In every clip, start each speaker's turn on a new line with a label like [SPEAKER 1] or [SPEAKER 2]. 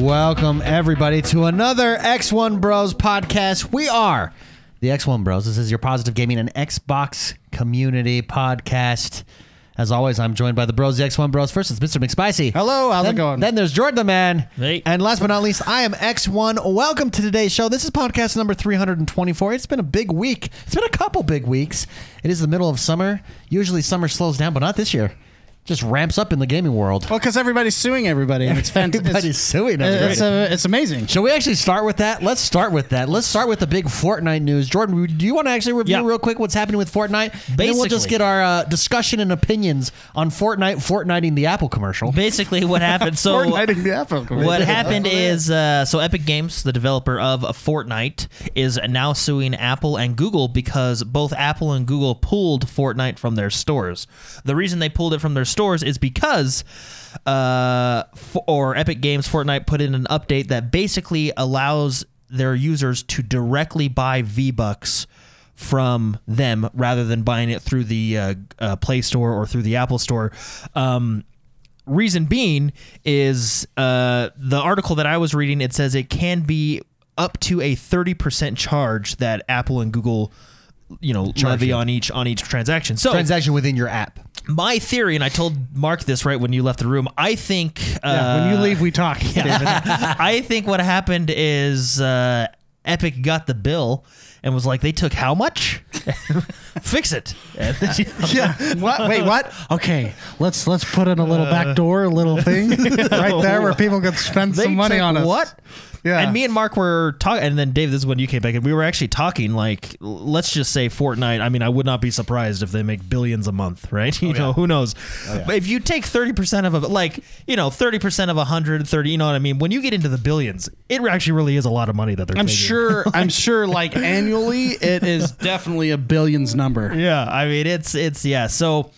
[SPEAKER 1] Welcome, everybody, to another X1 Bros podcast. We are the X1 Bros. This is your positive gaming and Xbox community podcast. As always, I'm joined by the Bros, the X1 Bros. First, it's Mr. McSpicy.
[SPEAKER 2] Hello, how's it
[SPEAKER 1] Then-
[SPEAKER 2] going?
[SPEAKER 1] Then there's Jordan the Man.
[SPEAKER 3] Hey.
[SPEAKER 1] And last but not least, I am X1. Welcome to today's show. This is podcast number 324. It's been a big week. It's been a couple big weeks. It is the middle of summer. Usually summer slows down, but not this year. Just ramps up in the gaming world.
[SPEAKER 2] Well, because everybody's suing everybody, and it's fantastic.
[SPEAKER 1] Everybody's suing everybody.
[SPEAKER 2] It's, uh, it's amazing.
[SPEAKER 1] Shall we actually start with that? Let's start with that. Let's start with the big Fortnite news. Jordan, do you want to actually review
[SPEAKER 3] Yeah.
[SPEAKER 1] real quick what's happening with Fortnite? And then we'll just
[SPEAKER 3] Basically.
[SPEAKER 1] get our uh, discussion and opinions on Fortnite, Fortniting the Apple commercial.
[SPEAKER 3] basically what happened so
[SPEAKER 2] Fortniting the Apple commercial.
[SPEAKER 3] what happened
[SPEAKER 2] Over there.
[SPEAKER 3] is uh, so epic games the developer of fortnite is now suing apple and google because both apple and google pulled fortnite from their stores the reason they pulled it from their stores is because uh, for, or epic games fortnite put in an update that basically allows their users to directly buy v bucks from them rather than buying it through the uh, uh, play store or through the apple store um, reason being is uh, the article that I was reading. It says it can be up to a thirty percent charge that Apple and Google, you know, levy
[SPEAKER 1] you.
[SPEAKER 3] on each on each transaction. So
[SPEAKER 1] Transaction within your app.
[SPEAKER 3] my theory, and I told Mark this right when you left the room. I think uh,
[SPEAKER 2] Yeah, when you leave, we talk.
[SPEAKER 3] I think what happened is uh, Epic got the bill and was like, they took how much? Fix it. And then she-
[SPEAKER 2] yeah. What? Wait, what? Okay, let's let's put in a little back door, little thing right there where people can spend
[SPEAKER 3] They
[SPEAKER 2] some money
[SPEAKER 3] took
[SPEAKER 2] on us.
[SPEAKER 3] What?
[SPEAKER 2] Yeah.
[SPEAKER 3] And me and Mark were talking, and then Dave, this is when you came back, and we were actually talking like, l- let's just say Fortnite. I mean, I would not be surprised if they make billions a month, right? You know, who knows? But if you take 30% of a, like, you know, 30% of 130, you know what I mean? When you get into the billions, it actually really is a lot of money that they're
[SPEAKER 2] I'm
[SPEAKER 3] taking.
[SPEAKER 2] sure. I'm sure. Like annually, it is definitely a billions number.
[SPEAKER 3] Yeah, I mean it's it's yeah. So,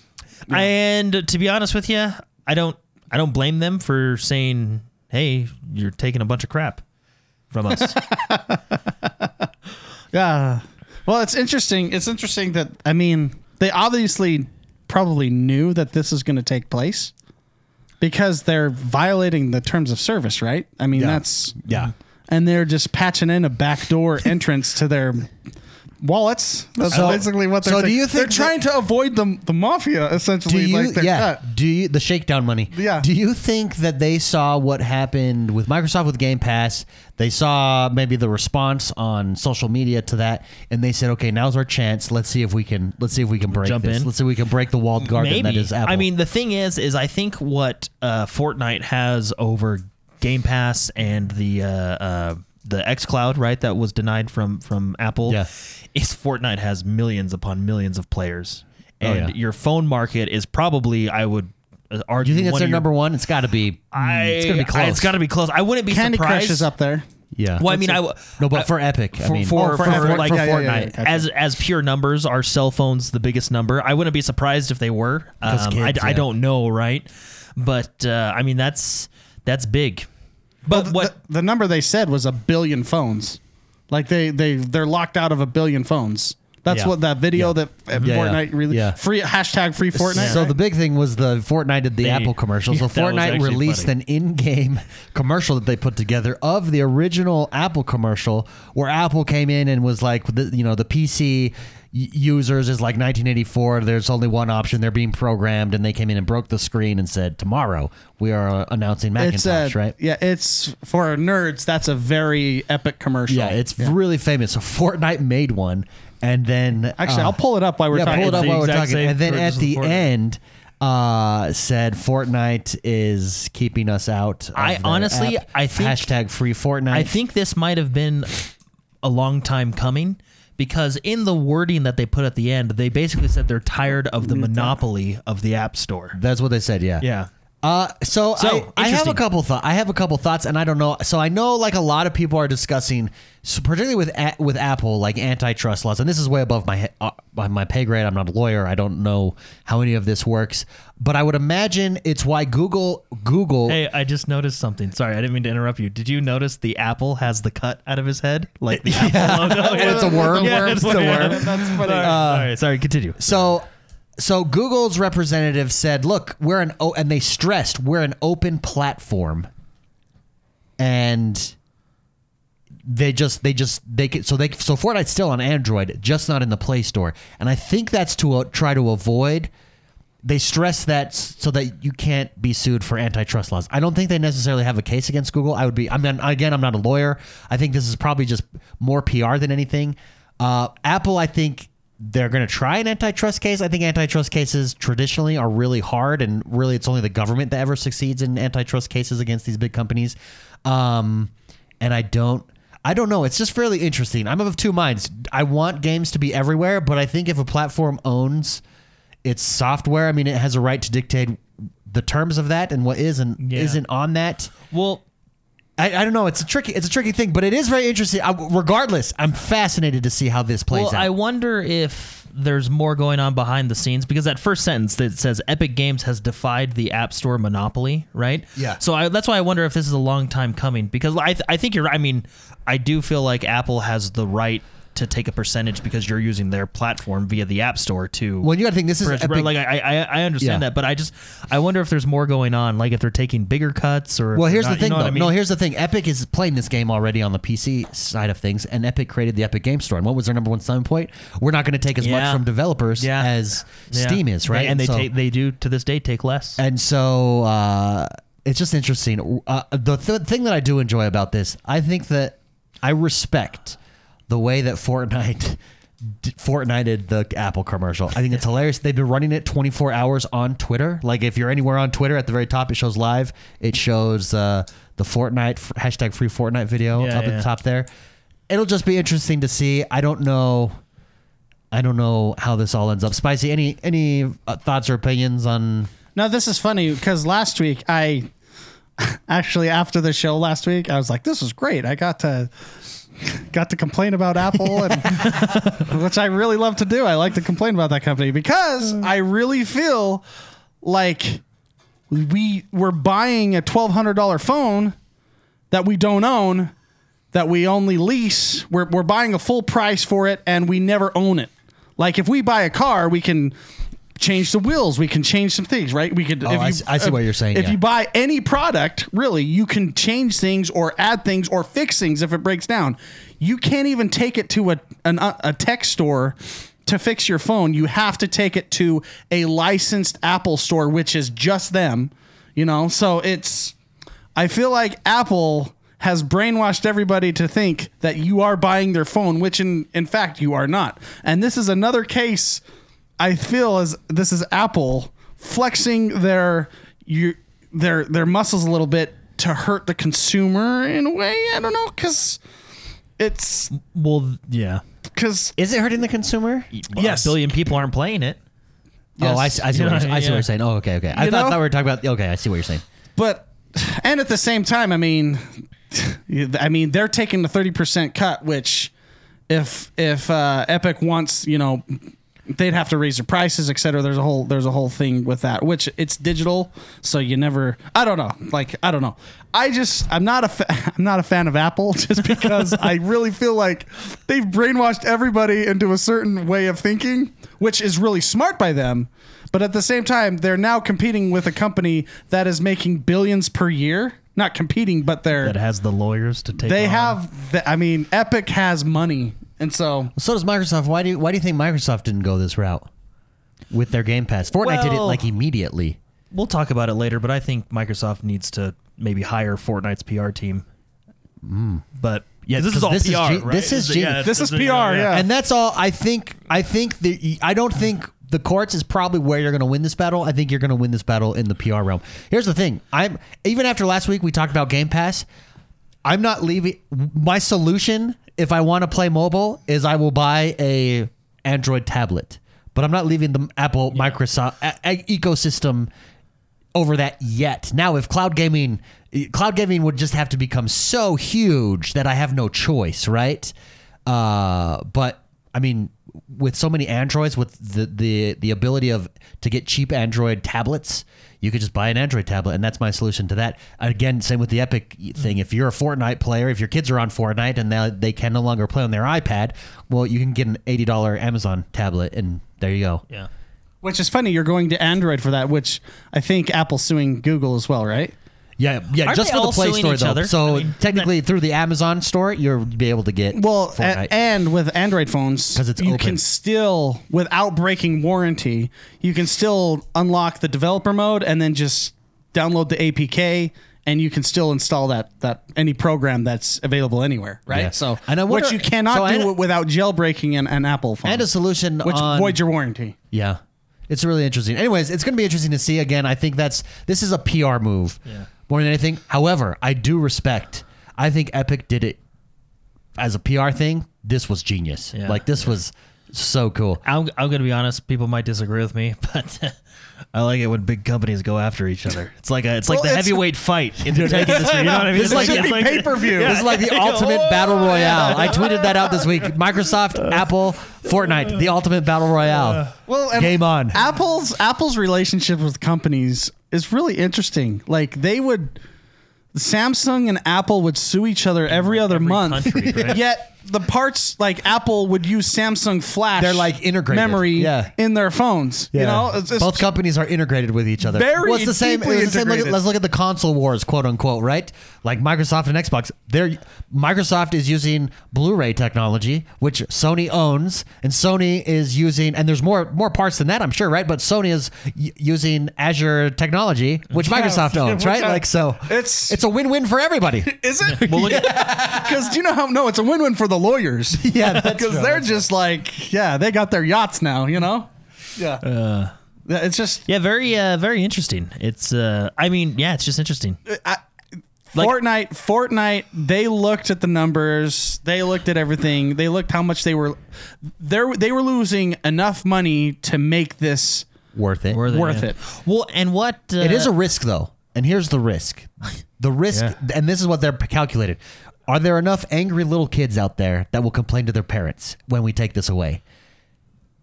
[SPEAKER 3] and to be honest with you, I don't I don't blame them for saying, "Hey, you're taking a bunch of crap from us."
[SPEAKER 2] Yeah. Well, it's interesting. It's interesting that I mean, they obviously probably knew that this is going to take place because they're violating the terms of service, right? I mean, that's
[SPEAKER 1] Yeah.
[SPEAKER 2] and they're just patching in a backdoor entrance to their wallets. That's
[SPEAKER 1] So-
[SPEAKER 2] basically what they're
[SPEAKER 1] so
[SPEAKER 2] saying.
[SPEAKER 1] do you
[SPEAKER 2] they're
[SPEAKER 1] think
[SPEAKER 2] trying to avoid the the mafia
[SPEAKER 1] Do
[SPEAKER 2] essentially
[SPEAKER 1] you,
[SPEAKER 2] like their
[SPEAKER 1] yeah,
[SPEAKER 2] cut.
[SPEAKER 1] do you, the shakedown money.
[SPEAKER 2] Yeah.
[SPEAKER 1] Do you think that they saw what happened with Microsoft with Game Pass? They saw maybe the response on social media to that, and they said, "Okay, now's our chance. Let's see if we can. Let's see if we can break
[SPEAKER 3] Jump
[SPEAKER 1] this.
[SPEAKER 3] in.
[SPEAKER 1] Let's see if we can break the walled garden
[SPEAKER 3] Maybe.
[SPEAKER 1] that is Apple."
[SPEAKER 3] I mean, the thing is, is I think what uh, Fortnite has over Game Pass and the uh, uh, the XCloud, right, that was denied from from Apple,
[SPEAKER 1] Yeah.
[SPEAKER 3] is Fortnite has millions upon millions of players,
[SPEAKER 1] Oh,
[SPEAKER 3] and
[SPEAKER 1] yeah.
[SPEAKER 3] your phone market is probably, I would uh,
[SPEAKER 1] Do
[SPEAKER 3] argue,
[SPEAKER 1] you think
[SPEAKER 3] one
[SPEAKER 1] it's
[SPEAKER 3] of
[SPEAKER 1] their
[SPEAKER 3] your-
[SPEAKER 1] number one? It's got to be. hmm,
[SPEAKER 3] I,
[SPEAKER 1] it's gonna be close.
[SPEAKER 3] I- it's got to be close. I wouldn't be
[SPEAKER 2] Candy
[SPEAKER 3] surprised.
[SPEAKER 2] Crush is up there.
[SPEAKER 1] yeah.
[SPEAKER 3] Well, I mean, I w-
[SPEAKER 1] no, but
[SPEAKER 3] I-
[SPEAKER 1] for Epic, I
[SPEAKER 3] for,
[SPEAKER 1] mean,
[SPEAKER 3] for,
[SPEAKER 2] Oh, for
[SPEAKER 3] for,
[SPEAKER 2] Fortnite.
[SPEAKER 3] like
[SPEAKER 2] Yeah, yeah,
[SPEAKER 3] Fortnite
[SPEAKER 2] yeah, yeah, gotcha.
[SPEAKER 3] as as pure numbers are cell phones the biggest number I wouldn't be surprised if they were um,
[SPEAKER 1] 'Cause
[SPEAKER 3] I,
[SPEAKER 1] kids,
[SPEAKER 3] I
[SPEAKER 1] yeah.
[SPEAKER 3] don't know right but uh, I mean that's that's big but what
[SPEAKER 2] the, the number they said was a billion phones. Like they they they're locked out of a billion phones. That's
[SPEAKER 1] Yeah.
[SPEAKER 2] what that video
[SPEAKER 1] Yeah.
[SPEAKER 2] that uh,
[SPEAKER 1] Yeah,
[SPEAKER 2] Fortnite
[SPEAKER 1] yeah.
[SPEAKER 2] really
[SPEAKER 1] Yeah.
[SPEAKER 2] free hashtag free Fortnite.
[SPEAKER 1] So
[SPEAKER 2] right?
[SPEAKER 1] the big thing was the Fortnite did the
[SPEAKER 3] They-
[SPEAKER 1] Apple commercial. So
[SPEAKER 3] Yeah, that was
[SPEAKER 1] Fortnite
[SPEAKER 3] actually
[SPEAKER 1] released
[SPEAKER 3] funny.
[SPEAKER 1] an in-game commercial that they put together of the original Apple commercial, where Apple came in and was like, the, you know, the PC u- users is like 1984. There's only one option. They're being programmed, and they came in and broke the screen and said, "Tomorrow we are uh, announcing
[SPEAKER 2] it's
[SPEAKER 1] Macintosh."
[SPEAKER 2] a,
[SPEAKER 1] right?
[SPEAKER 2] Yeah, it's for nerds. That's a very epic commercial.
[SPEAKER 1] Yeah, it's really famous. So Fortnite made one, and then uh,
[SPEAKER 2] actually I'll pull it up while we're
[SPEAKER 1] yeah,
[SPEAKER 2] talking.
[SPEAKER 1] pull it up
[SPEAKER 3] the
[SPEAKER 1] while we're
[SPEAKER 3] exact
[SPEAKER 1] talking.
[SPEAKER 3] same
[SPEAKER 1] And then at
[SPEAKER 3] purpose of
[SPEAKER 1] the
[SPEAKER 3] Fortnite.
[SPEAKER 1] end, uh, said Fortnite is keeping us out. Of
[SPEAKER 3] I
[SPEAKER 1] their
[SPEAKER 3] honestly-
[SPEAKER 1] app.
[SPEAKER 3] I think-
[SPEAKER 1] hashtag free Fortnite.
[SPEAKER 3] I think this might have been a long time coming because in the wording that they put at the end they basically said they're tired of the monopoly of the app store
[SPEAKER 1] that's what they said. Yeah.
[SPEAKER 3] yeah
[SPEAKER 1] Uh, so
[SPEAKER 3] So,
[SPEAKER 1] I, I have a
[SPEAKER 3] interesting.
[SPEAKER 1] couple thoughts. I have a couple thoughts, and I don't know. So I know like a lot of people are discussing, so particularly with a- with Apple, like antitrust laws, and this is way above my he- uh, my- my pay grade. I'm not a lawyer. I don't know how any of this works, but I would imagine it's why Google Google
[SPEAKER 3] Hey, I just noticed something. Sorry, I didn't mean to interrupt you. Did you notice the apple has the cut out of his head? Like the apple logo.
[SPEAKER 1] And it's a worm.
[SPEAKER 3] Yeah,
[SPEAKER 1] It's a worm.
[SPEAKER 3] That's funny. sorry, sorry, continue.
[SPEAKER 1] So, so Google's representative said, "Look, we're an o," and they stressed we're an open platform. and they just they just they can so they so Fortnite's still on Android, just not in the Play Store, and I think that's to uh, try to avoid. They stress that s- so that you can't be sued for antitrust laws. I don't think they necessarily have a case against Google. I would be. I mean, again, I'm not a lawyer. I think this is probably just more PR than anything. Uh, Apple, I think they're going to try an antitrust case. I think antitrust cases traditionally are really hard, and really, it's only the government that ever succeeds in antitrust cases against these big companies. Um, and I don't. I don't know. It's just fairly interesting. I'm of two minds. I want games to be everywhere, but I think if a platform owns its software, I mean, it has a right to dictate the terms of that and what is and
[SPEAKER 3] Yeah.
[SPEAKER 1] isn't on that.
[SPEAKER 3] Well,
[SPEAKER 1] I, I don't know. It's a tricky. It's a tricky thing, but it is very interesting. I, regardless, I'm fascinated to see how this plays
[SPEAKER 3] well,
[SPEAKER 1] out.
[SPEAKER 3] I wonder if there's more going on behind the scenes because that first sentence that says Epic Games has defied the App Store monopoly, right?
[SPEAKER 1] Yeah.
[SPEAKER 3] So I, that's why I wonder if this is a long time coming because I, th- I think you're right. I mean, I do feel like Apple has the right to take a percentage because you're using their platform via the App Store to.
[SPEAKER 1] well, you got to think this is
[SPEAKER 3] for-
[SPEAKER 1] Epic-
[SPEAKER 3] like I, I, I understand
[SPEAKER 1] Yeah.
[SPEAKER 3] that, but I just I wonder if there's more going on, like if they're taking bigger cuts or. if
[SPEAKER 1] Well,
[SPEAKER 3] they're
[SPEAKER 1] here's
[SPEAKER 3] not-
[SPEAKER 1] the
[SPEAKER 3] you
[SPEAKER 1] thing,
[SPEAKER 3] know
[SPEAKER 1] though.
[SPEAKER 3] what I mean?
[SPEAKER 1] No, here's the thing. Epic is playing this game already on the PC side of things, and Epic created the Epic Game Store. And what was their number one selling point? We're not going to take as
[SPEAKER 3] Yeah.
[SPEAKER 1] much from developers
[SPEAKER 3] Yeah.
[SPEAKER 1] as
[SPEAKER 3] Yeah.
[SPEAKER 1] Steam is, right?
[SPEAKER 3] They- and they
[SPEAKER 1] so,
[SPEAKER 3] take they do to this day take less.
[SPEAKER 1] and so uh, it's just interesting. Uh, the th- thing that I do enjoy about this, I think that I respect the way that Fortnite. d- Fortnited the Apple commercial. I think it's hilarious. They've been running it 24 hours on Twitter. Like if you're anywhere on Twitter, at the very top it shows live. It shows uh, the Fortnite f- hashtag free Fortnite video
[SPEAKER 3] Yeah,
[SPEAKER 1] up at
[SPEAKER 3] yeah.
[SPEAKER 1] the top there. It'll just be interesting to see. I don't know. I don't know how this all ends up. Spicy, any any uh, thoughts or opinions on
[SPEAKER 2] No, this is funny because last week I actually after the show last week I was like, "This was great. I got to got to complain about Apple, and, which I really love to do. I like to complain about that company because I really feel like we we're buying a twelve hundred dollar phone that we don't own, that we only lease. We're we're buying a full price for it, and we never own it. Like if we buy a car, we can change the wheels, we can change some things, right? We could.
[SPEAKER 1] Oh, I see- I see what you're saying,
[SPEAKER 2] If
[SPEAKER 1] yeah.
[SPEAKER 2] you buy any product, really, you can change things or add things or fix things if it breaks down. You can't even take it to a an, uh, a tech store to fix your phone. You have to take it to a licensed Apple store, which is just them. You know, so it's. I feel like Apple has brainwashed everybody to think that you are buying their phone, which in in fact you are not. And this is another case. I feel as this is Apple flexing their you their their muscles a little bit to hurt the consumer in a way. I don't know because it's
[SPEAKER 3] well, th- yeah.
[SPEAKER 2] because
[SPEAKER 1] Is it hurting the consumer?
[SPEAKER 2] Yes.
[SPEAKER 3] a billion people aren't playing it.
[SPEAKER 1] Oh, I, see- I see, what, you're, I see what
[SPEAKER 3] Yeah.
[SPEAKER 1] you're saying. Oh, okay, okay. I
[SPEAKER 2] You
[SPEAKER 1] thought,
[SPEAKER 2] know?
[SPEAKER 1] thought we were talking about. Okay, I see what you're saying.
[SPEAKER 2] but and at the same time, I mean, I mean they're taking the thirty percent cut, which if if uh, Epic wants, you know, they'd have to raise their prices, et cetera. There's a whole there's a whole thing with that, which it's digital, so you never. I don't know. Like I don't know. I just I'm not a fa- I'm not a fan of Apple just because I really feel like they've brainwashed everybody into a certain way of thinking, which is really smart by them. But at the same time, they're now competing with a company that is making billions per year. Not competing, but they're
[SPEAKER 3] That has the lawyers to take.
[SPEAKER 2] they
[SPEAKER 3] on.
[SPEAKER 2] have. The, I mean, Epic has money, and so
[SPEAKER 1] So does Microsoft. Why do you, Why do you think Microsoft didn't go this route with their Game Pass? Fortnite did it
[SPEAKER 3] Well-
[SPEAKER 1] like immediately.
[SPEAKER 3] We'll talk about it later, but I think Microsoft needs to maybe hire Fortnite's PR team. But yeah, this is
[SPEAKER 1] Hmm. 'Cause
[SPEAKER 3] all
[SPEAKER 1] this is
[SPEAKER 3] PR.
[SPEAKER 1] gen-
[SPEAKER 3] right?
[SPEAKER 1] this is genius.
[SPEAKER 2] This is
[SPEAKER 3] yeah,
[SPEAKER 2] PR, yeah.
[SPEAKER 1] And that's all. I think. I think the. I don't think the courts is probably where you're going to win this battle. I think you're going to win this battle in the PR realm. Here's the thing. I'm even after last week we talked about Game Pass. I'm not leaving. My solution, if I want to play mobile, is I will buy a Android tablet. But I'm not leaving the Apple Microsoft a- a- ecosystem over that yet. Now, if cloud gaming, cloud gaming would just have to become so huge that I have no choice, right? Uh, but I mean, with so many Androids, with the the the ability of to get cheap Android tablets, you could just buy an Android tablet, and that's my solution to that. Again, same with the Epic thing. If you're a Fortnite player, if your kids are on Fortnite and they they can no longer play on their iPad, well, you can get an eighty dollar Amazon tablet, and there you go.
[SPEAKER 3] Yeah.
[SPEAKER 2] Which is funny, you're going to Android for that, which I think Apple's suing Google as well, right?
[SPEAKER 1] Yeah, yeah,
[SPEAKER 3] Aren't
[SPEAKER 1] just
[SPEAKER 3] they
[SPEAKER 1] for the
[SPEAKER 3] all
[SPEAKER 1] Play
[SPEAKER 3] suing
[SPEAKER 1] Store
[SPEAKER 3] each
[SPEAKER 1] though.
[SPEAKER 3] other?
[SPEAKER 1] So
[SPEAKER 3] I mean,
[SPEAKER 1] technically, through the Amazon store, you'll be able to get
[SPEAKER 2] Well, a-
[SPEAKER 1] Fortnite.
[SPEAKER 2] and with Android phones,
[SPEAKER 1] 'Cause it's
[SPEAKER 2] you
[SPEAKER 1] open.
[SPEAKER 2] can still, without breaking warranty, you can still unlock the developer mode and then just download the APK, and you can still install that that any program that's available anywhere, right?
[SPEAKER 1] Yeah.
[SPEAKER 2] So,
[SPEAKER 1] And I wonder-
[SPEAKER 2] which you cannot
[SPEAKER 1] so I-
[SPEAKER 2] do it without jailbreaking an, an Apple phone,
[SPEAKER 1] and a solution
[SPEAKER 2] which
[SPEAKER 1] on,
[SPEAKER 2] voids your warranty.
[SPEAKER 1] Yeah. It's really interesting. Anyways, it's going to be interesting to see again. I think that's this is a PR move more than anything. However, I do respect. I think Epic did it as a PR thing. This was genius.
[SPEAKER 3] Yeah.
[SPEAKER 1] Like this was so cool.
[SPEAKER 3] I'm, I'm going to be honest. People might disagree with me, but I like it when big companies go after each other. It's like a, it's like
[SPEAKER 2] Well,
[SPEAKER 3] the
[SPEAKER 2] it's-
[SPEAKER 3] heavyweight fight in the tech industry. You know what I mean?
[SPEAKER 1] It's like- it's
[SPEAKER 2] like- pay-per-view.
[SPEAKER 1] This is like the ultimate battle royale. I tweeted that out this week. Microsoft, Apple, Fortnite, the ultimate battle royale.
[SPEAKER 2] Well, and
[SPEAKER 1] game on.
[SPEAKER 2] Apple's Apple's relationship with companies is really interesting. Like they would, Samsung and Apple would sue each other every other month.
[SPEAKER 3] country, right?
[SPEAKER 2] Yet the parts like Apple would use Samsung Flash.
[SPEAKER 1] They're, like, integrated.
[SPEAKER 2] memory
[SPEAKER 1] Yeah.
[SPEAKER 2] in their phones. You know, it's, it's
[SPEAKER 1] both companies are integrated with each other.
[SPEAKER 2] Very
[SPEAKER 1] Well, it's the same.
[SPEAKER 2] deeply
[SPEAKER 1] it was the same- look at-
[SPEAKER 2] integrated.
[SPEAKER 1] let's look at the console wars, quote unquote, right? Like Microsoft and Xbox. They're, Microsoft is using Blu-ray technology, which Sony owns, and Sony is using. And there's more more parts than that, I'm sure, right? But Sony is y- using Azure technology, which Microsoft owns,
[SPEAKER 2] which
[SPEAKER 1] right?
[SPEAKER 2] I-
[SPEAKER 1] Like so,
[SPEAKER 2] it's-
[SPEAKER 1] it's a win-win for everybody.
[SPEAKER 2] is it?
[SPEAKER 3] Well, look at-
[SPEAKER 2] Because do you know how? No, it's a win-win for the lawyers.
[SPEAKER 1] yeah, that's
[SPEAKER 2] Because
[SPEAKER 1] true.
[SPEAKER 2] they're just like, yeah, they got their yachts now. You know. Yeah. Yeah, it's just
[SPEAKER 3] yeah, very uh, very interesting. It's uh, I mean, yeah, it's just interesting.
[SPEAKER 1] Uh,
[SPEAKER 3] Like-
[SPEAKER 2] Fortnite, Fortnite, they looked at the numbers, they looked at everything, they looked how much they were they they were losing enough money to make this
[SPEAKER 1] worth it.
[SPEAKER 3] Were they-
[SPEAKER 2] Worth
[SPEAKER 3] yeah.
[SPEAKER 2] it.
[SPEAKER 3] Well, and what uh,
[SPEAKER 1] It is a risk, though. And here's the risk the risk, and this is what they're calculated. Are there enough angry little kids out there that will complain to their parents when we take this away?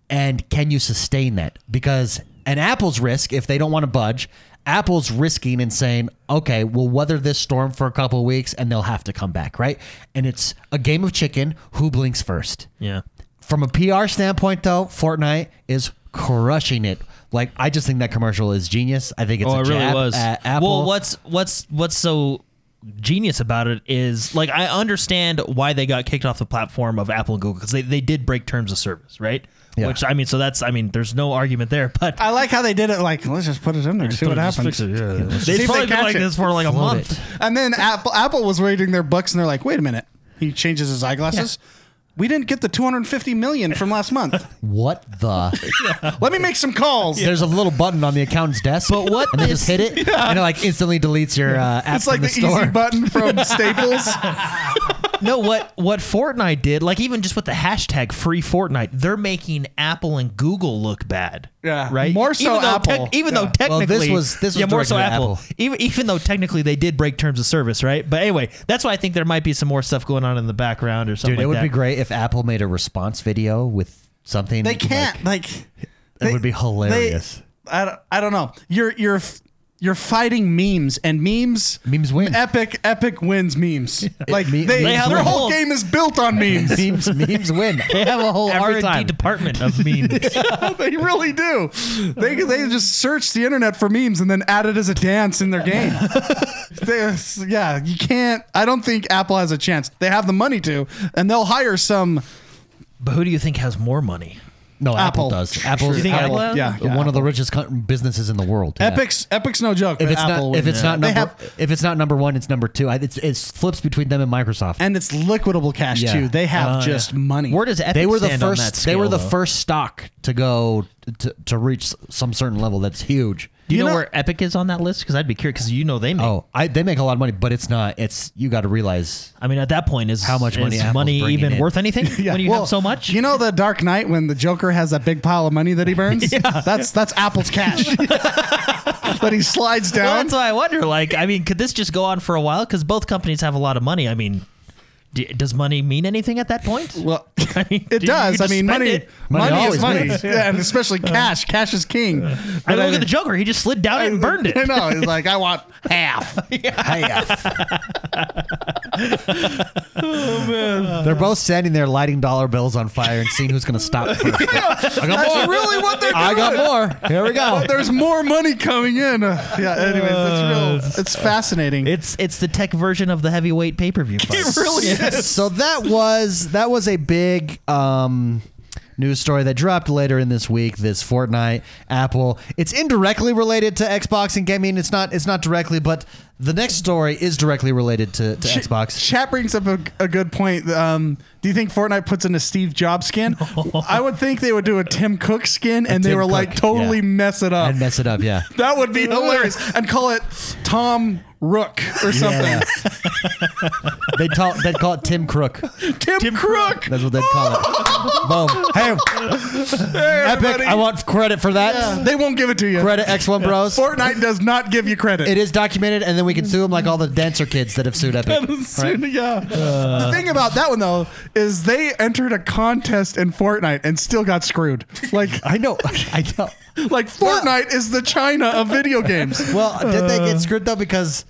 [SPEAKER 1] And can you sustain that? Because an Apple's risk, if they don't want to budge, Apple's risking and saying, okay, we'll weather this storm for a couple of weeks and they'll have to come back, right? And it's a game of chicken. Who blinks first?
[SPEAKER 3] yeah.
[SPEAKER 1] From a PR standpoint, though, Fortnite is crushing it. Like, I just think that commercial is genius. I think it's
[SPEAKER 3] Oh,
[SPEAKER 1] a
[SPEAKER 3] it really
[SPEAKER 1] jab
[SPEAKER 3] was.
[SPEAKER 1] at Apple.
[SPEAKER 3] Well, what's what's what's so genius about it is like I understand why they got kicked off the platform of Apple and Google because they, they did break terms of service, right?
[SPEAKER 1] Yeah.
[SPEAKER 3] Which I mean, so that's I mean, there's no argument there. But
[SPEAKER 2] I like how they did it like let's just put it in there and see what
[SPEAKER 3] Just
[SPEAKER 2] happens.
[SPEAKER 3] fix it, yeah.
[SPEAKER 2] See if they
[SPEAKER 3] They've probably been
[SPEAKER 2] catch
[SPEAKER 3] like
[SPEAKER 2] it.
[SPEAKER 3] this for like a
[SPEAKER 1] Float
[SPEAKER 3] month.
[SPEAKER 1] it.
[SPEAKER 2] And then Apple Apple was rating their bucks and they're like, "Wait a minute. He changes his eyeglasses. We didn't get the 250 million from last month.
[SPEAKER 1] What the?
[SPEAKER 2] Let me make some calls."
[SPEAKER 1] There's a little button on the accountant's desk. But what? And they just hit it, and it like instantly deletes your uh, app
[SPEAKER 2] It's like
[SPEAKER 1] from the,
[SPEAKER 2] the,
[SPEAKER 1] store.
[SPEAKER 2] easy button from Staples.
[SPEAKER 3] no, what what Fortnite did, like even just with the hashtag free Fortnite, they're making Apple and Google look bad.
[SPEAKER 2] Yeah.
[SPEAKER 3] Right?
[SPEAKER 2] More so
[SPEAKER 3] even though
[SPEAKER 2] Apple.
[SPEAKER 3] tec- even
[SPEAKER 2] Yeah.
[SPEAKER 3] though technically
[SPEAKER 1] this was- this was
[SPEAKER 3] yeah, more so
[SPEAKER 1] directed at
[SPEAKER 3] Apple.
[SPEAKER 1] Apple.
[SPEAKER 3] Even even though technically they did break terms of service, right? But anyway, that's why I think there might be some more stuff going on in the background or something
[SPEAKER 1] Dude, it would
[SPEAKER 3] like
[SPEAKER 1] be
[SPEAKER 3] that.
[SPEAKER 1] great if Apple made a response video with something.
[SPEAKER 2] They
[SPEAKER 1] like-
[SPEAKER 2] can't like.
[SPEAKER 1] It would be hilarious.
[SPEAKER 2] I, don't- I don't know. You're you're f- you're fighting memes and memes.
[SPEAKER 1] Memes win.
[SPEAKER 2] Epic epic wins memes. Like
[SPEAKER 1] Me-
[SPEAKER 2] they,
[SPEAKER 1] They
[SPEAKER 3] have
[SPEAKER 2] their
[SPEAKER 3] a
[SPEAKER 2] whole
[SPEAKER 3] whole-
[SPEAKER 2] game is built on memes.
[SPEAKER 1] memes, memes win.
[SPEAKER 3] They have a whole
[SPEAKER 1] Every
[SPEAKER 3] R and D
[SPEAKER 1] time.
[SPEAKER 3] department of memes.
[SPEAKER 2] they really do. They they just search the internet for memes and then add it as a dance in their game. They- yeah, you can't. I don't think Apple has a chance. They have the money to, and they'll hire some.
[SPEAKER 3] but who do you think has more money?
[SPEAKER 1] No, Apple,
[SPEAKER 2] Apple.
[SPEAKER 1] does. Apple's
[SPEAKER 3] You think
[SPEAKER 1] Apple,
[SPEAKER 3] Apple?
[SPEAKER 2] Yeah, yeah,
[SPEAKER 1] one of the richest co- businesses in the world. Yeah.
[SPEAKER 2] Epic's Epic's no joke.
[SPEAKER 1] If
[SPEAKER 2] but
[SPEAKER 1] it's
[SPEAKER 2] Apple
[SPEAKER 1] not, if
[SPEAKER 2] wins.
[SPEAKER 1] it's not
[SPEAKER 2] They
[SPEAKER 1] number,
[SPEAKER 2] have-
[SPEAKER 1] if it's not number one, it's number two. I, it's, it flips between them and Microsoft.
[SPEAKER 2] and it's liquidable cash
[SPEAKER 1] Yeah.
[SPEAKER 2] too. They have
[SPEAKER 3] Uh,
[SPEAKER 2] just
[SPEAKER 3] yeah.
[SPEAKER 2] money.
[SPEAKER 3] Where does Epic
[SPEAKER 1] they were the
[SPEAKER 3] stand on that
[SPEAKER 1] first.
[SPEAKER 3] scale,
[SPEAKER 1] they were the
[SPEAKER 3] though?
[SPEAKER 1] first stock to go to, to reach some certain level that's huge.
[SPEAKER 3] Do you,
[SPEAKER 2] You
[SPEAKER 3] know,
[SPEAKER 2] know-
[SPEAKER 3] where Epic is on that list? Because I'd be curious. Because you know they make.
[SPEAKER 1] Oh, I, they make a lot of money, but it's not. It's you got to realize.
[SPEAKER 3] I mean, at that point, is
[SPEAKER 1] How much money
[SPEAKER 3] is
[SPEAKER 1] Apple's
[SPEAKER 3] money
[SPEAKER 1] bringing
[SPEAKER 3] even
[SPEAKER 1] in?
[SPEAKER 3] worth anything when you
[SPEAKER 2] Well,
[SPEAKER 3] have so much?
[SPEAKER 2] You know the Dark Knight when the Joker has that big pile of money that he burns? That's that's Apple's cash. but he slides
[SPEAKER 3] Well,
[SPEAKER 2] down.
[SPEAKER 3] that's why I wonder. Like, I mean, could this just go on for a while? Because both companies have a lot of money. I mean, d- does money mean anything at that point?
[SPEAKER 2] well,
[SPEAKER 3] I mean,
[SPEAKER 2] it
[SPEAKER 3] do you-
[SPEAKER 2] does. I
[SPEAKER 3] you just
[SPEAKER 2] mean,
[SPEAKER 3] spend
[SPEAKER 2] money,
[SPEAKER 3] it?
[SPEAKER 1] Money
[SPEAKER 2] money,
[SPEAKER 1] always
[SPEAKER 2] is money.
[SPEAKER 1] wins.
[SPEAKER 2] Yeah, and especially cash. cash is king.
[SPEAKER 3] I
[SPEAKER 2] But
[SPEAKER 3] mean,
[SPEAKER 2] I-
[SPEAKER 3] look at the Joker. He just slid down it and burned
[SPEAKER 2] I
[SPEAKER 3] it.
[SPEAKER 2] know. He's like, I want half.
[SPEAKER 1] Hey, uh, Oh, They're both standing there lighting dollar bills on fire and seeing who's going to stop first. I got more.
[SPEAKER 2] really what they're
[SPEAKER 1] I got more. Here we go.
[SPEAKER 2] There's more money coming in. Uh, yeah. Anyways, that's real. It's fascinating.
[SPEAKER 3] Uh, It's it's the tech version of the heavyweight pay per view fight.
[SPEAKER 2] really is.
[SPEAKER 1] So that was that was a big um, news story that dropped later in this week. This Fortnite, Apple. It's indirectly related to Xbox and gaming. It's not it's not directly, but the next story is directly related to, to
[SPEAKER 2] Ch-
[SPEAKER 1] Xbox.
[SPEAKER 2] Chat brings up a, a good point. Um, do you think Fortnite puts in a Steve Jobs skin? I would think they would do a Tim Cook skin, and they
[SPEAKER 1] Tim
[SPEAKER 2] were like
[SPEAKER 1] Cook,
[SPEAKER 2] totally
[SPEAKER 1] yeah.
[SPEAKER 2] mess it up.
[SPEAKER 1] And mess it up, yeah.
[SPEAKER 2] That would be hilarious, and call it Tom Rook or something.
[SPEAKER 1] they call they call it Tim Crook.
[SPEAKER 2] Tim, Crook.
[SPEAKER 1] That's what they call it. Boom. Hey,
[SPEAKER 2] Hey,
[SPEAKER 1] epic!
[SPEAKER 2] everybody.
[SPEAKER 1] I want credit for that.
[SPEAKER 2] They won't give it to you.
[SPEAKER 1] Credit X1 Bros.
[SPEAKER 2] Fortnite does not give you credit.
[SPEAKER 1] It is documented, and then we can sue them like all the dancer kids that have sued Epic.
[SPEAKER 2] Soon, yeah.
[SPEAKER 1] Uh.
[SPEAKER 2] the thing about that one though is they entered a contest in Fortnite and still got screwed. Like,
[SPEAKER 1] I know, I know.
[SPEAKER 2] like Fortnite is the China of video games.
[SPEAKER 1] Well, did they get screwed though? Because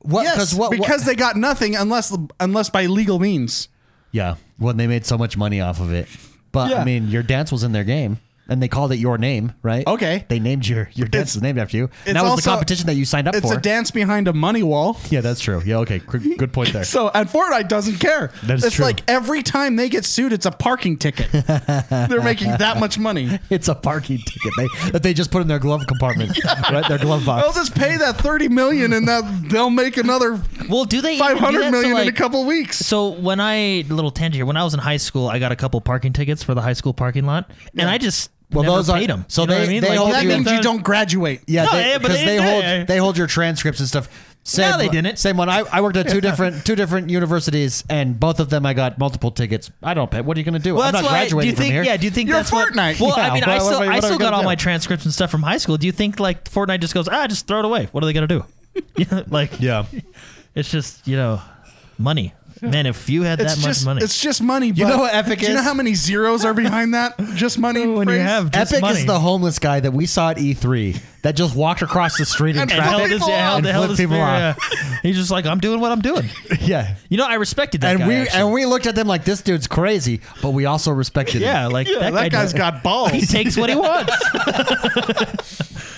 [SPEAKER 1] what?
[SPEAKER 2] Yes,
[SPEAKER 1] Because what?
[SPEAKER 2] because
[SPEAKER 1] what,
[SPEAKER 2] they got nothing unless unless by legal means.
[SPEAKER 1] yeah, when they made so much money off of it. But
[SPEAKER 2] Yeah.
[SPEAKER 1] I mean, your dance was in their game, and they called it your name, right?
[SPEAKER 2] Okay.
[SPEAKER 1] They named your your dance
[SPEAKER 2] It's-
[SPEAKER 1] was named after you. And
[SPEAKER 2] it's
[SPEAKER 1] that was
[SPEAKER 2] also-
[SPEAKER 1] the competition that you signed up
[SPEAKER 2] It's
[SPEAKER 1] for.
[SPEAKER 2] a dance behind a money wall.
[SPEAKER 1] yeah, that's true. Yeah, okay, Good- good point there.
[SPEAKER 2] So and Fortnite doesn't care.
[SPEAKER 1] That is
[SPEAKER 2] it's
[SPEAKER 1] true.
[SPEAKER 2] like every time they get sued, it's a parking ticket. They're making that much money.
[SPEAKER 1] It's a parking ticket they, that they just put in their glove compartment, right? Their glove box.
[SPEAKER 2] They'll just pay that thirty million, and that they'll make another
[SPEAKER 3] Well, do they even do
[SPEAKER 2] five hundred
[SPEAKER 3] that?
[SPEAKER 2] million
[SPEAKER 3] so,
[SPEAKER 2] in
[SPEAKER 3] like,
[SPEAKER 2] a couple weeks.
[SPEAKER 3] So when I little tangent, here, when I was in high school, I got a couple parking tickets for the high school parking lot, and I just
[SPEAKER 1] Well,
[SPEAKER 3] never
[SPEAKER 1] those are-
[SPEAKER 3] paid them.
[SPEAKER 1] so
[SPEAKER 3] you know
[SPEAKER 1] they-
[SPEAKER 3] what I mean?
[SPEAKER 1] they
[SPEAKER 3] like,
[SPEAKER 1] hold
[SPEAKER 2] that
[SPEAKER 1] you-
[SPEAKER 2] means you don't graduate.
[SPEAKER 1] Yeah,
[SPEAKER 3] No,
[SPEAKER 1] they,
[SPEAKER 3] yeah, but
[SPEAKER 1] because
[SPEAKER 3] they
[SPEAKER 1] they,
[SPEAKER 3] did.
[SPEAKER 1] hold they hold your transcripts and stuff. Same,
[SPEAKER 3] No, they didn't.
[SPEAKER 1] Same one. I, I worked at two different two different universities, and both of them I got multiple tickets. I don't pay. What are you going to do?
[SPEAKER 3] Well,
[SPEAKER 1] I'm
[SPEAKER 3] that's
[SPEAKER 1] not
[SPEAKER 3] why. Do
[SPEAKER 1] graduating
[SPEAKER 3] you think?
[SPEAKER 1] from here.
[SPEAKER 3] Yeah. Do you think
[SPEAKER 2] You're
[SPEAKER 3] that's what?
[SPEAKER 2] Fortnite.
[SPEAKER 3] Well,
[SPEAKER 1] Yeah,
[SPEAKER 3] I mean,
[SPEAKER 1] why-
[SPEAKER 3] I still,
[SPEAKER 1] why- what
[SPEAKER 3] I
[SPEAKER 1] are we
[SPEAKER 3] still
[SPEAKER 1] gonna
[SPEAKER 3] got all
[SPEAKER 1] do?
[SPEAKER 3] my transcripts and stuff from high school. Do you think like Fortnite just goes, ah, just throw it away? What are they gonna do? You know, like,
[SPEAKER 1] yeah.
[SPEAKER 3] it's just you know, money. Man, if you had
[SPEAKER 2] It's
[SPEAKER 3] that
[SPEAKER 2] just
[SPEAKER 3] much money,
[SPEAKER 2] it's just money. You
[SPEAKER 1] know what Epic
[SPEAKER 2] Do you know
[SPEAKER 1] is?
[SPEAKER 2] how many zeros are behind that? Just money.
[SPEAKER 3] when you
[SPEAKER 2] phrase?
[SPEAKER 3] have just
[SPEAKER 1] Epic
[SPEAKER 3] money.
[SPEAKER 1] is the homeless guy that we saw at E3 that just walked across the street in
[SPEAKER 2] And
[SPEAKER 3] and held
[SPEAKER 1] traffic.
[SPEAKER 3] his,
[SPEAKER 2] people
[SPEAKER 3] yeah, held,
[SPEAKER 1] off.
[SPEAKER 3] held his
[SPEAKER 1] Flip people
[SPEAKER 3] finger,
[SPEAKER 1] off.
[SPEAKER 3] yeah. He's just like, I'm doing what I'm doing.
[SPEAKER 1] yeah.
[SPEAKER 3] You know, I respected that
[SPEAKER 1] And
[SPEAKER 3] guy,
[SPEAKER 1] we
[SPEAKER 3] actually.
[SPEAKER 1] and we looked at them like this dude's crazy, but we also respected him.
[SPEAKER 3] yeah, like
[SPEAKER 2] Yeah,
[SPEAKER 3] that, guy
[SPEAKER 2] that guy's
[SPEAKER 3] does-
[SPEAKER 2] got balls.
[SPEAKER 3] He takes what he wants.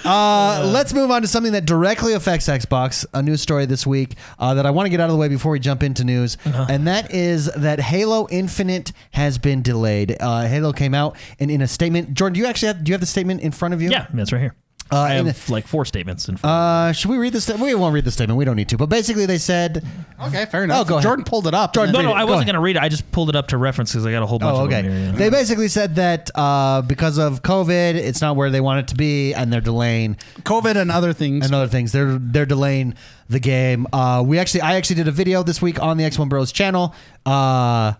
[SPEAKER 1] Uh, let's move on to something that directly affects Xbox. A news story this week uh, that I want to get out of the way before we jump into news,
[SPEAKER 3] Uh-huh.
[SPEAKER 1] and that is that Halo Infinite has been delayed. Uh, Halo came out, and in a statement, Jordan, do you actually have, do you have the statement in front of you?
[SPEAKER 3] yeah, that's right here.
[SPEAKER 1] Uh,
[SPEAKER 3] I
[SPEAKER 1] and-
[SPEAKER 3] have like four statements in front.
[SPEAKER 1] Uh, should we read the statement? We won't read the statement. We don't need to. But basically, they said,
[SPEAKER 2] Okay, fair enough.
[SPEAKER 1] Oh, go ahead.
[SPEAKER 2] Jordan pulled it up.
[SPEAKER 1] Jordan,
[SPEAKER 2] and
[SPEAKER 3] no,
[SPEAKER 1] read
[SPEAKER 2] then-
[SPEAKER 1] it.
[SPEAKER 3] no, I
[SPEAKER 1] Go
[SPEAKER 3] wasn't
[SPEAKER 1] ahead.
[SPEAKER 3] gonna read it. I just pulled it up to reference because I got a whole bunch
[SPEAKER 1] "Oh,
[SPEAKER 3] of
[SPEAKER 1] okay."
[SPEAKER 3] them here. yeah.
[SPEAKER 1] They basically said that uh, because of COVID, it's not where they want it to be, and they're delaying
[SPEAKER 2] COVID and other things.
[SPEAKER 1] and other things. They're they're delaying the game. Uh, we actually, I actually did a video this week on the X One Bros channel. Uh,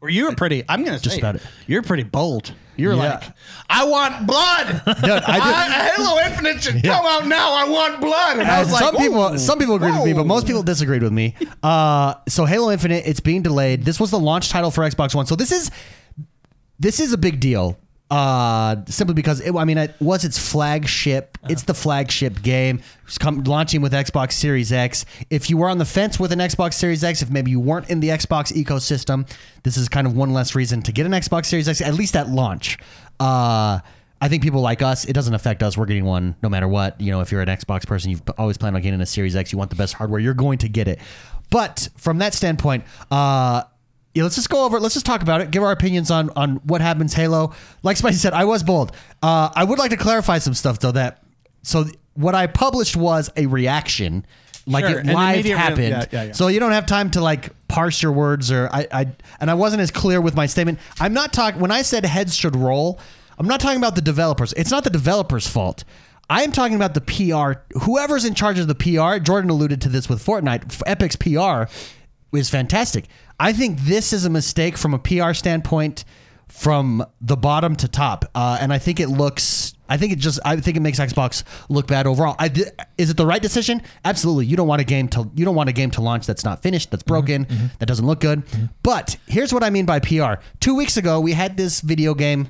[SPEAKER 2] Or you were pretty. I'm gonna just
[SPEAKER 1] about it.
[SPEAKER 2] You're pretty bold. You're
[SPEAKER 1] Yeah.
[SPEAKER 2] like, I want blood.
[SPEAKER 1] Dude, I did-
[SPEAKER 2] I- Halo Infinite should come out now. I want blood. And I was like,
[SPEAKER 1] some
[SPEAKER 2] "Whoa,
[SPEAKER 1] people some people agreed with me, but
[SPEAKER 2] whoa."
[SPEAKER 1] most people disagreed with me. Uh, so Halo Infinite, it's being delayed. This was the launch title for Xbox One, so this is this is a big deal. Uh, simply because it, I mean, it was its flagship. It's the flagship game. It's come, launching with Xbox Series X. If you were on the fence with an Xbox Series X, if maybe you weren't in the Xbox ecosystem, this is kind of one less reason to get an Xbox Series X at least at launch. Uh, I think people like us, it doesn't affect us. We're getting one no matter what. You know, if you're an Xbox person, you've always planned on getting a Series X. You want the best hardware. You're going to get it. But from that standpoint, uh, yeah, let's just go over. it. Let's just talk about it. Give our opinions on on what happens. Halo, like Spicy said, I was bold. Uh, I would like to clarify some stuff though. That so th- what I published was a reaction, like
[SPEAKER 2] Sure,
[SPEAKER 1] it
[SPEAKER 2] an
[SPEAKER 1] live
[SPEAKER 2] immediate re-
[SPEAKER 1] happened.
[SPEAKER 2] yeah, yeah, yeah.
[SPEAKER 1] So you don't have time to like parse your words or I, I and I wasn't as clear with my statement. I'm not talking when I said heads should roll. I'm not talking about the developers. It's not the developers' fault. I am talking about the PR. Whoever's in charge of the PR. Jordan alluded to this with Fortnite. F- Epic's PR is fantastic. I think this is a mistake from a PR standpoint, from the bottom to top, uh, and I think it looks. I think it just. I think it makes Xbox look bad overall. I di- is it the right decision? Absolutely. You don't want a game to. You don't want a game to launch that's not finished, that's broken, that doesn't look good. But here's what I mean by PR. Two weeks ago, we had this video game.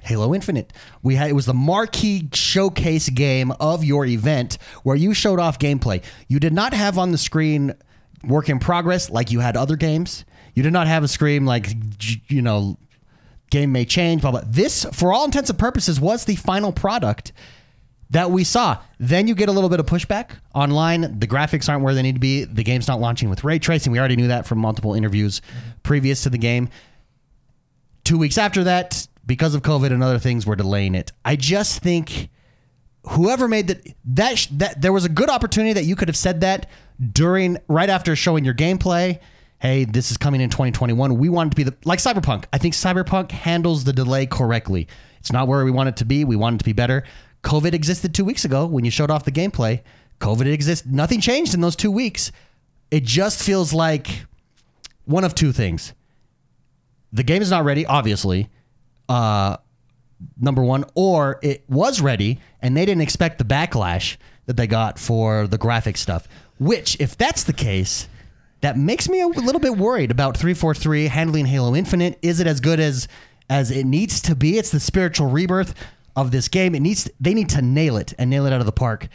[SPEAKER 1] Halo Infinite. We had it was the marquee showcase game of your event where you showed off gameplay. You did not have on the screen work in progress like you had other games. You did not have a scream like j- you know game may change blah blah. This for all intents and purposes was the final product that we saw. Then you get a little bit of pushback online. The graphics aren't where they need to be. The game's not launching with ray tracing. We already knew that from multiple interviews previous to the game. 2 weeks after that because of COVID and other things we're delaying it. I just think whoever made that that sh- that there was a good opportunity that you could have said that during right after showing your gameplay hey this is coming in 2021 we want it to be the like cyberpunk i think cyberpunk handles the delay correctly it's not where we want it to be we want it to be better covid existed two weeks ago when you showed off the gameplay covid exists nothing changed in those two weeks it just feels like one of two things the game is not ready obviously uh number one, or it was ready and they didn't expect the backlash that they got for the graphic stuff. Which, if that's the case, that makes me a little bit worried about 343 handling Halo Infinite. Is it as good as as it needs to be? It's the spiritual rebirth of this game. It needs they need to nail it and nail it out of the park.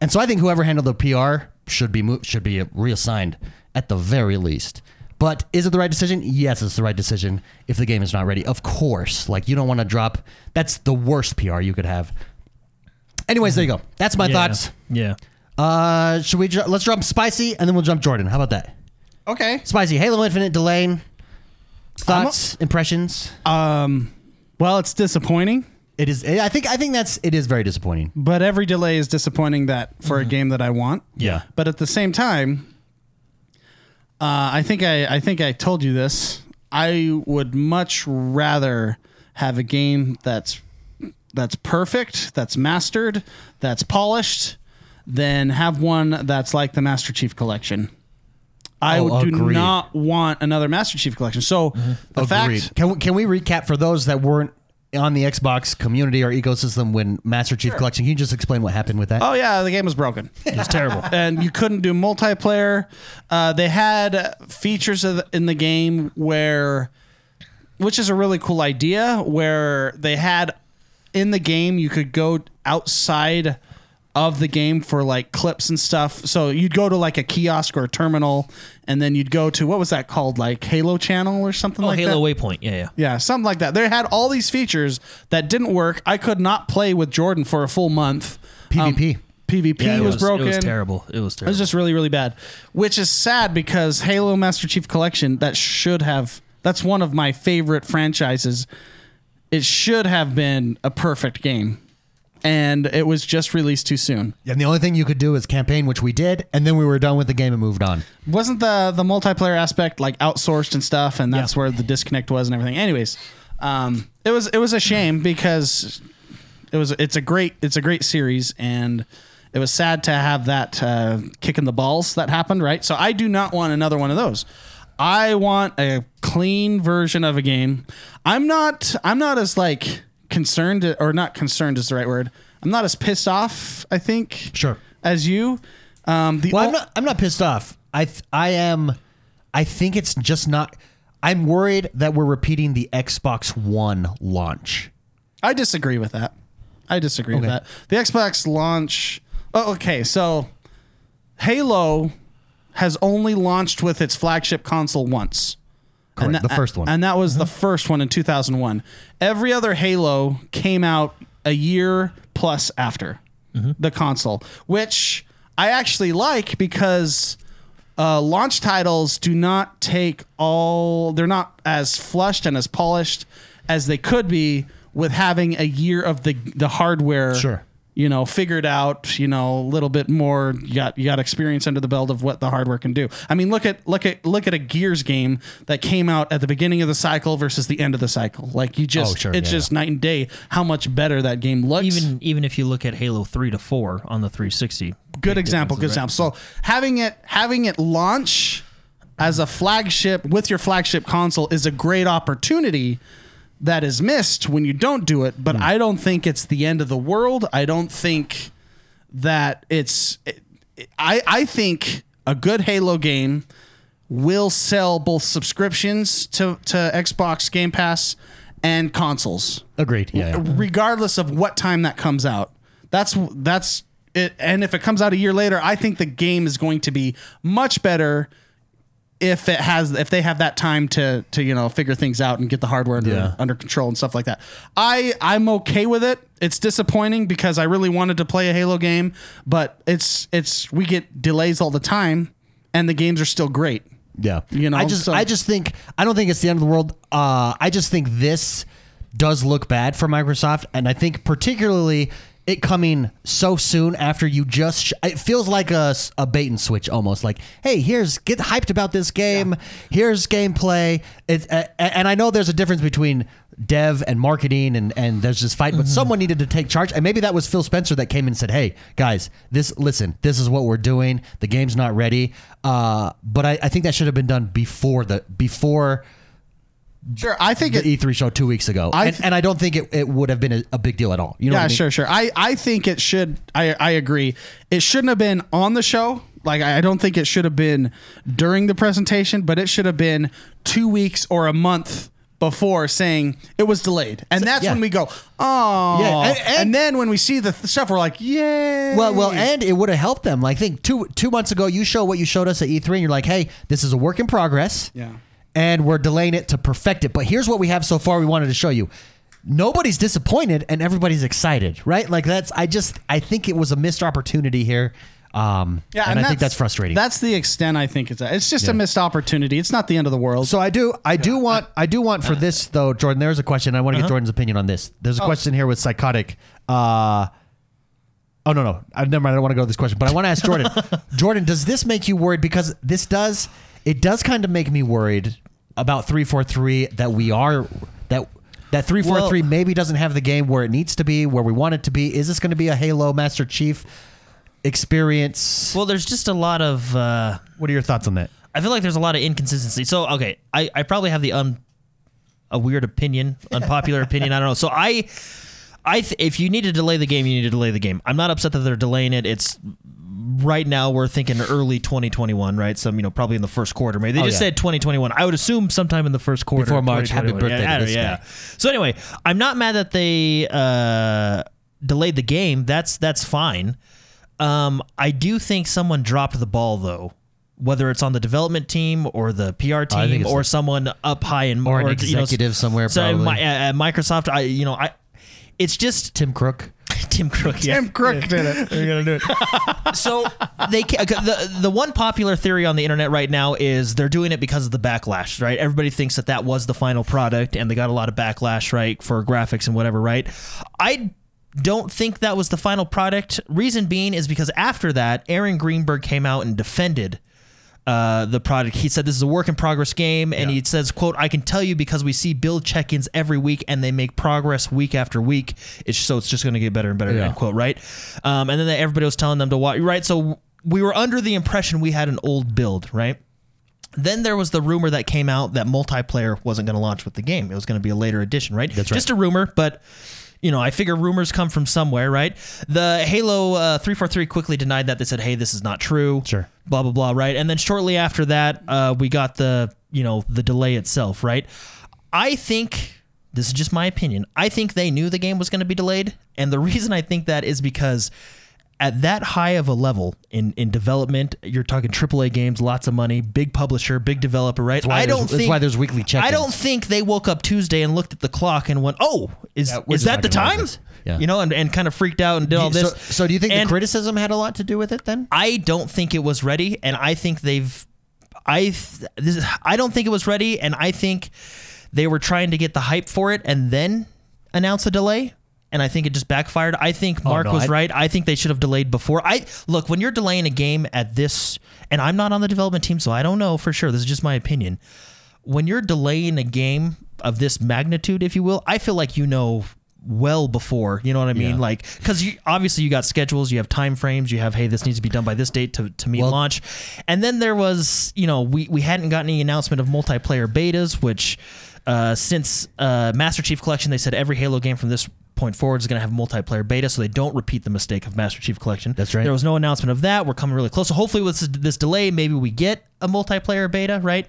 [SPEAKER 1] And so I think whoever handled the PR should be mo- should be reassigned at the very least. But is it the right decision? Yes, it's the right decision if the game is not ready. Of course. Like you don't want to drop that's the worst PR you could have. Anyways, there you go. That's my
[SPEAKER 3] Yeah.
[SPEAKER 1] thoughts.
[SPEAKER 3] Yeah.
[SPEAKER 1] Uh should we dr- let's jump spicy and then we'll jump Jordan. How about that?
[SPEAKER 2] Okay.
[SPEAKER 1] Spicy Halo Infinite Delane. Thoughts, impressions.
[SPEAKER 2] Um, well, it's disappointing,
[SPEAKER 1] It is I think I think that's it is very disappointing.
[SPEAKER 2] but every delay is disappointing that for
[SPEAKER 1] Mm-hmm.
[SPEAKER 2] a game that I want.
[SPEAKER 1] Yeah.
[SPEAKER 2] But at the same time, uh, I think I, I think I told you this. I would much rather have a game that's that's perfect, that's mastered, that's polished, than have one that's like the Master Chief Collection. I
[SPEAKER 1] Oh,
[SPEAKER 2] do
[SPEAKER 1] agreed. Mm-hmm.
[SPEAKER 2] not want another Master Chief Collection. So the
[SPEAKER 1] Agreed.
[SPEAKER 2] fact
[SPEAKER 1] can we, can we recap for those that weren't on the Xbox community or ecosystem when Master Chief Collection? Can you just explain what happened with that?
[SPEAKER 2] Oh yeah, the game was broken. It was terrible, and you couldn't do multiplayer. Uh, they had features of the, in the game where, which is a really cool idea, where they had in the game you could go outside of the game for like clips and stuff. So you'd go to like a kiosk or a terminal, and then you'd go to what was that called, like Halo Channel or something
[SPEAKER 3] Oh,
[SPEAKER 2] like that.
[SPEAKER 3] Halo Waypoint. Yeah, yeah.
[SPEAKER 2] Yeah, something like that. They had all these features that didn't work. I could not play with Jordan for a full month.
[SPEAKER 1] PvP.
[SPEAKER 2] PvP
[SPEAKER 3] Yeah, it
[SPEAKER 2] was, broken.
[SPEAKER 3] It was terrible. It was
[SPEAKER 2] It
[SPEAKER 3] terrible.
[SPEAKER 2] was just really, really bad, which is sad because Halo Master Chief Collection that should have that's one of my favorite franchises. It should have been a perfect game, and it was just released too soon.
[SPEAKER 1] And the only thing you could do is campaign, which we did, and then we were done with the game and moved on.
[SPEAKER 2] wasn't the the multiplayer aspect like outsourced and stuff and that's
[SPEAKER 3] Yeah.
[SPEAKER 2] where the disconnect was and everything anyways um it was it was a shame because it was it's a great it's a great series and it was sad to have that uh, kick in the balls that happened right so i do not want another one of those i want a clean version of a game i'm not i'm not as like concerned or not concerned is the right word i'm not as pissed off i think
[SPEAKER 1] Sure.
[SPEAKER 2] as you um the
[SPEAKER 1] Well,
[SPEAKER 2] o-
[SPEAKER 1] I'm not. I'm not pissed off. I th- I am. I think it's just not. I'm worried that we're repeating the Xbox One launch.
[SPEAKER 2] I disagree with that. I disagree with
[SPEAKER 1] Okay.
[SPEAKER 2] that. The Xbox launch. Oh, okay. So Halo has only launched with its flagship console once.
[SPEAKER 1] Correct,
[SPEAKER 2] And tha-
[SPEAKER 1] the first one. Mm-hmm.
[SPEAKER 2] And that was the first one in 2001. Every other Halo came out a year plus after
[SPEAKER 1] Mm-hmm.
[SPEAKER 2] the console, which I actually like because uh, launch titles do not take all, they're not as flushed and as polished as they could be with having a year of the, the hardware
[SPEAKER 1] Sure.
[SPEAKER 2] you know, figured out, you know, a little bit more. You got you got experience under the belt of what the hardware can do. I mean, look at look at look at a Gears game that came out at the beginning of the cycle versus the end of the cycle. Like you just,
[SPEAKER 1] Oh, sure,
[SPEAKER 2] it's
[SPEAKER 1] yeah,
[SPEAKER 2] just night and day how much better that game looks.
[SPEAKER 3] even even if you look at Halo 3 to 4 on the 360.
[SPEAKER 2] good example, good example. So having it having it launch as a flagship with your flagship console is a great opportunity that is missed when you don't do it. But I don't think it's the end of the world. I don't think that it's. I I think a good Halo game will sell both subscriptions to to Xbox Game Pass and consoles
[SPEAKER 1] Agreed. Yeah. yeah.
[SPEAKER 2] regardless of what time that comes out. That's that's it and if it comes out a year later, I think the game is going to be much better if it has if they have that time to to you know figure things out and get the hardware under,
[SPEAKER 1] Yeah.
[SPEAKER 2] under control and stuff like that. I I'm okay with it. It's disappointing because I really wanted to play a Halo game, but it's it's we get delays all the time and the games are still great.
[SPEAKER 1] Yeah.
[SPEAKER 2] You know,
[SPEAKER 1] I just
[SPEAKER 2] so-
[SPEAKER 1] I just think I don't think it's the end of the world. Uh, I just think this does look bad for Microsoft, and I think particularly it coming so soon after you just sh- it feels like a, s- a bait and switch almost like hey here's get hyped about this game here's gameplay it's uh, and i know there's a difference between dev and marketing and and there's this fight
[SPEAKER 2] Mm-hmm.
[SPEAKER 1] but someone needed to take charge and maybe that was phil spencer that came in and said hey guys this listen this is what we're doing the game's not ready uh but i, I think that should have been done before the before
[SPEAKER 2] Sure, I think
[SPEAKER 1] the
[SPEAKER 2] it,
[SPEAKER 1] E3 show two weeks ago,
[SPEAKER 2] I-
[SPEAKER 1] and, and I don't think it, it would have been a, a big deal at all. You know,
[SPEAKER 2] yeah,
[SPEAKER 1] what I mean?
[SPEAKER 2] sure, sure. I, I think it should. I, I agree. It shouldn't have been on the show. Like I I don't think it should have been during the presentation, but it should have been two weeks or a month before saying it was delayed, and that's
[SPEAKER 1] yeah.
[SPEAKER 2] when we go, oh,
[SPEAKER 1] Yeah,
[SPEAKER 2] and,
[SPEAKER 1] and- and-
[SPEAKER 2] then when we see the th- stuff, we're like, yay.
[SPEAKER 1] Well, well, and it would have helped them. Like, think two two months ago, you show what you showed us at E3, and you're like, "Hey, this is a work in progress."
[SPEAKER 2] Yeah.
[SPEAKER 1] And we're delaying it to perfect it, but here's what we have so far. We wanted to show you. Nobody's disappointed, and everybody's excited, right? Like that's. I just. I think it was a missed opportunity here. Um,
[SPEAKER 2] yeah,
[SPEAKER 1] and, I think that's frustrating.
[SPEAKER 2] That's the extent I think it's. At. It's just a missed opportunity. It's not the end of the world.
[SPEAKER 1] So I do, I do want, I do want for this though, Jordan. There's a question. I want to get Jordan's opinion on this. There's a question here with psychotic. Uh, oh no, no, I, never mind. I don't want to go to this question, but I want to ask Jordan. Jordan, does this make you worried? Because this does, it does kind of make me worried about three four three that we are that. That three four three
[SPEAKER 3] Well-
[SPEAKER 1] maybe doesn't have the game where it needs to be, where we want it to be. Is this going to be a Halo Master Chief experience?
[SPEAKER 3] Well, there's just a lot of. Uh,
[SPEAKER 1] what are your thoughts on that?
[SPEAKER 3] I feel like there's a lot of inconsistency. So okay, I, I probably have the un a weird opinion, unpopular opinion. I don't know. So I I th- if you need to delay the game, you need to delay the game. I'm not upset that they're delaying it. It's right now we're thinking early 2021, right? Some you know probably in the first quarter. Maybe they
[SPEAKER 1] Oh,
[SPEAKER 3] just
[SPEAKER 1] yeah.
[SPEAKER 3] said 2021. I would assume sometime in the first quarter
[SPEAKER 1] Before
[SPEAKER 3] of
[SPEAKER 1] March. Happy
[SPEAKER 3] 2021.
[SPEAKER 1] birthday
[SPEAKER 3] Yeah,
[SPEAKER 1] to
[SPEAKER 3] I don't-
[SPEAKER 1] this
[SPEAKER 3] yeah.
[SPEAKER 1] guy.
[SPEAKER 3] So anyway, I'm not mad that they uh, delayed the game. That's that's fine. Um, I do think someone dropped the ball though, whether it's on the development team or the PR
[SPEAKER 1] Oh, I think
[SPEAKER 3] team
[SPEAKER 1] it's
[SPEAKER 3] or
[SPEAKER 1] the-
[SPEAKER 3] someone up high in
[SPEAKER 1] Or an
[SPEAKER 3] you know,
[SPEAKER 1] executive somewhere,
[SPEAKER 3] So at,
[SPEAKER 1] probably.
[SPEAKER 3] Mi- at- at Microsoft, I you know I, it's just
[SPEAKER 1] Tim Crook.
[SPEAKER 3] Tim Cook. yeah.
[SPEAKER 2] Tim Crook did it.
[SPEAKER 3] so they ca- the the one popular theory on the internet right now is they're doing it because of the backlash, right? Everybody thinks that that was the final product, and they got a lot of backlash, right, for graphics and whatever, right? I don't think that was the final product. Reason being is because after that, Aaron Greenberg came out and defended uh, the product. He said this is a work in progress game, and he says, "quote I can tell you because we see build check-ins every week, and they make progress week after week. It's so it's just going to get better and better." End quote. Right, um, and then everybody was telling them to watch. Right, so we were under the impression we had an old build, right? Then there was the rumor that came out that multiplayer wasn't going to launch with the game. It was going to be a later edition, right? That's right. Just a rumor, but you know, I figure rumors come from somewhere, right? The Halo uh, 343 quickly denied that. They said, "Hey, this is not true."
[SPEAKER 1] Sure.
[SPEAKER 3] Blah blah blah, right? And then shortly after that, uh, we got the you know the delay itself, right? I think this is just my opinion. I think they knew the game was going to be delayed, and the reason I think that is because at that high of a level in in development, you're talking AAA games, lots of money, big publisher, big developer, right?
[SPEAKER 1] why
[SPEAKER 3] I
[SPEAKER 1] there's-
[SPEAKER 3] don't
[SPEAKER 1] that's
[SPEAKER 3] think
[SPEAKER 1] why there's weekly check-ins.
[SPEAKER 3] I don't think they woke up Tuesday and looked at the clock and went, "Oh, is
[SPEAKER 1] Yeah, we're
[SPEAKER 3] is
[SPEAKER 1] just
[SPEAKER 3] that
[SPEAKER 1] not
[SPEAKER 3] the
[SPEAKER 1] gonna
[SPEAKER 3] time?"
[SPEAKER 1] make this. Yeah.
[SPEAKER 3] You know, and, and kind of freaked out and did all this.
[SPEAKER 1] So, so do you think
[SPEAKER 3] And-
[SPEAKER 1] the criticism had a lot to do with it then?
[SPEAKER 3] I don't think it was ready, and I think they've, I, th- this, I don't think it was ready, and I think they were trying to get the hype for it and then announce a delay. And I think it just backfired. I think Mark
[SPEAKER 1] Oh, no,
[SPEAKER 3] was
[SPEAKER 1] I-
[SPEAKER 3] right. I think they should have delayed before. I look when you're delaying a game at this, and I'm not on the development team, so I don't know for sure. This is just my opinion. When you're delaying a game of this magnitude, if you will, I feel like you know well before. You know what I mean?
[SPEAKER 1] Yeah.
[SPEAKER 3] Like because you obviously you got schedules, you have time frames, you have hey, this needs to be done by this date to to meet
[SPEAKER 1] Well-
[SPEAKER 3] launch, and then there was you know we we hadn't gotten any announcement of multiplayer betas, which uh, since uh, Master Chief Collection they said every Halo game from this point forward is going to have multiplayer beta, so they don't repeat the mistake of Master Chief Collection.
[SPEAKER 1] That's right.
[SPEAKER 3] There was no announcement of that. We're coming really close. So hopefully with this, this delay, maybe we get a multiplayer beta, right?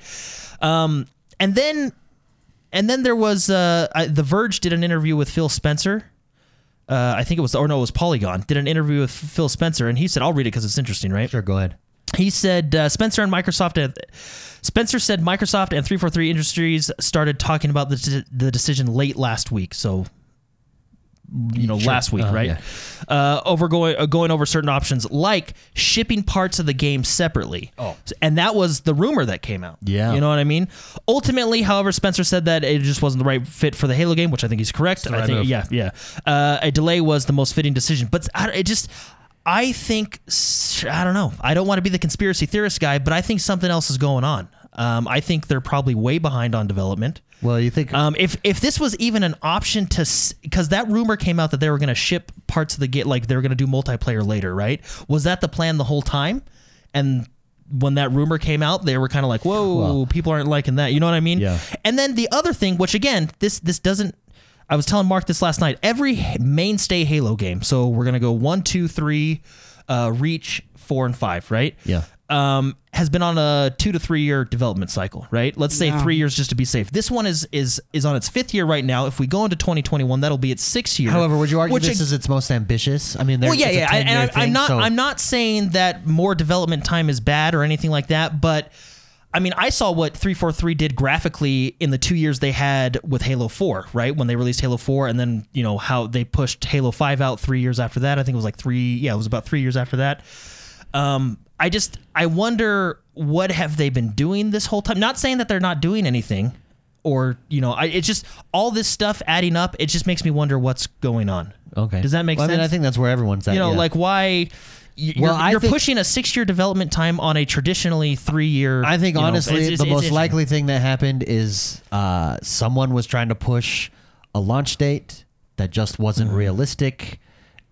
[SPEAKER 3] Um, and then and then there was uh, I, the Verge did an interview with Phil Spencer uh, I think it was, or no, it was Polygon, did an interview with Phil Spencer, and he said, I'll read it because it's interesting, right?
[SPEAKER 1] Sure, go ahead.
[SPEAKER 3] He said uh, Spencer and Microsoft. And, Spencer said Microsoft and 343 Industries started talking about the, de- the decision late last week. So, you know,
[SPEAKER 1] Sure.
[SPEAKER 3] last week,
[SPEAKER 1] Uh,
[SPEAKER 3] right?
[SPEAKER 1] yeah.
[SPEAKER 3] Uh, over going uh, going over certain options like shipping parts of the game separately.
[SPEAKER 1] Oh.
[SPEAKER 3] and that was the rumor that came out.
[SPEAKER 1] Yeah.
[SPEAKER 3] you know what I mean. Ultimately, however, Spencer said that it just wasn't the right fit for the Halo game, which I think he's correct. I
[SPEAKER 1] right
[SPEAKER 3] think,
[SPEAKER 1] move.
[SPEAKER 3] yeah, yeah. Uh, a delay was the most fitting decision, but I, it just. I think s- I don't know. I don't want to be the conspiracy theorist guy, but I think something else is going on. Um, I think they're probably way behind on development.
[SPEAKER 1] Well, you think
[SPEAKER 3] Um, if if this was even an option to, because that rumor came out that they were going to ship parts of the game, like they were going to do multiplayer later, right? Was that the plan the whole time? And when that rumor came out, they were kind of like, "Whoa,
[SPEAKER 1] Well-
[SPEAKER 3] people aren't liking that." You know what I mean?
[SPEAKER 1] Yeah.
[SPEAKER 3] And then the other thing, which again, this this doesn't. I was telling Mark this last night. Every h- mainstay Halo game, so we're gonna go one, two, three, uh, Reach, four, and five, right?
[SPEAKER 1] Yeah.
[SPEAKER 3] Um, has been on a two to three year development cycle, right? Let's say
[SPEAKER 2] Yeah.
[SPEAKER 3] three years just to be safe. This one is is is on its fifth year right now. If we go into 2021, that'll be its sixth year.
[SPEAKER 1] However, would you argue
[SPEAKER 3] which
[SPEAKER 1] this
[SPEAKER 3] ag-
[SPEAKER 1] is its most ambitious? I mean,
[SPEAKER 3] well,
[SPEAKER 1] there's-
[SPEAKER 3] yeah,
[SPEAKER 1] it's a
[SPEAKER 3] yeah, I,
[SPEAKER 1] 10-year
[SPEAKER 3] and I,
[SPEAKER 1] thing,
[SPEAKER 3] I'm not,
[SPEAKER 1] so-
[SPEAKER 3] I'm not saying that more development time is bad or anything like that, but I mean, I saw what 343 did graphically in the two years they had with Halo 4, right? When they released Halo 4, and then you know how they pushed Halo 5 out three years after that. I think it was like three, yeah, it was about three years after that. Um, I just, I wonder what have they been doing this whole time? Not saying that they're not doing anything. Or you know, I, it's just all this stuff adding up. It just makes me wonder what's going on.
[SPEAKER 1] Okay.
[SPEAKER 3] Does that make
[SPEAKER 1] Well,
[SPEAKER 3] sense?
[SPEAKER 1] I mean, I think that's where everyone's at.
[SPEAKER 3] you know,
[SPEAKER 1] yeah.
[SPEAKER 3] like why y- you're,
[SPEAKER 1] Well, I
[SPEAKER 3] you're
[SPEAKER 1] think-
[SPEAKER 3] pushing a six year development time on a traditionally three year.
[SPEAKER 1] I think honestly, the most
[SPEAKER 3] likely.
[SPEAKER 1] likely thing that happened is uh, someone was trying to push a launch date that just wasn't
[SPEAKER 3] Mm-hmm.
[SPEAKER 1] realistic,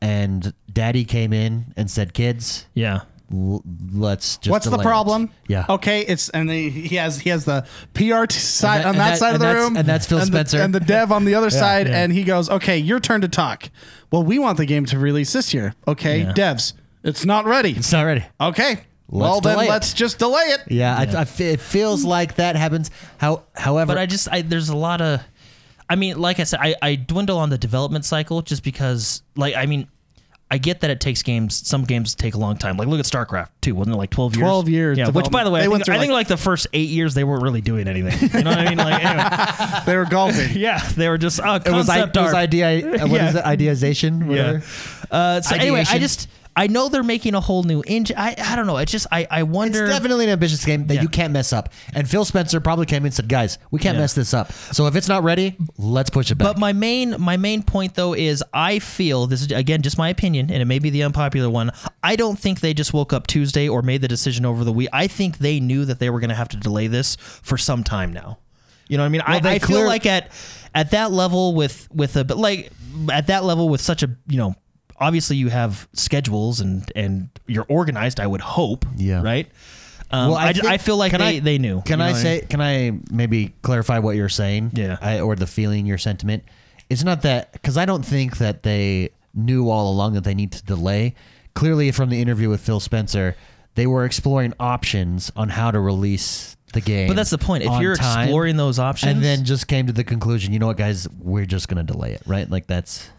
[SPEAKER 1] and Daddy came in and said, "Kids,
[SPEAKER 3] Yeah.
[SPEAKER 1] l- let's just."
[SPEAKER 2] What's the
[SPEAKER 1] delay it."
[SPEAKER 2] problem?
[SPEAKER 1] Yeah.
[SPEAKER 2] Okay, it's and the, he has he has the PR t- side
[SPEAKER 1] that-
[SPEAKER 2] on
[SPEAKER 1] and
[SPEAKER 2] that,
[SPEAKER 1] that-
[SPEAKER 2] side of
[SPEAKER 1] and
[SPEAKER 2] the
[SPEAKER 1] that's-
[SPEAKER 2] room,
[SPEAKER 1] and that's Phil
[SPEAKER 2] the-
[SPEAKER 1] Spencer.
[SPEAKER 2] and the dev on the other side,
[SPEAKER 1] yeah.
[SPEAKER 2] and he goes, "Okay, your turn to talk." Well, we want the game to release this year. Okay,
[SPEAKER 3] Yeah.
[SPEAKER 2] devs, it's not ready.
[SPEAKER 1] It's not ready.
[SPEAKER 2] Okay, well then
[SPEAKER 1] delay it.
[SPEAKER 2] let's just delay it.
[SPEAKER 1] Yeah, I I f it feels like that happens. How, however,
[SPEAKER 3] But I just, I, there's a lot of, I mean, like I said, I, I dwindle on the development cycle just because, like, I mean, I get that it takes games. Some games take a long time. Like, look at StarCraft too. Wasn't it like twelve years?
[SPEAKER 2] 12 years
[SPEAKER 3] Yeah. Which, by the way,
[SPEAKER 2] development. They
[SPEAKER 3] I think,
[SPEAKER 2] went
[SPEAKER 3] I
[SPEAKER 2] through,
[SPEAKER 3] think like the first eight years they weren't really doing anything. You know what I mean? Like, anyway,
[SPEAKER 2] They were golfing.
[SPEAKER 3] yeah, they were just oh,
[SPEAKER 1] it was, I,
[SPEAKER 3] concept
[SPEAKER 1] it was
[SPEAKER 3] art.
[SPEAKER 1] idea. uh, What
[SPEAKER 3] Yeah.
[SPEAKER 1] is it? Idealization. Whatever.
[SPEAKER 3] Uh, so anyway, I
[SPEAKER 1] Ideation.
[SPEAKER 3] just I know they're making a whole new engine. I I don't know. It's just I I
[SPEAKER 1] It's
[SPEAKER 3] wonder.
[SPEAKER 1] definitely an ambitious game that
[SPEAKER 3] Yeah.
[SPEAKER 1] you can't mess up. And Phil Spencer probably came in and said, "Guys, we can't
[SPEAKER 3] Yeah.
[SPEAKER 1] mess this up. So if it's not ready, let's push it back."
[SPEAKER 3] but my main my main point though is I feel this is again just my opinion and it may be the unpopular one. I don't think they just woke up Tuesday or made the decision over the week. I think they knew that they were going to have to delay this for some time now. You know what I mean?
[SPEAKER 1] they
[SPEAKER 3] I, I
[SPEAKER 1] clear-
[SPEAKER 3] feel like at at that level with with a but like at that level with such a you know obviously you have schedules and and you're organized. I would hope.
[SPEAKER 1] Yeah.
[SPEAKER 3] Right. Um,
[SPEAKER 1] Well, I
[SPEAKER 3] I, ju-
[SPEAKER 1] think-
[SPEAKER 3] I feel like
[SPEAKER 1] can
[SPEAKER 3] they,
[SPEAKER 1] I-
[SPEAKER 3] they knew.
[SPEAKER 1] Can
[SPEAKER 3] You
[SPEAKER 1] I
[SPEAKER 3] know what mean?
[SPEAKER 1] say? Can I maybe clarify what you're saying?
[SPEAKER 3] Yeah.
[SPEAKER 1] I, or the feeling, your sentiment. It's not that because I don't think that they knew all along that they need to delay. Clearly, from the interview with Phil Spencer, they were exploring options on how to release the game.
[SPEAKER 3] But that's the point. If
[SPEAKER 1] on
[SPEAKER 3] you're
[SPEAKER 1] time,
[SPEAKER 3] exploring those options,
[SPEAKER 1] and then just came to the conclusion, you know what, guys, we're just gonna delay it, right? Like that's.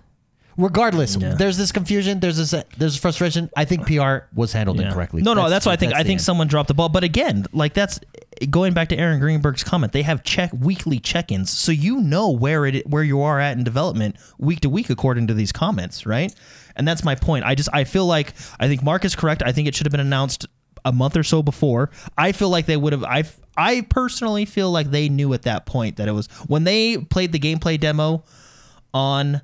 [SPEAKER 1] Regardless,
[SPEAKER 3] Yeah.
[SPEAKER 1] there's this confusion. There's this. uh, There's frustration. I think PR was handled
[SPEAKER 3] Yeah.
[SPEAKER 1] incorrectly.
[SPEAKER 3] No, no, that's why I think I
[SPEAKER 1] the
[SPEAKER 3] think
[SPEAKER 1] end.
[SPEAKER 3] someone dropped the ball. But again, like that's going back to Aaron Greenberg's comment. They have check weekly check-ins, so you know where it where you are at in development week to week, according to these comments, right? And that's my point. I just I feel like I think Mark is correct. I think it should have been announced a month or so before. I feel like they would have. I I personally feel like they knew at that point that it was when they played the gameplay demo on.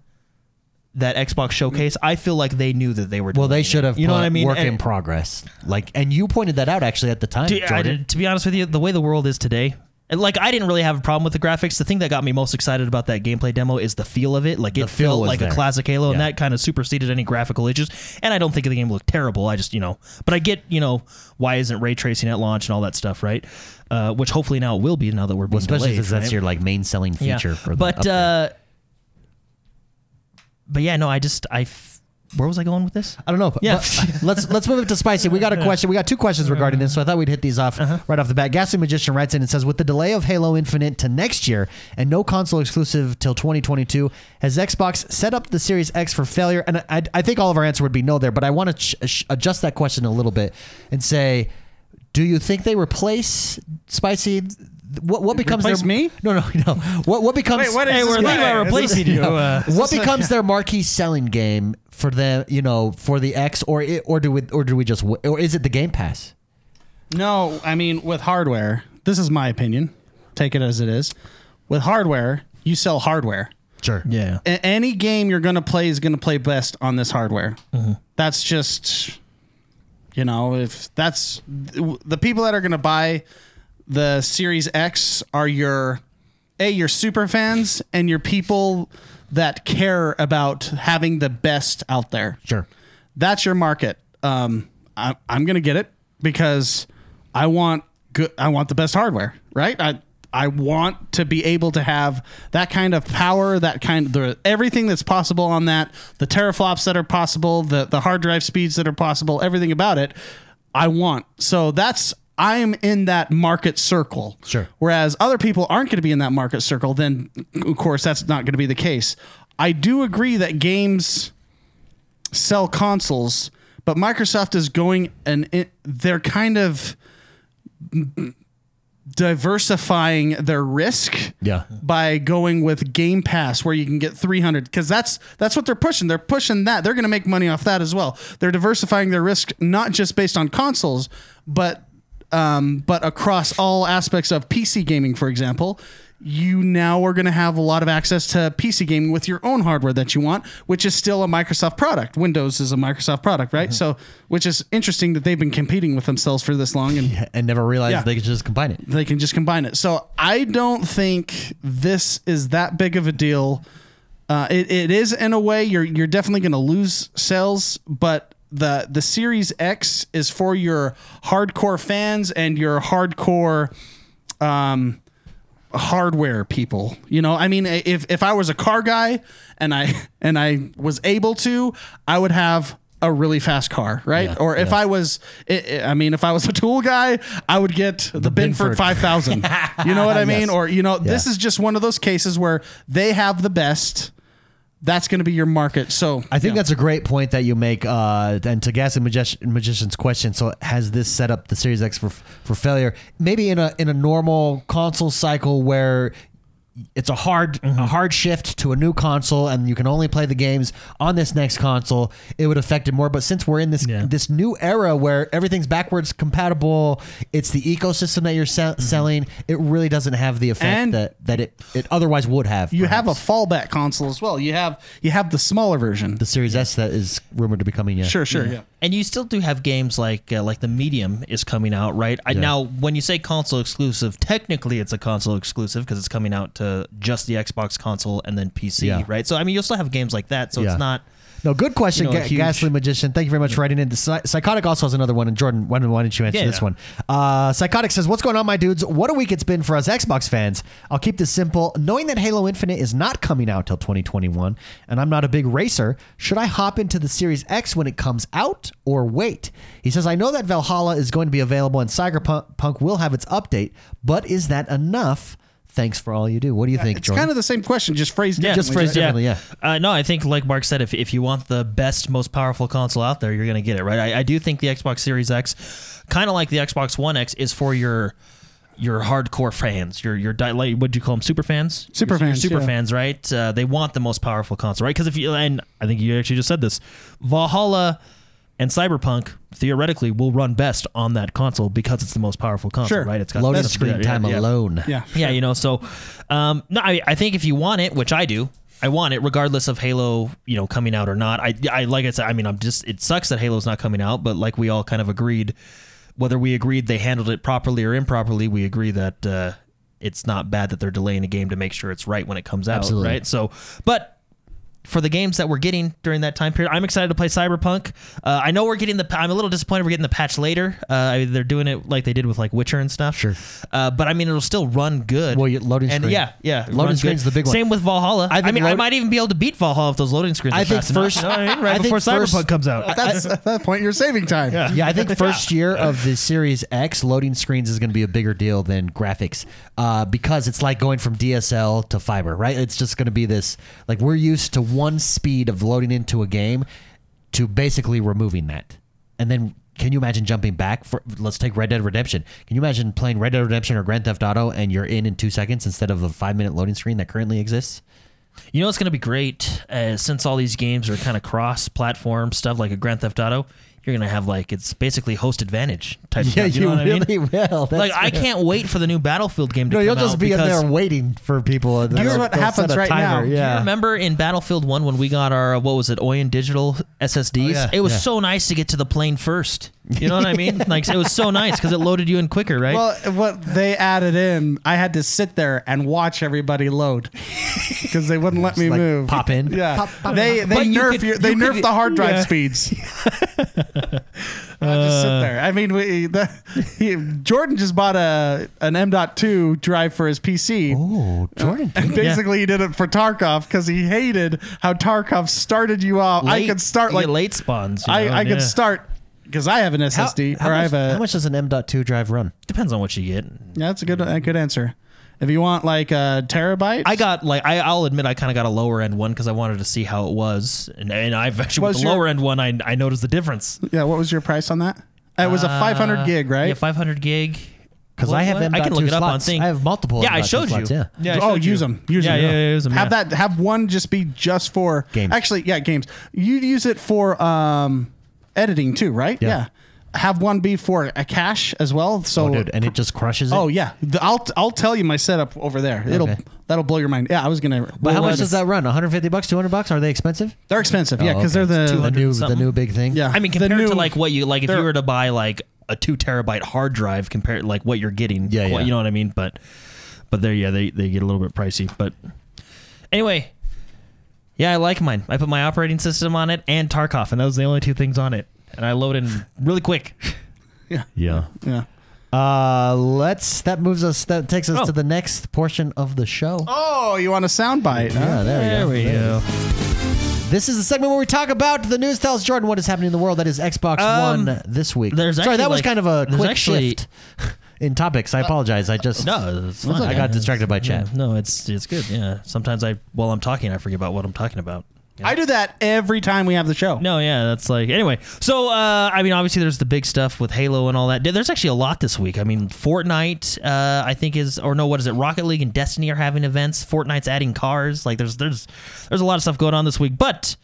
[SPEAKER 3] That Xbox showcase, I feel like they knew that they were.
[SPEAKER 1] Well, they
[SPEAKER 3] delaying
[SPEAKER 1] should
[SPEAKER 3] it.
[SPEAKER 1] have.
[SPEAKER 3] You know
[SPEAKER 1] put
[SPEAKER 3] what I mean?
[SPEAKER 1] Work
[SPEAKER 3] And-
[SPEAKER 1] in progress. Like, and you pointed that out actually at the time,
[SPEAKER 3] Dude, I
[SPEAKER 1] Jordan.
[SPEAKER 3] did- to be honest with you, the way the world is today, and like I didn't really have a problem with the graphics. The thing that got me most excited about that gameplay demo is the feel of it. Like it
[SPEAKER 1] feel
[SPEAKER 3] felt
[SPEAKER 1] was
[SPEAKER 3] like
[SPEAKER 1] there.
[SPEAKER 3] a classic Halo, and
[SPEAKER 1] Yeah.
[SPEAKER 3] that kind of superseded any graphical issues. And I don't think the game looked terrible. I just you know, but I get you know why isn't ray tracing at launch and all that stuff, right? Uh, which hopefully now it will be now that we're being
[SPEAKER 1] Especially
[SPEAKER 3] delayed,
[SPEAKER 1] since that's
[SPEAKER 3] right? uh,
[SPEAKER 1] your like main selling feature for the.
[SPEAKER 3] but
[SPEAKER 1] upgrade.
[SPEAKER 3] uh but yeah no i just i f- where was I going with this?
[SPEAKER 1] I don't know.
[SPEAKER 3] Yeah.
[SPEAKER 1] but let's let's move it to spicy. We got a question. We got two questions regarding this, so I thought we'd hit these off
[SPEAKER 3] Uh-huh.
[SPEAKER 1] right off the bat. Ghastly Magician writes in and says, with the delay of Halo Infinite to next year and no console exclusive till 2022, has Xbox set up the Series X for failure? And I, I think all of our answer would be no there, but I want to ch- ch- adjust that question a little bit and say, do you think they replace spicy? What what becomes
[SPEAKER 2] Replace
[SPEAKER 1] their
[SPEAKER 2] me?
[SPEAKER 1] No, no, no. What what becomes?
[SPEAKER 2] Wait, what is
[SPEAKER 3] Hey,
[SPEAKER 2] this
[SPEAKER 3] we're
[SPEAKER 2] guy?
[SPEAKER 3] Levi
[SPEAKER 2] Is this-
[SPEAKER 3] replacing you. Uh,
[SPEAKER 1] what becomes their marquee selling game for the you know for the X or it, or do we or do we just w- or is it the Game Pass?
[SPEAKER 2] No, I mean with hardware. This is my opinion. Take it as it is. With hardware, you sell hardware.
[SPEAKER 1] Sure.
[SPEAKER 3] yeah.
[SPEAKER 2] A- any game you're gonna play is gonna play best on this hardware. That's just, you know, if that's the people that are gonna buy the Series X are your a your super fans and your people that care about having the best out there
[SPEAKER 1] Sure.
[SPEAKER 2] that's your market. Um, I, I'm gonna get it because I want good. I want the best hardware, right? I I want to be able to have that kind of power, that kind of the, everything that's possible on that, the teraflops that are possible, the the hard drive speeds that are possible, everything about it. I want. So that's I'm in that market circle.
[SPEAKER 1] Sure.
[SPEAKER 2] Whereas other people aren't going to be in that market circle, then of course that's not going to be the case. I do agree that games sell consoles, but Microsoft is going and it, they're kind of diversifying their risk
[SPEAKER 1] Yeah.
[SPEAKER 2] by going with Game Pass where you can get 300 cuz that's that's what they're pushing. They're pushing that. They're going to make money off that as well. They're diversifying their risk not just based on consoles, but um, but across all aspects of PC gaming, for example, you now are going to have a lot of access to PC gaming with your own hardware that you want, which is still a Microsoft product. Windows is a Microsoft product, right? So, which is interesting that they've been competing with themselves for this long and
[SPEAKER 1] And never realized
[SPEAKER 2] Yeah.
[SPEAKER 1] they could just combine it.
[SPEAKER 2] they can just combine it. So I don't think this is that big of a deal. Uh, it, it is in a way you're you're definitely going to lose sales, but the the Series X is for your hardcore fans and your hardcore um, hardware people. You know, I mean, if if I was a car guy and I and I was able to, I would have a really fast car, right?
[SPEAKER 1] Yeah,
[SPEAKER 2] or if
[SPEAKER 1] yeah.
[SPEAKER 2] I was, I I mean, if I was a tool guy, I would get the,
[SPEAKER 1] Binford.
[SPEAKER 2] Binford, 5000. you know what I mean?
[SPEAKER 1] Yes.
[SPEAKER 2] Or, you know, this
[SPEAKER 1] Yeah.
[SPEAKER 2] is just one of those cases where they have the best. That's going to be your market. So
[SPEAKER 1] I think
[SPEAKER 2] yeah.
[SPEAKER 1] that's a great point that you make. Uh, and to gas and Magi- magician's question, so has this set up the Series X for for failure? Maybe in a in a normal console cycle where it's a hard
[SPEAKER 2] Mm-hmm.
[SPEAKER 1] a hard shift to a new console, and you can only play the games on this next console. It would affect it more. But since we're in this
[SPEAKER 3] Yeah.
[SPEAKER 1] this new era where everything's backwards compatible, it's the ecosystem that you're se- selling. It really doesn't have the effect
[SPEAKER 2] Mm-hmm. And-
[SPEAKER 1] that that it it otherwise would have.
[SPEAKER 2] you have a
[SPEAKER 1] perhaps.
[SPEAKER 2] fallback console as well. You have you have the smaller version.
[SPEAKER 1] the Series S that is rumored to be coming. Yeah,
[SPEAKER 2] Sure, sure. Yeah.
[SPEAKER 3] And you still do have games like uh, like the Medium is coming out, right? I, Now, when you say console exclusive, technically it's a console exclusive because it's coming out to just the Xbox console and then PC,
[SPEAKER 1] Yeah.
[SPEAKER 3] right? So I mean, you'll still have games like that. So
[SPEAKER 1] Yeah.
[SPEAKER 3] it's not.
[SPEAKER 1] No, good question,
[SPEAKER 3] You know,
[SPEAKER 1] Ga-
[SPEAKER 3] huge-
[SPEAKER 1] Ghastly Magician. Thank you very much for writing in. Psy- Psychotic also has another one. And Jordan, why don't, why don't you answer
[SPEAKER 3] Yeah,
[SPEAKER 1] this
[SPEAKER 3] yeah.
[SPEAKER 1] one? Uh, Psychotic says, What's going on, my dudes? What a week it's been for us Xbox fans. I'll keep this simple. Knowing that Halo Infinite is not coming out till 2021, and I'm not a big racer, should I hop into the Series X when it comes out or wait? He says, I know that Valhalla is going to be available and Cyberpunk Punk will have its update, but is that enough? Thanks for all you do. What do you think,
[SPEAKER 2] It's
[SPEAKER 1] Jordan?
[SPEAKER 2] kind of the same question, just phrased
[SPEAKER 3] Yeah,
[SPEAKER 2] differently.
[SPEAKER 1] just phrased
[SPEAKER 2] right?
[SPEAKER 1] differently, yeah.
[SPEAKER 3] Uh, no, I think like Mark said, if, if you want the best, most powerful console out there, you're going to get it, right? I, I do think the Xbox Series X, kind of like the Xbox One X, is for your your hardcore fans, your your di- like, what do you call them, super fans,
[SPEAKER 2] Super
[SPEAKER 3] Your- your
[SPEAKER 2] fans,
[SPEAKER 3] super
[SPEAKER 2] yeah.
[SPEAKER 3] fans, right? Uh, they want the most powerful console, right? Because if you and I think you actually just said this, Valhalla and Cyberpunk theoretically will run best on that console because it's the most powerful console,
[SPEAKER 2] Sure.
[SPEAKER 3] right? It's got
[SPEAKER 1] Loading
[SPEAKER 3] stuff to do
[SPEAKER 1] screen
[SPEAKER 3] that. Yeah,
[SPEAKER 1] time
[SPEAKER 3] yeah.
[SPEAKER 1] alone.
[SPEAKER 2] Yeah.
[SPEAKER 3] Yeah, you know, so um, no, I, I think if you want it, which I do, I want it regardless of Halo, you know, coming out or not. I, I like I said, I mean, I'm just it sucks that Halo's not coming out, but like we all kind of agreed, whether we agreed they handled it properly or improperly, we agree that uh, it's not bad that they're delaying a game to make sure it's right when it comes out,
[SPEAKER 1] Absolutely.
[SPEAKER 3] right? So, but for the games that we're getting during that time period. I'm excited to play Cyberpunk. Uh, I know we're getting the. I'm a little disappointed we're getting the patch later. Uh, I- they're doing it like they did with like Witcher and stuff.
[SPEAKER 1] Sure.
[SPEAKER 3] Uh, but I mean, it'll still run good.
[SPEAKER 1] Well, your loading
[SPEAKER 3] and
[SPEAKER 1] screen.
[SPEAKER 3] Yeah, yeah. it
[SPEAKER 1] Loading
[SPEAKER 3] runs
[SPEAKER 1] screen's the big one.
[SPEAKER 3] Same with Valhalla. I,
[SPEAKER 1] I think
[SPEAKER 3] mean, I
[SPEAKER 1] load-
[SPEAKER 3] might even be able to beat Valhalla if those loading screens.
[SPEAKER 1] I
[SPEAKER 3] are
[SPEAKER 1] think
[SPEAKER 3] fast enough,
[SPEAKER 1] first-
[SPEAKER 3] you know what I mean? right
[SPEAKER 1] I think
[SPEAKER 3] before
[SPEAKER 1] first-
[SPEAKER 3] Cyberpunk comes out.
[SPEAKER 2] That's at that point you're saving time. Yeah.
[SPEAKER 1] yeah, I think first year of the Series X loading screens is going to be a bigger deal than graphics uh, because it's like going from DSL to fiber, right? It's just going to be this like we're used to one speed of loading into a game to basically removing that. And then can you imagine jumping back for let's take Red Dead Redemption? Can you imagine playing Red Dead Redemption or Grand Theft Auto and you're in in 2 seconds instead of a 5-minute loading screen that currently exists?
[SPEAKER 3] You know what's going to be great uh, since all these games are kind of cross-platform stuff like a Grand Theft Auto. You're going to have like it's basically host advantage type. stuff, you, know what I mean?
[SPEAKER 1] will.
[SPEAKER 3] Like I can't wait for the new Battlefield game to
[SPEAKER 1] No,
[SPEAKER 3] come
[SPEAKER 1] you'll just
[SPEAKER 3] out
[SPEAKER 1] be in
[SPEAKER 3] because-
[SPEAKER 1] there waiting for people. and
[SPEAKER 2] Here's
[SPEAKER 1] they'll-
[SPEAKER 2] what
[SPEAKER 1] they'll set
[SPEAKER 2] happens
[SPEAKER 1] a
[SPEAKER 2] right
[SPEAKER 1] timer,
[SPEAKER 2] now. Do you
[SPEAKER 1] Yeah.
[SPEAKER 3] Do you remember in Battlefield 1 when we got our, uh, what was it, Oyen Digital SSDs?
[SPEAKER 1] Oh, yeah,
[SPEAKER 3] it was
[SPEAKER 1] yeah.
[SPEAKER 3] so nice to get to the plane first. You know what I mean? Like, it was so nice because it loaded you in quicker, right?
[SPEAKER 2] Well, what they added in, I had to sit there and watch everybody load because they wouldn't let me
[SPEAKER 1] like
[SPEAKER 2] move.
[SPEAKER 1] pop in.
[SPEAKER 2] Yeah,
[SPEAKER 1] Pop- pop
[SPEAKER 2] they they
[SPEAKER 3] But you
[SPEAKER 2] nerf
[SPEAKER 3] could-
[SPEAKER 2] your, they
[SPEAKER 3] you
[SPEAKER 2] nerf
[SPEAKER 3] could-
[SPEAKER 2] the hard drive
[SPEAKER 3] yeah.
[SPEAKER 2] speeds. I just sit there. I mean, we, the, he, Jordan just bought a an M.2 drive for his PC.
[SPEAKER 1] Oh, Jordan.
[SPEAKER 2] And basically, he did it for Tarkov because he hated how Tarkov started you off. I
[SPEAKER 3] Late-
[SPEAKER 2] could start
[SPEAKER 3] you get
[SPEAKER 2] like
[SPEAKER 3] late spawns. you
[SPEAKER 2] I,
[SPEAKER 3] know,
[SPEAKER 2] I
[SPEAKER 3] yeah.
[SPEAKER 2] could start because I have an SSD
[SPEAKER 1] much,
[SPEAKER 2] or I have a
[SPEAKER 1] how much does an M.2 drive run?
[SPEAKER 3] Depends on what you get.
[SPEAKER 2] Yeah, that's a good a good answer. If you want like a terabyte,
[SPEAKER 3] I got like I, I'll admit I kind of got a lower end one because I wanted to see how it was, and, and I've actually with
[SPEAKER 2] Was
[SPEAKER 3] the
[SPEAKER 2] your-
[SPEAKER 3] lower end one I, I noticed the difference.
[SPEAKER 2] yeah. What was your price on that? It was a 500 gig, right?
[SPEAKER 3] Uh, Yeah, 500 gig.
[SPEAKER 1] Because
[SPEAKER 3] What-
[SPEAKER 1] I have
[SPEAKER 3] what?
[SPEAKER 1] M.2
[SPEAKER 3] I can look it
[SPEAKER 1] slots.
[SPEAKER 3] up on thing.
[SPEAKER 1] I have multiple.
[SPEAKER 3] yeah, I
[SPEAKER 1] M.2
[SPEAKER 3] showed
[SPEAKER 1] slots,
[SPEAKER 3] you.
[SPEAKER 1] Yeah.
[SPEAKER 3] yeah I
[SPEAKER 2] oh,
[SPEAKER 3] showed
[SPEAKER 2] use
[SPEAKER 3] you.
[SPEAKER 2] them. Use
[SPEAKER 3] yeah,
[SPEAKER 2] them.
[SPEAKER 3] Yeah, yeah, use them.
[SPEAKER 2] Have
[SPEAKER 3] yeah.
[SPEAKER 2] that. Have one just be just for
[SPEAKER 1] Games.
[SPEAKER 2] Actually, yeah, games. You use it for um, editing too, right?
[SPEAKER 1] Yeah.
[SPEAKER 2] Have one be for a cache as well. So
[SPEAKER 1] Oh, dude, and it just crushes it.
[SPEAKER 2] Oh, yeah, The- I'll I'll tell you my setup over there. It'll
[SPEAKER 1] Okay.
[SPEAKER 2] that'll blow your mind. Yeah, I was gonna.
[SPEAKER 1] But how
[SPEAKER 2] roll
[SPEAKER 1] much
[SPEAKER 2] in.
[SPEAKER 1] does that run? 150 bucks, 200 bucks? Are they expensive?
[SPEAKER 2] They're expensive.
[SPEAKER 3] Oh,
[SPEAKER 2] yeah, because
[SPEAKER 1] okay.
[SPEAKER 2] they're the
[SPEAKER 1] the
[SPEAKER 3] 200
[SPEAKER 1] new the
[SPEAKER 3] something.
[SPEAKER 1] new big thing.
[SPEAKER 2] yeah.
[SPEAKER 3] I mean,
[SPEAKER 2] the
[SPEAKER 3] compared
[SPEAKER 2] new-
[SPEAKER 3] to like what you like, if you
[SPEAKER 2] they're-
[SPEAKER 3] were to buy like a two terabyte hard drive, compared like what you're getting,
[SPEAKER 1] Yeah,
[SPEAKER 3] qu-
[SPEAKER 1] yeah.
[SPEAKER 3] you know what I mean. But but there, yeah, they they get a little bit pricey. But anyway, yeah, I like mine. I put my operating system on it and Tarkov, and those are the only two things on it. And I load in really quick.
[SPEAKER 2] yeah,
[SPEAKER 1] Yeah.
[SPEAKER 2] yeah.
[SPEAKER 1] Uh, let's. That moves us. That takes us
[SPEAKER 3] Oh.
[SPEAKER 1] to the next portion of the show.
[SPEAKER 2] Oh, you want a soundbite? huh?
[SPEAKER 1] Yeah, there, we go. There
[SPEAKER 3] go.
[SPEAKER 1] This is the segment where we talk about the news tells Jordan what is happening in the world. That is Xbox
[SPEAKER 3] Um,
[SPEAKER 1] One this week.
[SPEAKER 3] there's
[SPEAKER 1] Sorry,
[SPEAKER 3] actually,
[SPEAKER 1] that was
[SPEAKER 3] like-
[SPEAKER 1] kind of a
[SPEAKER 3] there's
[SPEAKER 1] quick
[SPEAKER 3] actually-
[SPEAKER 1] shift in topics. I apologize. I just
[SPEAKER 3] No, it's
[SPEAKER 1] That's
[SPEAKER 3] fine.
[SPEAKER 1] okay. I got distracted by chat.
[SPEAKER 3] No, it's it's good. Yeah, sometimes I while I'm talking, I forget about what I'm talking about. Yeah.
[SPEAKER 2] I do that every time we have the show.
[SPEAKER 3] No, yeah, that's like anyway. So uh, I mean, obviously, there's the big stuff with Halo and all that. There's actually a lot this week. I mean, Fortnite, uh, I think is or no, what is it? Rocket League and Destiny are having events. Fortnite's adding cars. Like there's there's there's a lot of stuff going on this week. But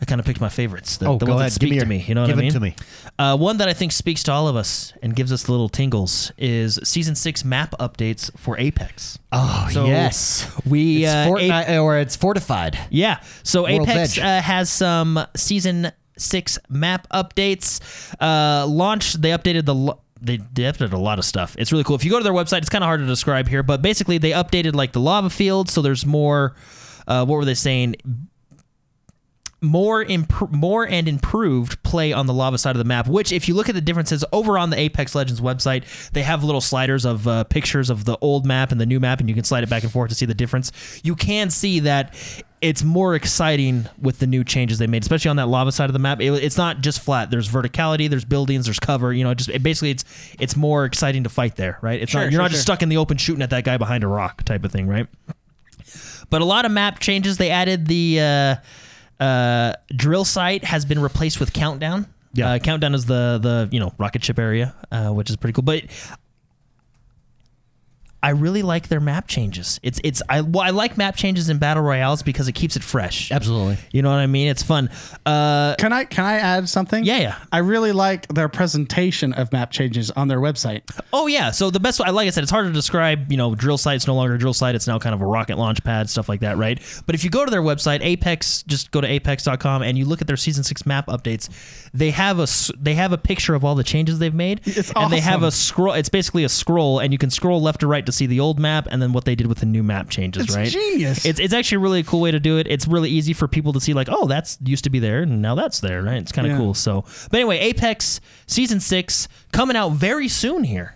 [SPEAKER 3] I kind of picked my favorites. The,
[SPEAKER 1] Oh,
[SPEAKER 3] the
[SPEAKER 1] go
[SPEAKER 3] ones
[SPEAKER 1] ahead.
[SPEAKER 3] that
[SPEAKER 1] Give
[SPEAKER 3] speak
[SPEAKER 1] me
[SPEAKER 3] to
[SPEAKER 1] your-
[SPEAKER 3] me. You know what
[SPEAKER 1] give
[SPEAKER 3] I
[SPEAKER 1] it
[SPEAKER 3] mean?
[SPEAKER 1] to me.
[SPEAKER 3] Uh, one that I think speaks to all of us and gives us little tingles is season six map updates for Apex.
[SPEAKER 1] Oh
[SPEAKER 3] So,
[SPEAKER 1] yes,
[SPEAKER 3] we,
[SPEAKER 1] it's
[SPEAKER 3] uh,
[SPEAKER 1] Fortnite or it's fortified.
[SPEAKER 3] Yeah. So
[SPEAKER 1] World's Edge.
[SPEAKER 3] Apex uh, has some season six map updates. Uh, launch. They updated the. Lo- they, they updated a lot of stuff. It's really cool. If you go to their website, it's kind of hard to describe here, but basically they updated like the lava field, so there's more. Uh, what were they saying? more imp- more and improved play on the lava side of the map which if you look at the differences over on the apex legends website they have little sliders of uh, pictures of the old map and the new map and you can slide it back and forth to see the difference you can see that it's more exciting with the new changes they made especially on that lava side of the map It- it's not just flat there's verticality there's buildings there's cover you know it just it basically it's it's more exciting to fight there right it's
[SPEAKER 2] Sure,
[SPEAKER 3] not you're
[SPEAKER 2] sure,
[SPEAKER 3] not
[SPEAKER 2] sure.
[SPEAKER 3] just stuck in the open shooting at that guy behind a rock type of thing right but a lot of map changes. They added the uh, uh, drill site has been replaced with countdown.
[SPEAKER 1] Yeah.
[SPEAKER 3] uh, countdown is the the you know rocket ship area, uh, which is pretty cool. But I really like their map changes. It's it's I well, I like map changes in battle royales because it keeps it fresh.
[SPEAKER 1] Absolutely.
[SPEAKER 3] You know what I mean? It's fun. Uh,
[SPEAKER 2] Can I can I add something?
[SPEAKER 3] Yeah, yeah.
[SPEAKER 2] I really like their presentation of map changes on their website.
[SPEAKER 3] oh yeah. So the best, like I said, it's hard to describe. You know, drill site's no longer a drill site. It's now kind of a rocket launch pad, stuff like that, right? But if you go to their website, Apex, just go to apex.com and you look at their season six map updates. They have a s- they have a picture of all the changes they've made,
[SPEAKER 2] It's
[SPEAKER 3] and they have
[SPEAKER 2] awesome.
[SPEAKER 3] a scroll. It's basically a scroll, and you can scroll left to right to see the old map and then what they did with the new map changes,
[SPEAKER 2] It's
[SPEAKER 3] right?
[SPEAKER 2] genius.
[SPEAKER 3] It's it's actually really a cool way to do it. It's really easy for people to see like, oh, that's used to be there and now that's there, right? It's kind of
[SPEAKER 2] Yeah.
[SPEAKER 3] cool. So, but anyway, Apex season 6 coming out very soon here.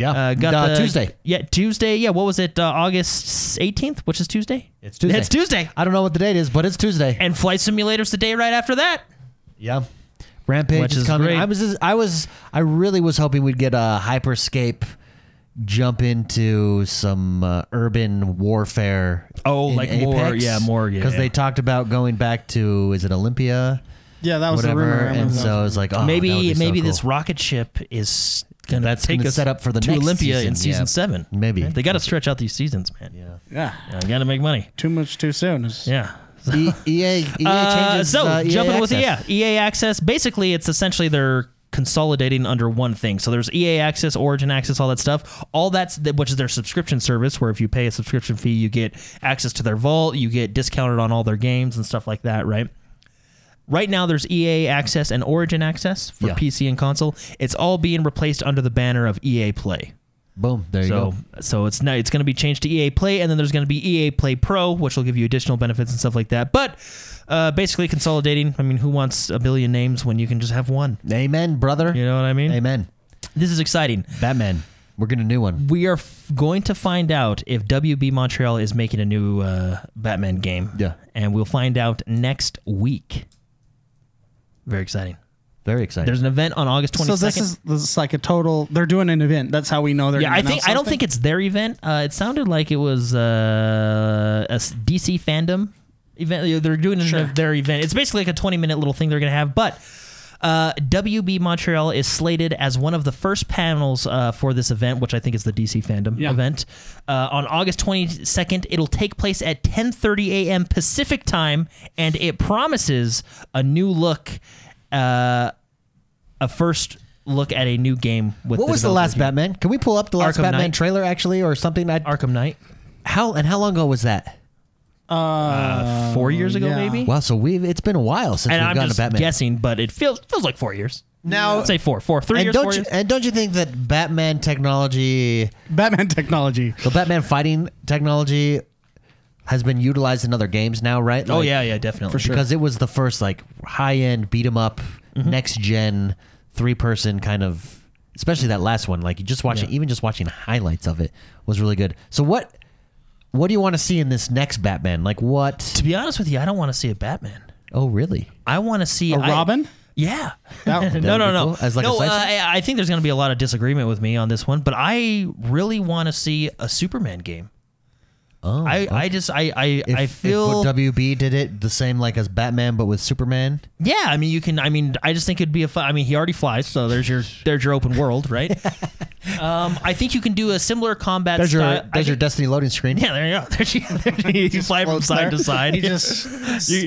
[SPEAKER 1] Yeah,
[SPEAKER 3] Uh, got
[SPEAKER 1] Uh,
[SPEAKER 3] the-
[SPEAKER 1] Tuesday.
[SPEAKER 3] Yeah, Tuesday. Yeah, what was it? Uh, August 18th, which is Tuesday?
[SPEAKER 1] It's Tuesday.
[SPEAKER 3] It's Tuesday.
[SPEAKER 1] I don't know what the date is, but it's Tuesday.
[SPEAKER 3] And Flight Simulator's the day right after that.
[SPEAKER 1] yeah, Rampage
[SPEAKER 3] Which
[SPEAKER 1] is
[SPEAKER 3] is
[SPEAKER 1] coming.
[SPEAKER 3] great.
[SPEAKER 1] I was, just- I was, I really was hoping we'd get a Hyperscape jump into some uh, urban warfare.
[SPEAKER 3] Oh,
[SPEAKER 1] in
[SPEAKER 3] like more-
[SPEAKER 1] Apex.
[SPEAKER 3] yeah, more, yeah,
[SPEAKER 1] Because
[SPEAKER 3] yeah.
[SPEAKER 1] they talked about going back to is it Olympia?
[SPEAKER 2] Yeah, that was
[SPEAKER 1] whatever.
[SPEAKER 2] the rumor. I
[SPEAKER 1] and
[SPEAKER 2] remember that
[SPEAKER 1] so
[SPEAKER 2] was-
[SPEAKER 1] it's like, oh, that would
[SPEAKER 3] maybe
[SPEAKER 1] be so
[SPEAKER 3] maybe
[SPEAKER 1] cool.
[SPEAKER 3] this rocket ship is gonna
[SPEAKER 1] That's
[SPEAKER 3] take
[SPEAKER 1] gonna
[SPEAKER 3] us
[SPEAKER 1] set up for the
[SPEAKER 3] to
[SPEAKER 1] next
[SPEAKER 3] Olympia
[SPEAKER 1] season,
[SPEAKER 3] in season
[SPEAKER 1] yeah.
[SPEAKER 3] seven.
[SPEAKER 1] Maybe.
[SPEAKER 3] Right? they got to stretch out these seasons, man. Yeah,
[SPEAKER 1] Yeah.
[SPEAKER 2] yeah,
[SPEAKER 3] got to make money.
[SPEAKER 2] too much too soon. It's-
[SPEAKER 3] Yeah.
[SPEAKER 1] E- EA, EA
[SPEAKER 3] Uh,
[SPEAKER 1] changes.
[SPEAKER 3] so
[SPEAKER 1] uh, EA
[SPEAKER 3] jumping with E
[SPEAKER 1] access.
[SPEAKER 3] yeah EA Access. Basically, it's essentially they're consolidating under one thing. So there's EA Access, Origin Access, all that stuff. All that's th- which is their subscription service, where if you pay a subscription fee, you get access to their vault, you get discounted on all their games and stuff like that, right? Right now, there's EA Access and Origin Access for
[SPEAKER 1] Yeah.
[SPEAKER 3] PC and console. It's all being replaced under the banner of EA Play.
[SPEAKER 1] Boom. There you
[SPEAKER 3] So,
[SPEAKER 1] go.
[SPEAKER 3] so it's now it's going to be changed to EA Play, and then there's going to be EA Play Pro, which will give you additional benefits and stuff like that. But uh, basically, consolidating. I mean, who wants a billion names when you can just have one?
[SPEAKER 1] Amen, brother.
[SPEAKER 3] You know what I mean?
[SPEAKER 1] Amen.
[SPEAKER 3] This is exciting.
[SPEAKER 1] Batman. We're getting a new one.
[SPEAKER 3] We are f- going to find out if WB Montreal is making a new uh, Batman game.
[SPEAKER 1] Yeah.
[SPEAKER 3] and we'll find out next week. Very exciting.
[SPEAKER 1] Very exciting.
[SPEAKER 3] There's an event on August 22nd.
[SPEAKER 2] So this is this is like a total. They're doing an event. That's how we know they're.
[SPEAKER 3] Yeah,
[SPEAKER 2] gonna
[SPEAKER 3] I think
[SPEAKER 2] announce
[SPEAKER 3] I don't
[SPEAKER 2] something.
[SPEAKER 3] think it's their event. Uh, it sounded like it was uh, a s- DC fandom event. They're doing
[SPEAKER 2] Sure.
[SPEAKER 3] an, their event. It's basically like a twenty-minute little thing they're gonna have, but. Uh, WB Montreal is slated as one of the first panels uh, for this event, which I think is the DC fandom
[SPEAKER 2] Yeah.
[SPEAKER 3] event. Uh, on August 22nd, it'll take place at 10:30 a.m. Pacific time, and it promises a new look, uh, a first look at a new game. With
[SPEAKER 1] what was the
[SPEAKER 3] developer
[SPEAKER 1] last
[SPEAKER 3] here.
[SPEAKER 1] Batman? Can we pull up the last
[SPEAKER 3] Arkham
[SPEAKER 1] Batman
[SPEAKER 3] Knight.
[SPEAKER 1] trailer actually or something? I,
[SPEAKER 3] Arkham Knight?
[SPEAKER 1] how and how long ago was that?
[SPEAKER 2] Uh,
[SPEAKER 1] Oh,
[SPEAKER 3] four years ago,
[SPEAKER 2] yeah.
[SPEAKER 3] maybe.
[SPEAKER 1] Wow, so we've it's been a while since
[SPEAKER 3] and
[SPEAKER 1] we've
[SPEAKER 3] I'm
[SPEAKER 1] gotten
[SPEAKER 3] just
[SPEAKER 1] a Batman.
[SPEAKER 3] guessing, but it feels feels like four years.
[SPEAKER 1] Now-
[SPEAKER 3] I'd say four, four, three
[SPEAKER 1] and
[SPEAKER 3] years, four
[SPEAKER 1] don't you,
[SPEAKER 3] years.
[SPEAKER 1] and don't you think that Batman technology,
[SPEAKER 2] Batman technology.
[SPEAKER 1] the Batman fighting technology, has been utilized in other games now, right?
[SPEAKER 3] Oh
[SPEAKER 1] Like,
[SPEAKER 3] yeah, yeah, definitely.
[SPEAKER 2] For sure.
[SPEAKER 1] because it was the first like high end beat 'em up next gen three person kind of especially that last one like you just watching
[SPEAKER 3] Yeah.
[SPEAKER 1] even just watching highlights of it was really good so what what do you want to see in this next batman like what
[SPEAKER 3] To be honest with you, I don't want to see a Batman.
[SPEAKER 1] oh really
[SPEAKER 3] I want to see
[SPEAKER 2] A
[SPEAKER 3] I-
[SPEAKER 2] Robin?
[SPEAKER 3] yeah.
[SPEAKER 2] That-
[SPEAKER 3] no, no,
[SPEAKER 1] be
[SPEAKER 3] no.
[SPEAKER 1] cool, as like a
[SPEAKER 3] no,
[SPEAKER 1] side
[SPEAKER 3] uh,
[SPEAKER 1] story?
[SPEAKER 3] I, I think there's going to be a lot of disagreement with me on this one, but I really want to see a Superman game.
[SPEAKER 1] oh
[SPEAKER 3] I,
[SPEAKER 1] okay.
[SPEAKER 3] I just, I, I,
[SPEAKER 1] If-
[SPEAKER 3] I
[SPEAKER 1] if
[SPEAKER 3] feel.
[SPEAKER 1] what wb did it the same like as batman but with superman
[SPEAKER 3] Yeah, I mean, you can. I mean, I just think it'd be a fun. I mean, he already flies, so there's your there's your open world, right? um, I think you can do a similar combat.
[SPEAKER 1] there's
[SPEAKER 3] style.
[SPEAKER 1] your
[SPEAKER 3] I
[SPEAKER 1] there's your
[SPEAKER 3] think-
[SPEAKER 1] destiny loading screen
[SPEAKER 3] Yeah, there you go. There's you, there you, you fly from
[SPEAKER 2] floats
[SPEAKER 3] side
[SPEAKER 2] there.
[SPEAKER 3] to side.
[SPEAKER 2] He just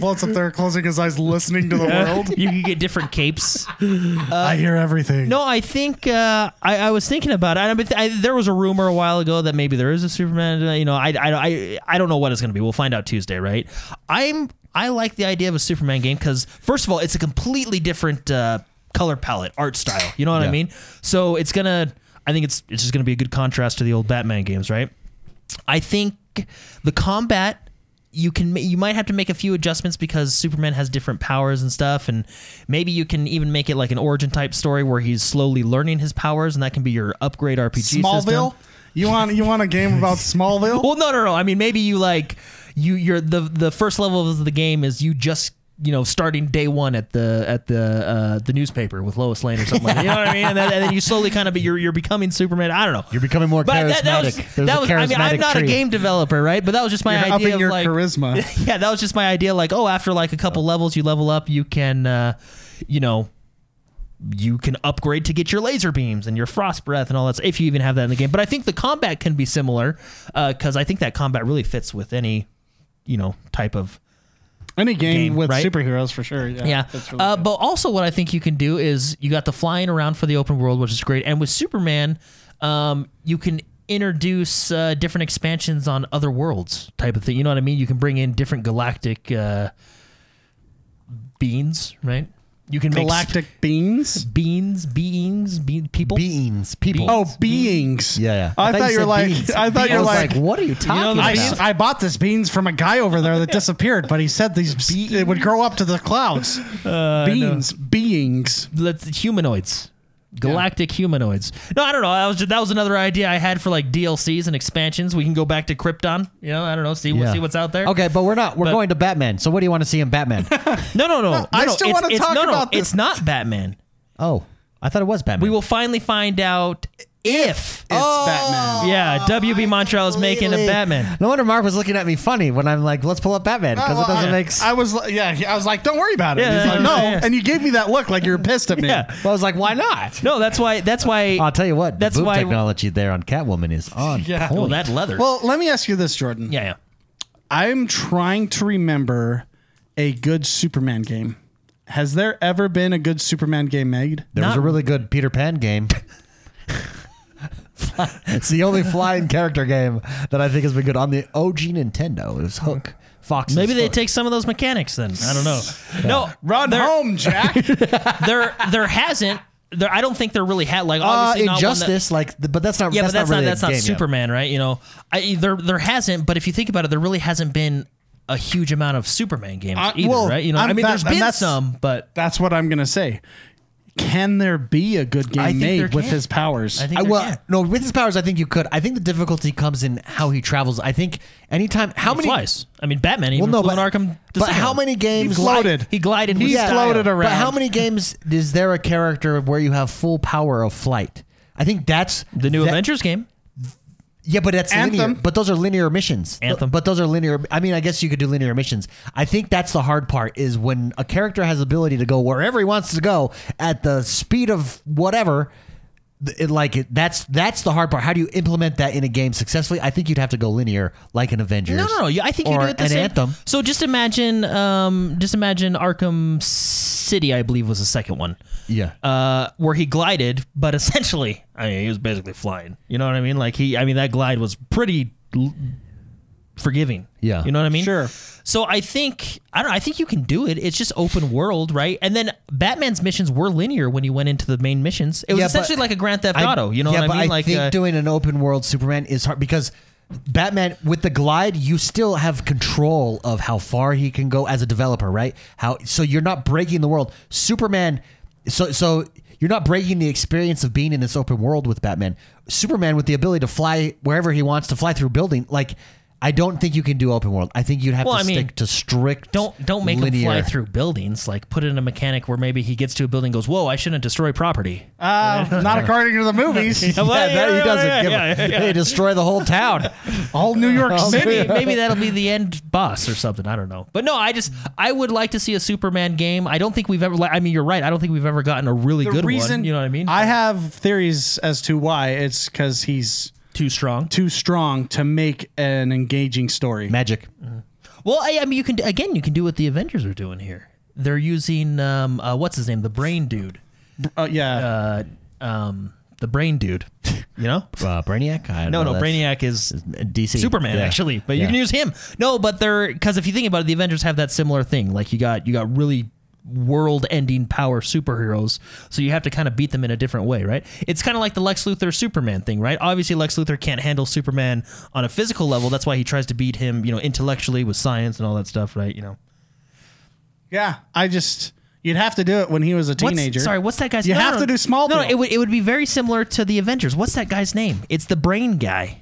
[SPEAKER 2] floats up there, closing his eyes, listening to the world.
[SPEAKER 3] you can get different capes.
[SPEAKER 2] I hear everything.
[SPEAKER 3] Uh, No, I think uh, I, I was thinking about it. I, but I, there was a rumor a while ago that maybe there is a Superman. uh, You know, I, I, I, I don't know what it's going to be. We'll find out Tuesday, right? I'm I like the idea of a Superman game because first of all, it's a completely different uh, color palette, art style. You know what I
[SPEAKER 1] Yeah.
[SPEAKER 3] mean? So it's gonna. I think it's it's just gonna be a good contrast to the old Batman games, right? I think the combat you can ma- you might have to make a few adjustments because Superman has different powers and stuff, and maybe you can even make it like an origin type story where he's slowly learning his powers, and that can be your upgrade RPG
[SPEAKER 2] Smallville.
[SPEAKER 3] system.
[SPEAKER 2] You want you want a game about Smallville?
[SPEAKER 3] Well, no, no, no. I mean, maybe you like you you're the the first level of the game is you just you know starting day one at the at the uh, the newspaper with Lois Lane or something. like that. You know what I mean? And then, and then you slowly kind of but you're you're becoming Superman. I don't know.
[SPEAKER 1] you're becoming more
[SPEAKER 3] But
[SPEAKER 1] charismatic
[SPEAKER 3] that, that was,
[SPEAKER 1] There's
[SPEAKER 3] that
[SPEAKER 1] a
[SPEAKER 3] was I mean, I'm
[SPEAKER 1] charismatic
[SPEAKER 3] not a
[SPEAKER 1] tree.
[SPEAKER 3] game developer, right? But that was just my
[SPEAKER 2] You're
[SPEAKER 3] idea
[SPEAKER 2] upping
[SPEAKER 3] of
[SPEAKER 2] your
[SPEAKER 3] like,
[SPEAKER 2] charisma.
[SPEAKER 3] yeah, that was just my idea. Like, oh, after like a couple levels, you level up, you can, uh, you know, you can upgrade to get your laser beams and your frost breath and all that. If you even have that in the game, but I think the combat can be similar because I think that combat really fits with any, you know, type of
[SPEAKER 2] Any game,
[SPEAKER 3] Game,
[SPEAKER 2] with
[SPEAKER 3] right?
[SPEAKER 2] superheroes for sure. Yeah.
[SPEAKER 3] yeah.
[SPEAKER 2] that's really
[SPEAKER 3] uh,
[SPEAKER 2] good.
[SPEAKER 3] but also, what I think you can do is you got the flying around for the open world, which is great. And with Superman, um, you can introduce uh, different expansions on other worlds, type of thing. You know what I mean? You can bring in different galactic uh, beings, right? You can make sp-
[SPEAKER 2] Galactic beings.
[SPEAKER 3] beans, beings, be- people.
[SPEAKER 1] Beans, people.
[SPEAKER 2] Oh, beings.
[SPEAKER 1] Yeah, yeah.
[SPEAKER 2] I, thought you were
[SPEAKER 1] said
[SPEAKER 2] like.
[SPEAKER 1] beans.
[SPEAKER 2] I thought you
[SPEAKER 1] I
[SPEAKER 2] were
[SPEAKER 1] was
[SPEAKER 2] like.
[SPEAKER 1] what are you talking
[SPEAKER 3] know,
[SPEAKER 2] I,
[SPEAKER 1] about?
[SPEAKER 2] s- I bought this beans from a guy over there that disappeared, but he said these it would grow up to the clouds. beans, Uh, beings.
[SPEAKER 3] Let's humanoids. Galactic humanoids. No, I don't know. That was just, that was another idea I had for like DLCs and expansions. We can go back to Krypton. You know, I don't know. See,
[SPEAKER 1] Yeah.
[SPEAKER 3] see what's out there.
[SPEAKER 1] Okay, but we're not. We're going to Batman. So what do you want to see in Batman?
[SPEAKER 3] No, no, no. I
[SPEAKER 2] I
[SPEAKER 3] don't.
[SPEAKER 2] still
[SPEAKER 3] it's,
[SPEAKER 2] wanna
[SPEAKER 3] it's-
[SPEAKER 2] talk
[SPEAKER 3] no, no,
[SPEAKER 2] about this.
[SPEAKER 3] It's not Batman.
[SPEAKER 1] oh, I thought it was Batman.
[SPEAKER 3] We will finally find out if.
[SPEAKER 2] It's
[SPEAKER 1] Oh!
[SPEAKER 2] Batman.
[SPEAKER 3] yeah, WB Montreal is making a
[SPEAKER 1] Really?
[SPEAKER 3] Batman.
[SPEAKER 1] No wonder Mark was looking at me funny when I'm like, let's pull up Batman because
[SPEAKER 2] Well,
[SPEAKER 1] it doesn't
[SPEAKER 2] I,
[SPEAKER 1] make sense.
[SPEAKER 2] I was li- yeah, I was like, don't worry about it.
[SPEAKER 3] Yeah,
[SPEAKER 2] He's
[SPEAKER 3] yeah,
[SPEAKER 2] like,
[SPEAKER 3] yeah,
[SPEAKER 2] no,
[SPEAKER 3] yeah.
[SPEAKER 2] and you gave me that look like you're pissed at me.
[SPEAKER 3] Yeah.
[SPEAKER 1] I was like, why not? Oh,
[SPEAKER 3] No, that's why. That's why.
[SPEAKER 1] I'll tell you what. That's
[SPEAKER 3] That's
[SPEAKER 1] the boob
[SPEAKER 3] why-
[SPEAKER 1] technology there on Catwoman is on
[SPEAKER 2] Yeah.
[SPEAKER 1] point.
[SPEAKER 3] oh, that leather.
[SPEAKER 2] Well, let me ask you this, Jordan.
[SPEAKER 3] yeah, yeah.
[SPEAKER 2] I'm trying to remember a good Superman game. Has there ever been a good Superman game made?
[SPEAKER 1] there was
[SPEAKER 3] not-
[SPEAKER 1] a really good Peter Pan game. it's the only flying character game that I think has been good on the OG Nintendo. It was Hook. Fox.
[SPEAKER 3] Maybe they
[SPEAKER 1] Hook.
[SPEAKER 3] take some of those mechanics then. I don't know. No,
[SPEAKER 2] Run
[SPEAKER 3] there,
[SPEAKER 2] home, Jack.
[SPEAKER 3] there, there hasn't. There, I don't think there really had like
[SPEAKER 1] uh,
[SPEAKER 3] obviously not one that-
[SPEAKER 1] Injustice, like, th- but that's not.
[SPEAKER 3] yeah,
[SPEAKER 1] that's
[SPEAKER 3] but that's
[SPEAKER 1] not,
[SPEAKER 3] not,
[SPEAKER 1] really a
[SPEAKER 3] that's not
[SPEAKER 1] game yet.
[SPEAKER 3] Superman, right? You know, I, there there hasn't. But if you think about it, there really hasn't been a huge amount of Superman games
[SPEAKER 2] Uh,
[SPEAKER 3] either,
[SPEAKER 2] well,
[SPEAKER 3] right? You know,
[SPEAKER 2] I'm-
[SPEAKER 3] I mean,
[SPEAKER 2] that-
[SPEAKER 3] there's
[SPEAKER 2] and
[SPEAKER 3] been
[SPEAKER 2] that's-
[SPEAKER 3] some, but
[SPEAKER 2] That's what I'm gonna say. Can there be a good
[SPEAKER 3] I
[SPEAKER 2] game
[SPEAKER 3] think there
[SPEAKER 2] made with
[SPEAKER 3] can.
[SPEAKER 2] his powers?
[SPEAKER 3] I think
[SPEAKER 1] I,
[SPEAKER 3] there
[SPEAKER 1] well,
[SPEAKER 3] can.
[SPEAKER 1] no, with his powers, I think you could. I think the difficulty comes in how he travels. I think anytime, how many?
[SPEAKER 3] flies. I mean, Batman even
[SPEAKER 1] Well, no,
[SPEAKER 3] flew
[SPEAKER 1] but,
[SPEAKER 3] in Arkham.
[SPEAKER 1] but
[SPEAKER 3] Asylum.
[SPEAKER 1] how many games?
[SPEAKER 2] floated.
[SPEAKER 3] He glided. with
[SPEAKER 2] He
[SPEAKER 3] style.
[SPEAKER 2] floated
[SPEAKER 1] But
[SPEAKER 2] around.
[SPEAKER 1] how many games is there a character where you have full power of flight? I think that's
[SPEAKER 3] The new
[SPEAKER 1] that-
[SPEAKER 3] Avengers game.
[SPEAKER 1] Yeah, but that's
[SPEAKER 2] Anthem.
[SPEAKER 1] linear. But those are linear missions.
[SPEAKER 3] Anthem.
[SPEAKER 1] But those are linear. I mean, I guess you could do linear missions. I think that's the hard part is when a character has the ability to go wherever he wants to go at the speed of whatever. th- It, like it, that's that's the hard part. How do you implement that in a game successfully? I think you'd have to go linear, like an Avengers.
[SPEAKER 3] No, no, no. You- I think you
[SPEAKER 1] or
[SPEAKER 3] do it the
[SPEAKER 1] an
[SPEAKER 3] same.
[SPEAKER 1] Anthem.
[SPEAKER 3] So just imagine, um, just imagine Arkham City. I believe was the second one,
[SPEAKER 1] Yeah.
[SPEAKER 3] uh, where he glided, but essentially, I mean, he was basically flying. You know what I mean? Like he, I mean, that glide was pretty l- forgiving.
[SPEAKER 1] Yeah.
[SPEAKER 3] You know what I mean?
[SPEAKER 2] Sure.
[SPEAKER 3] So I think I don't. know, I think you can do it. It's just open world, right? And then Batman's missions were linear when you went into the main missions. It was
[SPEAKER 1] Yeah, but
[SPEAKER 3] essentially like a Grand Theft
[SPEAKER 1] I-
[SPEAKER 3] Auto. you know
[SPEAKER 1] yeah,
[SPEAKER 3] what
[SPEAKER 1] but
[SPEAKER 3] I mean? like
[SPEAKER 1] think
[SPEAKER 3] uh,
[SPEAKER 1] doing an open world Superman is hard because Batman with the glide, you still have control of how far he can go as a developer, right? How so you're not breaking the world. Superman, so so you're not breaking the experience of being in this open world with Batman. Superman with the ability to fly wherever he wants to fly through building, like. I don't think you can do open world. I think you'd have
[SPEAKER 3] Well,
[SPEAKER 1] to
[SPEAKER 3] I mean,
[SPEAKER 1] stick to strict.
[SPEAKER 3] Don't don't make
[SPEAKER 1] linear.
[SPEAKER 3] him fly through buildings. Like put it in a mechanic where maybe he gets to a building, and goes, "Whoa, I shouldn't destroy property."
[SPEAKER 2] Uh, not according to the movies.
[SPEAKER 3] Well,
[SPEAKER 1] Yeah, that, he
[SPEAKER 3] yeah,
[SPEAKER 1] doesn't
[SPEAKER 3] yeah,
[SPEAKER 1] give
[SPEAKER 3] yeah,
[SPEAKER 1] a.
[SPEAKER 3] yeah, yeah.
[SPEAKER 1] They destroy the whole town.
[SPEAKER 2] All New York City.
[SPEAKER 3] Maybe maybe that'll be the end boss or something. I don't know. But no, I just I would like to see a Superman game. I don't think we've ever. li- I mean, you're right. I don't think we've ever gotten a really good one. You know what I mean?
[SPEAKER 2] I have theories as to why. It's because he's
[SPEAKER 3] Too strong.
[SPEAKER 2] too strong to make an engaging story.
[SPEAKER 1] Magic.
[SPEAKER 3] Well, I, I mean, you can again. You can do what the Avengers are doing here. They're using um, uh, what's his name, the Brain Dude.
[SPEAKER 2] Uh, yeah.
[SPEAKER 3] Uh, um, the Brain Dude. You know?
[SPEAKER 1] Uh, Brainiac. I don't
[SPEAKER 3] No,
[SPEAKER 1] know,
[SPEAKER 3] no,
[SPEAKER 1] that's-
[SPEAKER 3] Brainiac is
[SPEAKER 2] uh,
[SPEAKER 1] DC
[SPEAKER 3] Superman
[SPEAKER 1] Yeah.
[SPEAKER 3] actually, but you
[SPEAKER 1] Yeah.
[SPEAKER 3] can use him. No, but they're because if you think about it, the Avengers have that similar thing. Like you got you got really world-ending power superheroes, so you have to kind of beat them in a different way, right? It's kind of like the Lex Luthor Superman thing, right? Obviously, Lex Luthor can't handle Superman on a physical level. That's why he tries to beat him, you know, intellectually with science and all that stuff, right? You know,
[SPEAKER 2] yeah. I just, you'd have to do it when he was a
[SPEAKER 3] What's-
[SPEAKER 2] teenager.
[SPEAKER 3] sorry, what's that guy's?
[SPEAKER 2] You
[SPEAKER 3] no,
[SPEAKER 2] have
[SPEAKER 3] no,
[SPEAKER 2] to do Smallville.
[SPEAKER 3] No, it would it would be very similar to the Avengers. What's that guy's name? It's the Brain Guy.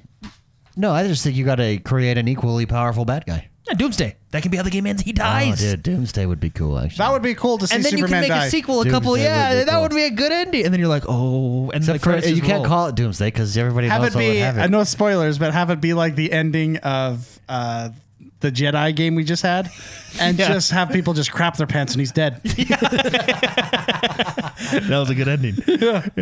[SPEAKER 1] No, I just think you got to create an equally powerful bad guy.
[SPEAKER 3] Yeah, Doomsday. That can be how the game ends. He
[SPEAKER 1] Oh,
[SPEAKER 3] dies.
[SPEAKER 1] dude, Doomsday would be cool actually.
[SPEAKER 2] that would be cool to see
[SPEAKER 3] and then
[SPEAKER 2] Superman
[SPEAKER 3] you can make
[SPEAKER 2] die.
[SPEAKER 3] a sequel, a couple.
[SPEAKER 1] Doomsday
[SPEAKER 3] Yeah,
[SPEAKER 1] would be
[SPEAKER 3] that
[SPEAKER 1] cool.
[SPEAKER 3] would be a good ending. And then you're like, oh, and then the
[SPEAKER 1] Except for,
[SPEAKER 3] credits
[SPEAKER 1] you
[SPEAKER 3] just
[SPEAKER 1] can't
[SPEAKER 3] roll.
[SPEAKER 1] call it Doomsday because everybody
[SPEAKER 2] Have
[SPEAKER 1] knows
[SPEAKER 2] it
[SPEAKER 1] what would
[SPEAKER 2] be,
[SPEAKER 1] have
[SPEAKER 2] uh,
[SPEAKER 1] it.
[SPEAKER 2] no spoilers, but have it be like the ending of uh, the Jedi game we just had and just have people just crap their pants and he's dead.
[SPEAKER 3] That was a good ending.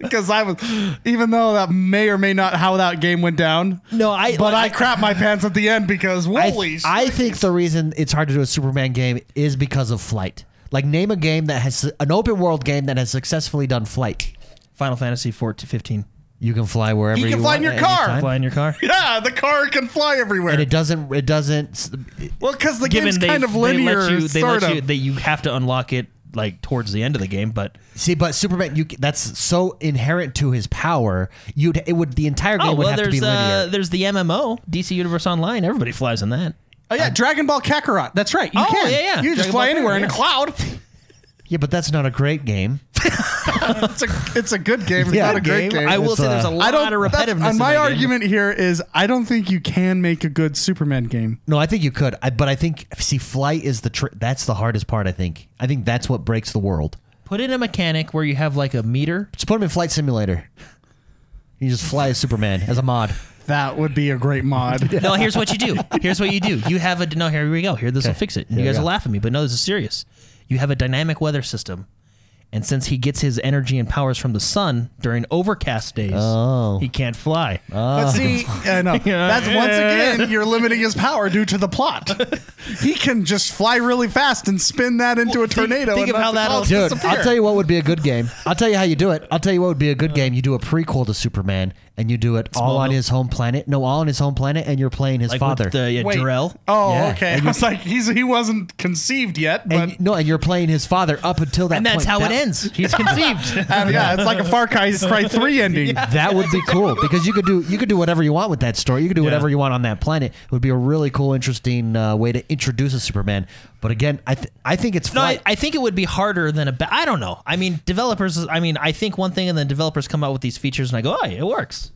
[SPEAKER 2] Because I was, even though that may or may not how that game went down.
[SPEAKER 3] No, I-
[SPEAKER 2] But I
[SPEAKER 3] like-
[SPEAKER 2] crap my pants at the end because
[SPEAKER 1] I,
[SPEAKER 2] holy. s-
[SPEAKER 1] I think the reason it's hard to do a Superman game is because of flight. Like name a game that has an open world game that has successfully done flight.
[SPEAKER 3] Final Fantasy 4 to 15.
[SPEAKER 1] You can fly wherever you
[SPEAKER 2] You can fly
[SPEAKER 1] want
[SPEAKER 2] in your
[SPEAKER 1] at any
[SPEAKER 2] car.
[SPEAKER 1] time.
[SPEAKER 3] Fly in your car.
[SPEAKER 2] yeah, the car can fly everywhere.
[SPEAKER 1] And it doesn't. It doesn't.
[SPEAKER 2] well, because the
[SPEAKER 3] Given
[SPEAKER 2] game's
[SPEAKER 3] they,
[SPEAKER 2] kind of
[SPEAKER 3] they
[SPEAKER 2] linear,
[SPEAKER 3] let you, they
[SPEAKER 2] sort
[SPEAKER 3] let you
[SPEAKER 2] of.
[SPEAKER 3] that you have to unlock it like towards the end of the game, but
[SPEAKER 1] See, but Superman, you that's so inherent to his power. You'd it would the entire
[SPEAKER 2] Oh,
[SPEAKER 1] game would have to be
[SPEAKER 3] there's
[SPEAKER 1] linear.
[SPEAKER 3] uh, there's the MMO DC Universe Online. Everybody flies in that.
[SPEAKER 2] Oh yeah, Dragon Ball Kakarot. That's right. You
[SPEAKER 3] Oh,
[SPEAKER 2] can.
[SPEAKER 3] yeah, yeah.
[SPEAKER 2] You can just
[SPEAKER 3] Dragon
[SPEAKER 2] fly
[SPEAKER 3] Ball
[SPEAKER 2] anywhere in a
[SPEAKER 3] Kakarot,
[SPEAKER 2] cloud.
[SPEAKER 1] yeah, but that's not a great game.
[SPEAKER 2] it's a it's a good game. It's
[SPEAKER 1] Yeah,
[SPEAKER 2] not a great game.
[SPEAKER 3] I will
[SPEAKER 1] It's,
[SPEAKER 3] say there's
[SPEAKER 1] uh,
[SPEAKER 3] a lot of
[SPEAKER 2] that's-
[SPEAKER 3] repetitiveness.
[SPEAKER 2] and
[SPEAKER 3] in
[SPEAKER 2] my
[SPEAKER 3] that game.
[SPEAKER 2] argument here is I don't think you can make a good Superman game.
[SPEAKER 1] No, I think you could, I, but I think see, flight is the tr- that's the hardest part. I think. I think that's what breaks the world.
[SPEAKER 3] put in a mechanic where you have like a meter.
[SPEAKER 1] Just put him in Flight Simulator. You just fly as Superman as a mod.
[SPEAKER 2] That would be a great mod.
[SPEAKER 3] No, here's what you do. Here's what you do. You have a no. Here we go. Here this will
[SPEAKER 1] Okay.
[SPEAKER 3] fix it.
[SPEAKER 1] Here
[SPEAKER 3] you
[SPEAKER 1] we
[SPEAKER 3] guys
[SPEAKER 1] go.
[SPEAKER 3] are laughing at me, but no, this is serious. You have a dynamic weather system, and since he gets his energy and powers from the sun during overcast days,
[SPEAKER 1] Oh.
[SPEAKER 3] he can't fly.
[SPEAKER 2] But see, uh, no, that's once again you're limiting his power due to the plot. he can just fly really fast and spin that into a tornado.
[SPEAKER 3] think
[SPEAKER 2] and
[SPEAKER 3] of
[SPEAKER 2] let
[SPEAKER 3] how
[SPEAKER 2] the
[SPEAKER 3] that'll-
[SPEAKER 2] clouds
[SPEAKER 1] Dude,
[SPEAKER 2] disappear.
[SPEAKER 1] I'll tell you what would be a good game. I'll tell you how you do it. I'll tell you what would be a good game. You do a prequel to Superman, and you do it all on
[SPEAKER 3] Smallville.
[SPEAKER 1] his home planet. No, all on his home planet, and you're playing his
[SPEAKER 3] like
[SPEAKER 1] father.
[SPEAKER 3] with the yeah,
[SPEAKER 2] Wait.
[SPEAKER 3] Jarell.
[SPEAKER 2] Oh,
[SPEAKER 1] Yeah,
[SPEAKER 2] okay.
[SPEAKER 1] and
[SPEAKER 2] I was like, he's he wasn't conceived yet, but
[SPEAKER 1] and, no, and you're playing his father up until that.
[SPEAKER 3] and that's
[SPEAKER 1] point.
[SPEAKER 3] how
[SPEAKER 1] That-
[SPEAKER 3] it ends. He's conceived.
[SPEAKER 2] Uh, yeah, it's like a Far Cry, Cry Three ending.
[SPEAKER 1] That would be cool because you could do you could do whatever you want with that story. You could do whatever you want on that planet. It would be a really cool, interesting uh, way to introduce a Superman. But again, I th- I think it's
[SPEAKER 3] No,
[SPEAKER 1] flight.
[SPEAKER 3] I, I think it would be harder than a. Ba- I don't know. I mean, developers. I mean, I think one thing, and then developers come out with these features, and I go, "Oh, it works."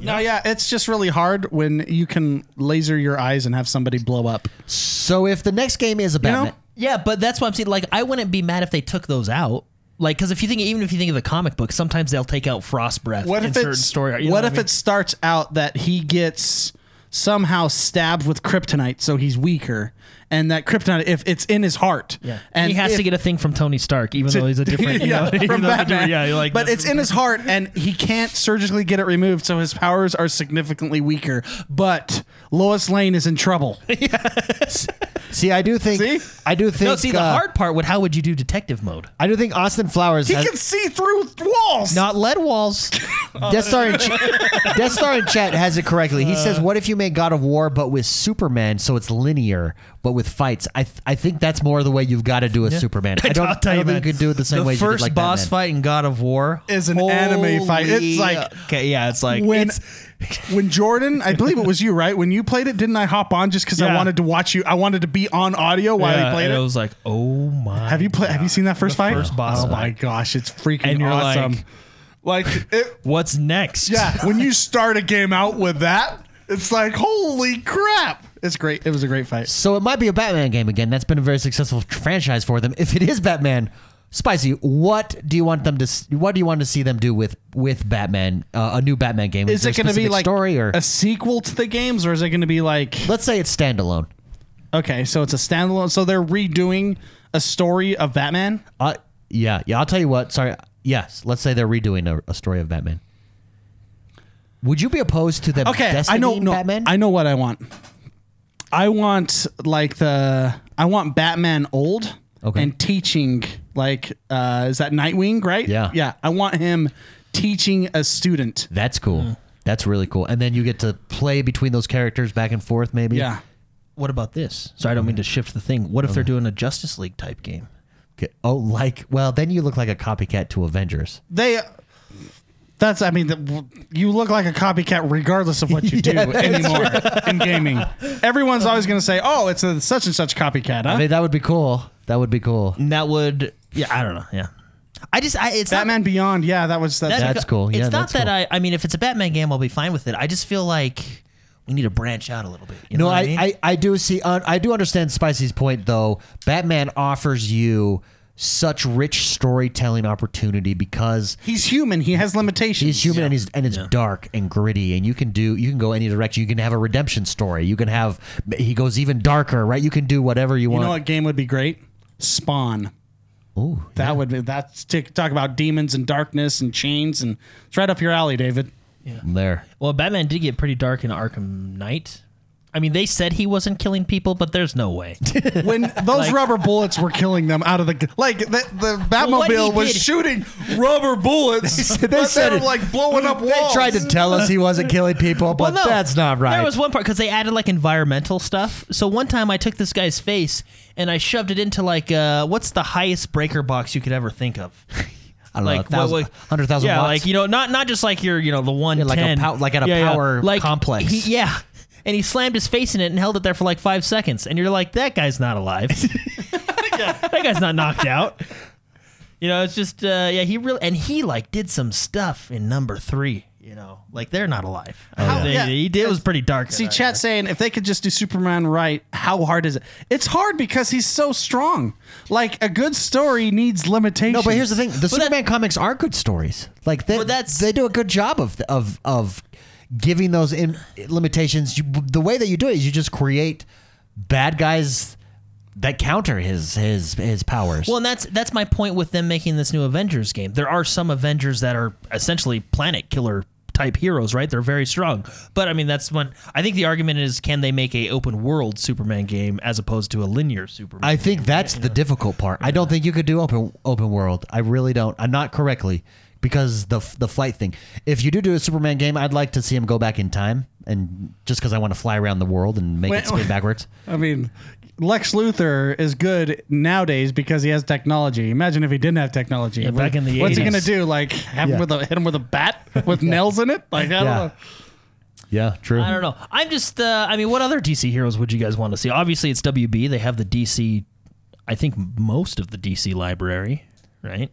[SPEAKER 2] No, yeah, it's just really hard when you can laser your eyes and have somebody blow up.
[SPEAKER 1] so if the next game is a Batman,
[SPEAKER 3] Yeah, but that's what I'm saying. Like, I wouldn't be mad if they took those out. Like, because if you think, even if you think of the comic book, sometimes they'll take out frost breath.
[SPEAKER 2] What
[SPEAKER 3] in
[SPEAKER 2] if
[SPEAKER 3] certain
[SPEAKER 2] it's
[SPEAKER 3] story? you know
[SPEAKER 2] what
[SPEAKER 3] I
[SPEAKER 2] if
[SPEAKER 3] mean?
[SPEAKER 2] it starts out that he gets somehow stabbed with kryptonite, so he's weaker, and that kryptonite if it's in his heart,
[SPEAKER 3] Yeah.
[SPEAKER 2] and
[SPEAKER 3] he has
[SPEAKER 2] if-
[SPEAKER 3] to get a thing from Tony Stark, even though he's a different. You
[SPEAKER 2] yeah,
[SPEAKER 3] know, even
[SPEAKER 2] from
[SPEAKER 3] though he's a different-
[SPEAKER 2] Batman.
[SPEAKER 3] Yeah, you're like,
[SPEAKER 2] but it's in his heart, and he can't surgically get it removed, so his powers are significantly weaker. But Lois Lane is in trouble.
[SPEAKER 1] see, I do think
[SPEAKER 2] See?
[SPEAKER 1] I do think
[SPEAKER 3] no. See, the
[SPEAKER 1] uh,
[SPEAKER 3] hard part would how would you do detective mode?
[SPEAKER 1] I do think Austin Flowers
[SPEAKER 2] he
[SPEAKER 1] has,
[SPEAKER 2] can see through walls.
[SPEAKER 3] Not lead walls.
[SPEAKER 1] Death Star, in ch- Death Star in chat has it correctly. He
[SPEAKER 3] Uh.
[SPEAKER 1] says, "What if you make God of War, but with Superman, so it's linear, but with fights?" I th- I think that's more the way you've got to do a Superman. I don't,
[SPEAKER 3] I'll tell
[SPEAKER 1] I don't
[SPEAKER 3] you,
[SPEAKER 1] think
[SPEAKER 3] man,
[SPEAKER 1] you can do it the same way.
[SPEAKER 3] first
[SPEAKER 1] you did like
[SPEAKER 3] boss
[SPEAKER 1] Batman.
[SPEAKER 3] fight in God of War
[SPEAKER 2] Is an anime fight. It's
[SPEAKER 3] Holy-
[SPEAKER 2] like-
[SPEAKER 3] okay, yeah, it's like
[SPEAKER 2] when
[SPEAKER 3] it's-
[SPEAKER 2] when Jordan, I believe it was you, right? When you played it, didn't I hop on just because I
[SPEAKER 3] Yeah.
[SPEAKER 2] wanted to watch you? I wanted to be on audio while
[SPEAKER 3] yeah,
[SPEAKER 2] you played
[SPEAKER 3] and
[SPEAKER 2] it.
[SPEAKER 3] I was like, oh my.
[SPEAKER 2] have you played? Have you seen that first fight?
[SPEAKER 3] first boss
[SPEAKER 2] oh
[SPEAKER 3] fight.
[SPEAKER 2] my gosh, it's freaking
[SPEAKER 3] And you're like-
[SPEAKER 2] awesome! Like, it,
[SPEAKER 3] What's next?
[SPEAKER 2] yeah, when you start a game out with that, it's like holy crap! It's great. It was a great fight.
[SPEAKER 1] So it might be a Batman game again. That's been a very successful tr- franchise for them. If it is Batman, Spicy, what do you want them to? s- What do you want to see them do with with Batman? Uh, a new Batman game?
[SPEAKER 2] Is
[SPEAKER 1] there
[SPEAKER 2] it going to be
[SPEAKER 1] specific
[SPEAKER 2] like
[SPEAKER 1] story or?
[SPEAKER 2] a sequel to the games, or is it going to be like
[SPEAKER 1] let's say it's standalone.
[SPEAKER 2] okay, so it's a standalone? So they're redoing a story of Batman.
[SPEAKER 1] Uh, yeah, yeah. I'll tell you what. Sorry. Yes. Let's say they're redoing a, a story of Batman. Would you be opposed to them?
[SPEAKER 2] Okay, I
[SPEAKER 1] Destiny
[SPEAKER 2] know. No,
[SPEAKER 1] Batman.
[SPEAKER 2] I know what I want. I want like the I want Batman old
[SPEAKER 1] Okay.
[SPEAKER 2] and teaching like uh is that Nightwing right?
[SPEAKER 1] Yeah.
[SPEAKER 2] yeah. I want him teaching a student.
[SPEAKER 1] That's cool.
[SPEAKER 2] Mm.
[SPEAKER 1] That's really cool. And then you get to play between those characters back and forth. Maybe.
[SPEAKER 2] Yeah,
[SPEAKER 3] What about this? Sorry, I don't mean to shift the thing. What if they're doing a Justice League type game?
[SPEAKER 1] Okay. Oh, like well, then you look like a copycat to Avengers.
[SPEAKER 2] they. That's I mean the, you look like a copycat regardless of what you do anymore in gaming. Everyone's always going to say, "Oh, it's a such and such copycat." Huh?
[SPEAKER 1] I mean, that would be cool. That would be cool.
[SPEAKER 3] And that would, yeah, I don't know. Yeah, I just, I, it's not-
[SPEAKER 2] Batman Beyond, yeah, that was that's,
[SPEAKER 1] That's cool.
[SPEAKER 3] It's
[SPEAKER 1] Yeah,
[SPEAKER 3] not
[SPEAKER 1] that's
[SPEAKER 3] that
[SPEAKER 1] cool.
[SPEAKER 3] I, I mean, if it's a Batman game, I'll be fine with it. I just feel like we need to branch out a little bit. You
[SPEAKER 1] No,
[SPEAKER 3] know what
[SPEAKER 1] I,
[SPEAKER 3] I, mean?
[SPEAKER 1] I, I do see. Uh, I do understand Spicy's point, though. Batman offers you such rich storytelling opportunity because
[SPEAKER 2] he's human. He has limitations.
[SPEAKER 1] He's human and he's and it's dark and gritty and you can do you can go any direction. You can have a redemption story. You can have he goes even darker, right? You can do whatever you,
[SPEAKER 2] You
[SPEAKER 1] want.
[SPEAKER 2] know what game would be great? Spawn.
[SPEAKER 1] Ooh,
[SPEAKER 2] That would be that's to talk about demons and darkness and chains and it's right up your alley, David.
[SPEAKER 1] there.
[SPEAKER 3] well, Batman did get pretty dark in Arkham Knight. I mean, they said he wasn't killing people, but there's no way.
[SPEAKER 2] when those rubber bullets were killing them out of the like the, the
[SPEAKER 3] what he
[SPEAKER 2] Batmobile was
[SPEAKER 3] did-
[SPEAKER 2] shooting rubber bullets.
[SPEAKER 1] They
[SPEAKER 2] but
[SPEAKER 1] said
[SPEAKER 2] they
[SPEAKER 1] it.
[SPEAKER 2] were like blowing up walls.
[SPEAKER 1] They tried to tell us he wasn't killing people, but
[SPEAKER 3] Well, no.
[SPEAKER 1] that's not right.
[SPEAKER 3] There was one part because they added like environmental stuff. So one time I took this guy's face and I shoved it into like uh, what's the highest breaker box you could ever think of?
[SPEAKER 1] I don't
[SPEAKER 3] Like
[SPEAKER 1] know,
[SPEAKER 3] what-
[SPEAKER 1] 1,000
[SPEAKER 3] what-
[SPEAKER 1] 100,000
[SPEAKER 3] yeah,
[SPEAKER 1] watts.
[SPEAKER 3] like you know, not not just like your you know the one
[SPEAKER 1] like a pow- like at a power complex.
[SPEAKER 3] yeah, and he slammed his face in it and held it there for like five seconds, and you're like, that guy's not alive. that guy's not knocked out. You know, it's just uh, yeah. He really and he like did some stuff in number three. You know, like they're not alive.
[SPEAKER 1] Oh,
[SPEAKER 2] yeah.
[SPEAKER 3] They-
[SPEAKER 2] Yeah.
[SPEAKER 3] He did it was pretty dark.
[SPEAKER 2] See,
[SPEAKER 3] Uh,
[SPEAKER 2] chat saying if they could just do Superman right, how hard is it? It's hard because he's so strong. Like a good story needs limitations.
[SPEAKER 1] No, but here's the thing: the
[SPEAKER 3] that-
[SPEAKER 1] Superman comics are good stories. Like they,
[SPEAKER 3] Well, that's-
[SPEAKER 1] they do a good job of of of giving those in, limitations. You, the way that you do it is you just create bad guys that counter his his his powers.
[SPEAKER 3] Well, and that's that's my point with them making this new Avengers game. There are some Avengers that are essentially planet killer type heroes, right? They're very strong. But I mean, that's when I think the argument is can they make a open world Superman game as opposed to a linear Superman?
[SPEAKER 1] I think that's the difficult part. I don't think you could do open open world. I really don't. I'm not correctly because the the flight thing. If you do do a Superman game, I'd like to see him go back in time, and just because I want to fly around the world and make
[SPEAKER 2] Wait,
[SPEAKER 1] it spin
[SPEAKER 2] wait.
[SPEAKER 1] backwards.
[SPEAKER 2] I mean, Lex Luthor is good nowadays because he has technology. Imagine if he didn't have technology. What-
[SPEAKER 3] back in the
[SPEAKER 2] what's he
[SPEAKER 3] 80s.
[SPEAKER 2] gonna do? Like have
[SPEAKER 1] Yeah.
[SPEAKER 2] him with a hit him with a bat with nails in it? Like I don't
[SPEAKER 1] Yeah.
[SPEAKER 2] know.
[SPEAKER 1] Yeah, true.
[SPEAKER 3] I don't know. I'm just. Uh, I mean, what other DC heroes would you guys want to see? Obviously, it's WB. They have the DC. I think most of the DC library, right?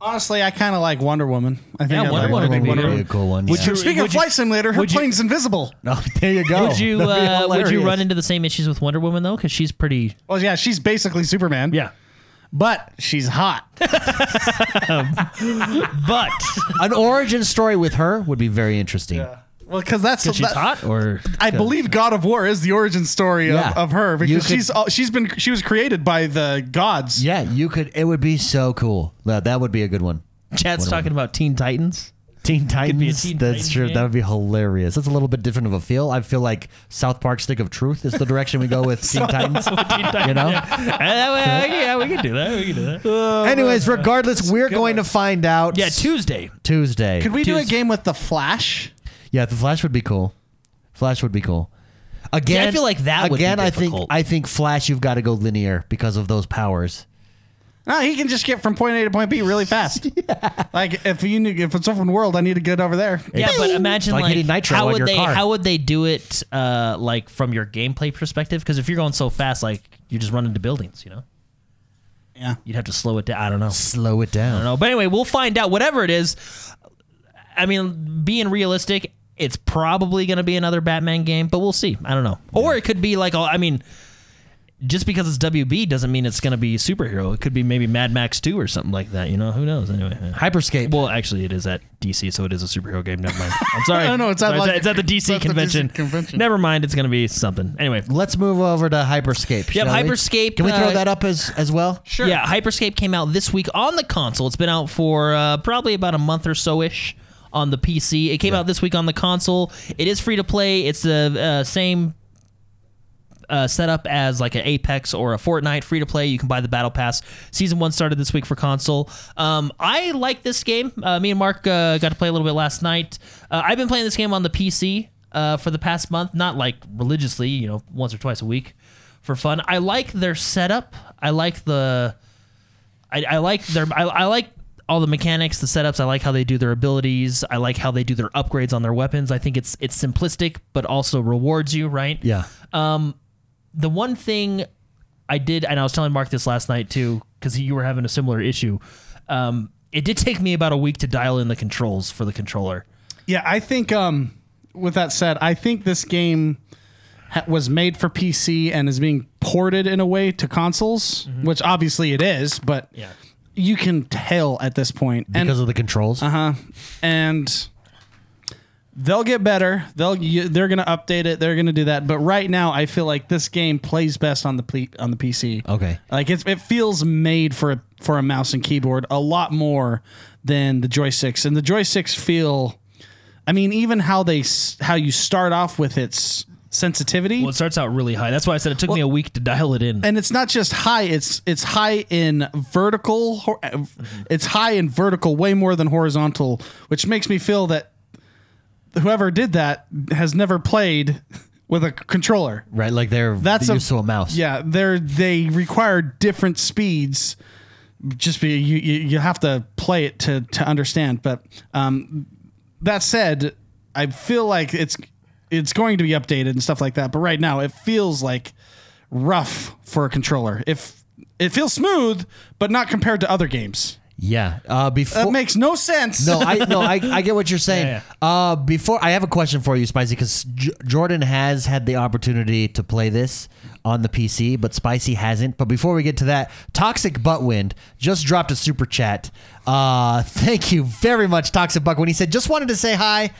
[SPEAKER 2] Honestly, I kind of like Wonder Woman. I think
[SPEAKER 3] Yeah,
[SPEAKER 2] I'd
[SPEAKER 3] Wonder
[SPEAKER 2] like
[SPEAKER 3] Woman would be
[SPEAKER 1] Wonder
[SPEAKER 3] good.
[SPEAKER 1] Woman would be a cool one.
[SPEAKER 3] Would
[SPEAKER 1] yeah.
[SPEAKER 3] you-
[SPEAKER 2] Speaking of flight simulator, her
[SPEAKER 3] would you-
[SPEAKER 2] plane's invisible.
[SPEAKER 1] No, there you go.
[SPEAKER 3] Would you
[SPEAKER 1] Oh. That'd be
[SPEAKER 3] uh, would you
[SPEAKER 1] hilarious.
[SPEAKER 3] run into the same issues with Wonder Woman though? Because she's pretty.
[SPEAKER 2] Well, Oh, yeah, she's basically Superman. but she's hot.
[SPEAKER 3] but.
[SPEAKER 1] an origin story with her would be very interesting.
[SPEAKER 2] Well, because that's
[SPEAKER 3] She's
[SPEAKER 2] that-
[SPEAKER 3] hot, or
[SPEAKER 2] I believe God of War is the origin story
[SPEAKER 1] Yeah.
[SPEAKER 2] of, of her
[SPEAKER 1] You
[SPEAKER 2] because
[SPEAKER 1] could-
[SPEAKER 2] she's all, she's been she was created by the gods.
[SPEAKER 1] Yeah, you could. It would be so cool. That, that would be a good one.
[SPEAKER 3] Chad's
[SPEAKER 1] Wonder
[SPEAKER 3] talking about Teen Titans.
[SPEAKER 1] Teen Titans.
[SPEAKER 3] be a Teen
[SPEAKER 1] that's
[SPEAKER 3] Titans
[SPEAKER 1] true.
[SPEAKER 3] game.
[SPEAKER 1] That would be hilarious. That's a little bit different of a feel. I feel like South Park Stick of Truth is the direction we go with Teen Titans.
[SPEAKER 3] Oh,
[SPEAKER 1] You know. Uh,
[SPEAKER 3] yeah, we can do that. We can do that.
[SPEAKER 1] Anyways, regardless, we're going to find out.
[SPEAKER 3] Yeah, Tuesday.
[SPEAKER 1] Tuesday.
[SPEAKER 2] Could we do a
[SPEAKER 3] Tuesday.
[SPEAKER 2] game with the Flash?
[SPEAKER 1] Yeah, the Flash would be cool. Flash would be cool. Again,
[SPEAKER 3] feel like that would be
[SPEAKER 1] again. I think
[SPEAKER 3] difficult.
[SPEAKER 1] I think Flash. You've got to go linear because of those powers.
[SPEAKER 2] No, he can just get from point A to point B really fast. Like if you need, if it's open world, I need to get over there.
[SPEAKER 3] Yeah, but imagine
[SPEAKER 1] Like
[SPEAKER 3] like,
[SPEAKER 1] hitting nitro
[SPEAKER 3] how
[SPEAKER 1] on
[SPEAKER 3] would
[SPEAKER 1] your
[SPEAKER 3] they
[SPEAKER 1] car.
[SPEAKER 3] how would they do it uh, like from your gameplay perspective? Because if you're going so fast, like you just run into buildings, you know.
[SPEAKER 2] Yeah.
[SPEAKER 3] You'd have to slow it down. I don't know. I
[SPEAKER 1] Slow it down.
[SPEAKER 3] don't know. But anyway, we'll find out. Whatever it is, I mean, being realistic, it's probably going to be another Batman game, but we'll see. I don't know. Or it could be like, oh, I mean, just because it's WB doesn't mean it's going to be superhero. It could be maybe Mad Max 2 or something like that. You know, who knows? Anyway. yeah.
[SPEAKER 1] Hyperscape.
[SPEAKER 3] Well, actually, it is at DC, so it is a superhero game. Never mind. I'm sorry.
[SPEAKER 2] No, no, it's at
[SPEAKER 3] Sorry,
[SPEAKER 2] like-
[SPEAKER 3] it's at the
[SPEAKER 2] it's
[SPEAKER 3] DC
[SPEAKER 2] at the
[SPEAKER 3] convention.
[SPEAKER 2] DC convention.
[SPEAKER 3] Never mind. It's going to be something. Anyway.
[SPEAKER 1] Let's move over to Hyperscape. shall
[SPEAKER 3] Yep,
[SPEAKER 1] we?
[SPEAKER 3] Hyperscape,
[SPEAKER 1] Can we throw
[SPEAKER 3] uh,
[SPEAKER 1] that up as as well?
[SPEAKER 2] Sure.
[SPEAKER 3] Yeah, Hyperscape came out this week on the console. It's been out for uh, probably about a month or so ish on the PC. It came out this week on the console. It is free to play. It's the uh, same uh, setup as like an Apex or a Fortnite free to play. You can buy the Battle Pass. Season one started this week for console. Um, I like this game. Uh, me and Mark uh, got to play a little bit last night. Uh, I've been playing this game on the PC uh, for the past month, not like religiously, you know, once or twice a week for fun. I like their setup. I like the I, I like their I, I like all the mechanics, the setups. I like how they do their abilities. I like how they do their upgrades on their weapons. I think it's it's simplistic, but also rewards you, right?
[SPEAKER 1] Yeah.
[SPEAKER 3] The one thing I did, and I was telling Mark this last night too, because you were having a similar issue. Um, it did take me about a week to dial in the controls for the controller.
[SPEAKER 2] Yeah, I think. Um, with that said, I think this game ha- was made for PC and is being ported in a way to consoles, which obviously it is. But
[SPEAKER 3] Yeah.
[SPEAKER 2] you can tell at this point, and
[SPEAKER 1] because of the controls.
[SPEAKER 2] Uh huh. And they'll get better. They'll you, they're gonna update it. They're gonna do that. But right now, I feel like this game plays best on the ple- on the PC.
[SPEAKER 1] Okay.
[SPEAKER 2] Like it's it feels made for a, for a mouse and keyboard a lot more than the joysticks. And the joysticks feel. I mean, even how they s- how you start off with its sensitivity.
[SPEAKER 3] Well, it starts out really high. That's why I said it took me a week to dial it in.
[SPEAKER 2] and it's not just high it's it's high in vertical hor- it's high in vertical way more than horizontal which makes me feel that whoever did that has never played with a c- controller
[SPEAKER 1] right? Like they're
[SPEAKER 2] that's
[SPEAKER 1] they're used to a mouse.
[SPEAKER 2] yeah they're they require different speeds just be you you, you have to play it to to understand but um that said i feel like it's it's going to be updated and stuff like that but right now it feels like rough for a controller if it feels smooth but not compared to other games
[SPEAKER 1] yeah. Uh,
[SPEAKER 2] that
[SPEAKER 1] before
[SPEAKER 2] makes no sense
[SPEAKER 1] no, I no, I, I get what you're saying.
[SPEAKER 3] Yeah,
[SPEAKER 1] Uh, before I have a question for you, Spicy, because J- Jordan has had the opportunity to play this on the PC, but Spicy hasn't. But before we get to that, Toxic Buttwind just dropped a super chat. Uh, thank you very much, Toxic Buttwind. He said, "Just wanted to say hi,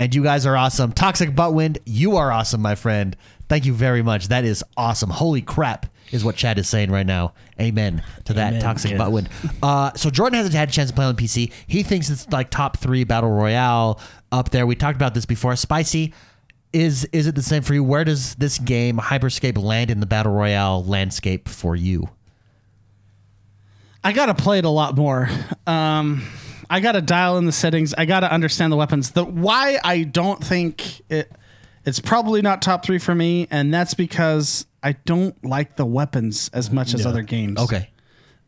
[SPEAKER 1] and you guys are awesome." Toxic Buttwind, you are awesome, my friend. Thank you very much. That is awesome. Holy crap. Is what Chad is saying right now. Amen to that
[SPEAKER 3] Amen.
[SPEAKER 1] toxic
[SPEAKER 3] Yeah.
[SPEAKER 1] buttwind. Uh, so Jordan hasn't had a chance to play on PC. He thinks it's like top three battle royale up there. We talked about this before. Spicy, is is it the same for you? Where does this game Hyperscape land in the battle royale landscape for you?
[SPEAKER 2] I gotta play it a lot more. Um, I gotta dial in the settings. I gotta understand the weapons. The why I don't think it, it's probably not top three for me, and that's because I don't like the weapons as much as other games.
[SPEAKER 1] Okay,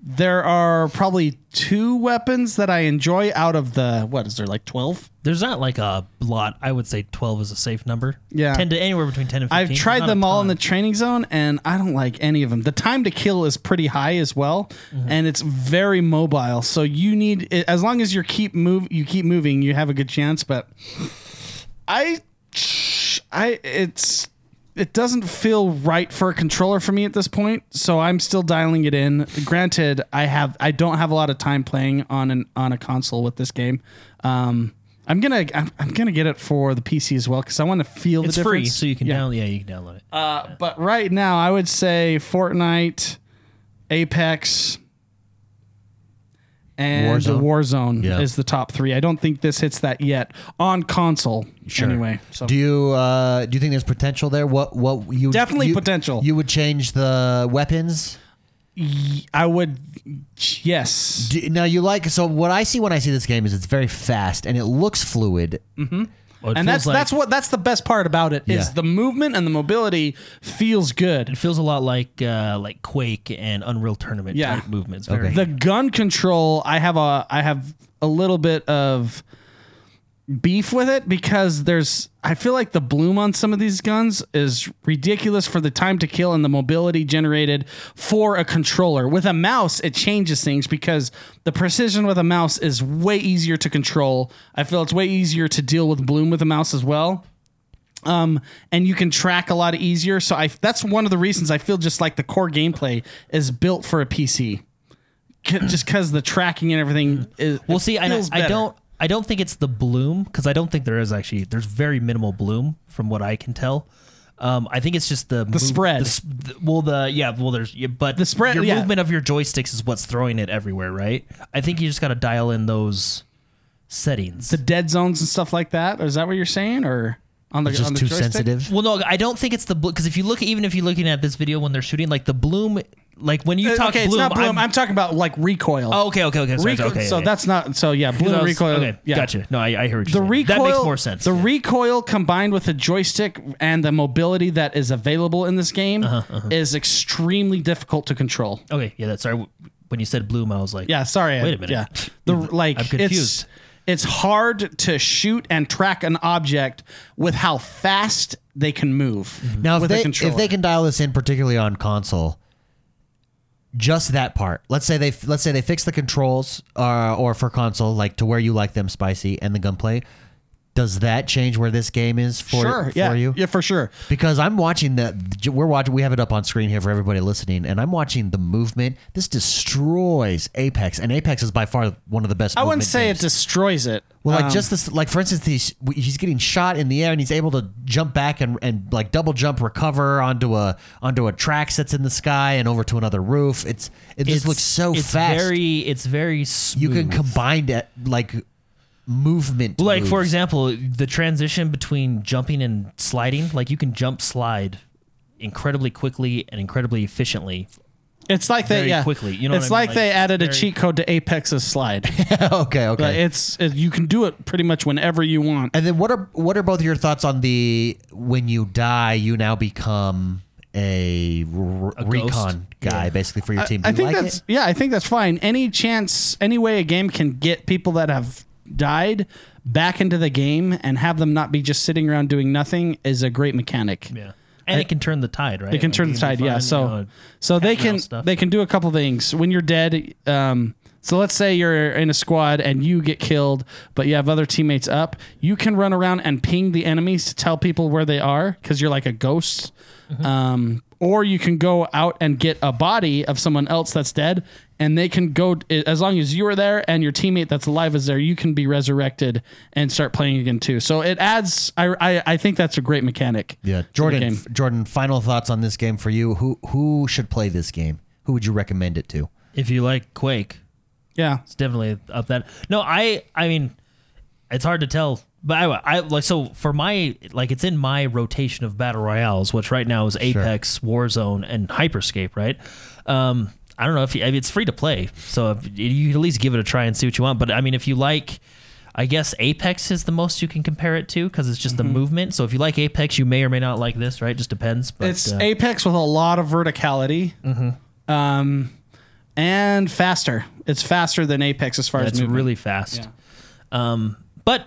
[SPEAKER 2] there are probably two weapons that I enjoy out of the what is there like twelve?
[SPEAKER 3] There's not like a lot. I would say 12 is a safe number.
[SPEAKER 2] Yeah.
[SPEAKER 3] 10 to anywhere between 10 and 15.
[SPEAKER 2] I've tried
[SPEAKER 3] Not
[SPEAKER 2] them
[SPEAKER 3] a
[SPEAKER 2] all in
[SPEAKER 3] ton.
[SPEAKER 2] the training zone, and I don't like any of them. The time to kill is pretty high as well,
[SPEAKER 3] Mm-hmm.
[SPEAKER 2] and it's very mobile. So you need, as long as you keep move, you keep moving, you have a good chance. But I, I, it's, it doesn't feel right for a controller for me at this point. So I'm still dialing it in. Granted, I have, I don't have a lot of time playing on an on a console with this game. Um, I'm gonna I'm, I'm gonna get it for the PC as well because I want to feel
[SPEAKER 3] It's
[SPEAKER 2] the
[SPEAKER 3] free,
[SPEAKER 2] difference.
[SPEAKER 3] so you can
[SPEAKER 2] Yeah.
[SPEAKER 3] download. Yeah, you can download it.
[SPEAKER 2] Uh, but right now, I would say Fortnite, Apex, and
[SPEAKER 1] Warzone?
[SPEAKER 2] Warzone, Warzone
[SPEAKER 1] Yeah.
[SPEAKER 2] is the top three. I don't think this hits that yet on console.
[SPEAKER 1] Sure.
[SPEAKER 2] Anyway, so
[SPEAKER 1] do you uh, do you think there's potential there? What what you
[SPEAKER 2] Definitely
[SPEAKER 1] you-
[SPEAKER 2] potential.
[SPEAKER 1] You would change the weapons.
[SPEAKER 2] I would yes.
[SPEAKER 1] Do, now you like so what I see when I see this game is it's very fast and it looks fluid.
[SPEAKER 2] Mm-hmm.
[SPEAKER 3] Well, it
[SPEAKER 2] and that's
[SPEAKER 3] feels
[SPEAKER 2] that's what that's the best part about it is
[SPEAKER 1] Yeah.
[SPEAKER 2] the movement and the mobility feels good.
[SPEAKER 3] It feels a lot like uh, like Quake and Unreal Tournament
[SPEAKER 2] Yeah.
[SPEAKER 3] type movements. Very,
[SPEAKER 2] the gun control i have a i have a little bit of beef with it because there's i feel like the bloom on some of these guns is ridiculous for the time to kill and the mobility generated for a controller with a mouse it changes things because the precision with a mouse is way easier to control i feel it's way easier to deal with bloom with a mouse as well um, and you can track a lot easier. So I that's one of the reasons I feel just like the core gameplay is built for a PC, C- just because the tracking and everything is.
[SPEAKER 3] Well,
[SPEAKER 2] it
[SPEAKER 3] see, I,
[SPEAKER 2] feels
[SPEAKER 3] I
[SPEAKER 2] better.
[SPEAKER 3] don't I don't think it's the bloom because I don't think there is actually. There's very minimal bloom from what I can tell. Um, I think it's just the the
[SPEAKER 2] spread.
[SPEAKER 3] well, the yeah, well, there's yeah, but the
[SPEAKER 2] spread,
[SPEAKER 3] Your
[SPEAKER 2] yeah.
[SPEAKER 3] movement of your joysticks is what's throwing it everywhere, right? I think you just got to dial in those settings.
[SPEAKER 2] the dead zones and stuff like that. Is that what you're saying, or on the
[SPEAKER 1] It's just
[SPEAKER 2] on the
[SPEAKER 1] too
[SPEAKER 2] joystick?
[SPEAKER 1] sensitive.
[SPEAKER 3] well, no, I don't think it's the because if you look, even if you're looking at this video when they're shooting, like the bloom, like when you
[SPEAKER 2] Uh,
[SPEAKER 3] talk
[SPEAKER 2] okay,
[SPEAKER 3] bloom,
[SPEAKER 2] it's not bloom. I'm, talking about like recoil.
[SPEAKER 3] oh, okay, okay, okay, sorry,
[SPEAKER 2] Recoil-
[SPEAKER 3] okay,
[SPEAKER 2] so
[SPEAKER 3] yeah, yeah.
[SPEAKER 2] that's not so. Yeah, bloom
[SPEAKER 3] Because I
[SPEAKER 2] and
[SPEAKER 3] was-
[SPEAKER 2] recoil.
[SPEAKER 3] Okay,
[SPEAKER 2] yeah.
[SPEAKER 3] gotcha. No, I, I heard you.
[SPEAKER 2] The recoil
[SPEAKER 3] that makes more sense.
[SPEAKER 2] The recoil combined with the joystick and the mobility that is available in this game
[SPEAKER 3] Uh-huh,
[SPEAKER 2] is extremely difficult to control.
[SPEAKER 3] Okay, yeah, that's sorry. When you said bloom, I was like,
[SPEAKER 2] Yeah, sorry.
[SPEAKER 3] Wait
[SPEAKER 2] I-
[SPEAKER 3] a minute.
[SPEAKER 2] Yeah, the like
[SPEAKER 3] I'm confused.
[SPEAKER 2] it's it's hard to shoot and track an object with how fast they can move.
[SPEAKER 3] Mm-hmm.
[SPEAKER 1] Now, if
[SPEAKER 2] with a
[SPEAKER 1] they,
[SPEAKER 2] controller.
[SPEAKER 1] if they can dial this in, particularly on console, just that part. Let's say they let's say they fix the controls uh, or for console, like to where you like them spicy and the gunplay. Does that change where this game is for,
[SPEAKER 2] sure,
[SPEAKER 1] for
[SPEAKER 2] yeah,
[SPEAKER 1] you?
[SPEAKER 2] yeah, for sure.
[SPEAKER 1] Because I'm watching that we're watching we have it up on screen here for everybody listening, and I'm watching the movement. This destroys Apex, and Apex is by far one of the best.
[SPEAKER 2] I wouldn't
[SPEAKER 1] movement
[SPEAKER 2] say
[SPEAKER 1] games.
[SPEAKER 2] it destroys it.
[SPEAKER 1] Well, like
[SPEAKER 2] Um,
[SPEAKER 1] just this, like for instance, he's he's getting shot in the air and he's able to jump back and, and like double jump, recover onto a onto a track that's in the sky and over to another roof. It's it just looks so
[SPEAKER 3] it's
[SPEAKER 1] fast.
[SPEAKER 3] Very, it's very smooth.
[SPEAKER 1] you can combine it like movement.
[SPEAKER 3] Like for
[SPEAKER 1] moves.
[SPEAKER 3] example, the transition between jumping and sliding, like you can jump slide incredibly quickly and incredibly efficiently.
[SPEAKER 2] It's like they
[SPEAKER 3] Very
[SPEAKER 2] yeah.
[SPEAKER 3] quickly, you know
[SPEAKER 2] it's
[SPEAKER 3] what I mean?
[SPEAKER 2] like,
[SPEAKER 3] Like,
[SPEAKER 2] they added a
[SPEAKER 3] very-
[SPEAKER 2] cheat code to Apex's slide.
[SPEAKER 1] okay, okay.
[SPEAKER 2] Like, it's it, you can do it pretty much whenever you want.
[SPEAKER 1] And then what are what are both your thoughts on the when you die you now become a, r- recon guy basically for your team? Do
[SPEAKER 2] I
[SPEAKER 1] you
[SPEAKER 2] think
[SPEAKER 1] like
[SPEAKER 2] that's
[SPEAKER 1] it?
[SPEAKER 2] yeah. I think that's fine. Any chance, any way a game can get people that have died back into the game and have them not be just sitting around doing nothing is a great mechanic.
[SPEAKER 3] Yeah. And it can turn the tide, right?
[SPEAKER 2] They can
[SPEAKER 3] Like,
[SPEAKER 2] turn the
[SPEAKER 3] be
[SPEAKER 2] tide, yeah.
[SPEAKER 3] fine,
[SPEAKER 2] So,
[SPEAKER 3] you know,
[SPEAKER 2] so they
[SPEAKER 3] cat and
[SPEAKER 2] can
[SPEAKER 3] mouse stuff.
[SPEAKER 2] they can do a couple things when you're dead. Um, so let's say you're in a squad and you get killed, but you have other teammates up. You can run around and ping the enemies to tell people where they are because you're like a ghost.
[SPEAKER 3] Mm-hmm.
[SPEAKER 2] Um, or you can go out and get a body of someone else that's dead, and they can go as long as you are there and your teammate that's alive is there. You can be resurrected and start playing again too. So it adds. I I, I think that's a great mechanic.
[SPEAKER 1] yeah,
[SPEAKER 2] to the
[SPEAKER 1] Jordan.
[SPEAKER 2] game.
[SPEAKER 1] f- Jordan, final thoughts on this game for you? Who who should play this game? Who would you recommend it to?
[SPEAKER 3] if you like Quake,
[SPEAKER 2] Yeah.
[SPEAKER 3] it's definitely up that. No, I I mean, it's hard to tell, but I, I like so for my like it's in my rotation of battle royales, which right now is Apex, Warzone, and Hyperscape, right? Um, I don't know if you, I mean, it's free to play, so if, you can at least give it a try and see what you want. But I mean, if you like. I guess Apex is the most you can compare it to because it's just the movement. So if you like Apex, you may or may not like this, right? Just depends. But
[SPEAKER 2] it's
[SPEAKER 3] uh, Mm-hmm.
[SPEAKER 2] Apex with a lot of verticality, um, and faster. It's faster than Apex as far
[SPEAKER 3] It's
[SPEAKER 2] as movement.
[SPEAKER 3] really fast. Um, but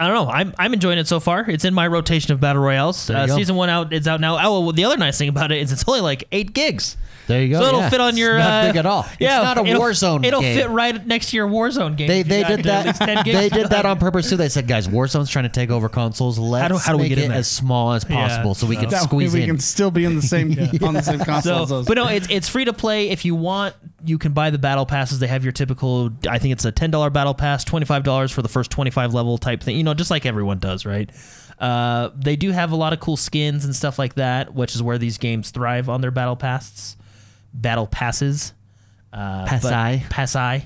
[SPEAKER 3] I don't know. I'm I'm enjoying it so far. It's in my rotation of battle royales. Uh,
[SPEAKER 1] you go.
[SPEAKER 3] season one out. It's out now. Oh, well, the other nice thing about it is it's only like eight gigs.
[SPEAKER 1] There you go.
[SPEAKER 3] So it'll
[SPEAKER 1] yeah.
[SPEAKER 3] fit on
[SPEAKER 1] It's
[SPEAKER 3] your
[SPEAKER 1] not
[SPEAKER 3] uh,
[SPEAKER 1] big at all.
[SPEAKER 3] Yeah,
[SPEAKER 1] it's not a
[SPEAKER 3] it'll-
[SPEAKER 1] Warzone.
[SPEAKER 3] It'll
[SPEAKER 1] game.
[SPEAKER 3] fit right next to your Warzone game.
[SPEAKER 1] They,
[SPEAKER 3] if
[SPEAKER 1] they
[SPEAKER 3] you got
[SPEAKER 1] did
[SPEAKER 3] at
[SPEAKER 1] that.
[SPEAKER 3] least 10 gigs.
[SPEAKER 1] They did that on purpose too. They said, "Guys, Warzone's trying to take over consoles. Let's
[SPEAKER 3] do- how do we
[SPEAKER 1] make
[SPEAKER 3] get in
[SPEAKER 1] it
[SPEAKER 3] there?"
[SPEAKER 1] as small as possible so we can
[SPEAKER 2] That way
[SPEAKER 1] squeeze
[SPEAKER 2] we
[SPEAKER 1] in."
[SPEAKER 2] can still be in the same on the same console.
[SPEAKER 3] So,
[SPEAKER 2] as those.
[SPEAKER 3] but no, it's it's free to play. If you want, you can buy the battle passes. They have your typical. I think it's a ten dollar battle pass, twenty five dollars for the first twenty five level type thing. You know, just like everyone does, right? Uh, they do have a lot of cool skins and stuff like that, which is where these games thrive on their battle passes. Battle passes. Uh, but-
[SPEAKER 1] Passi.
[SPEAKER 3] Passi.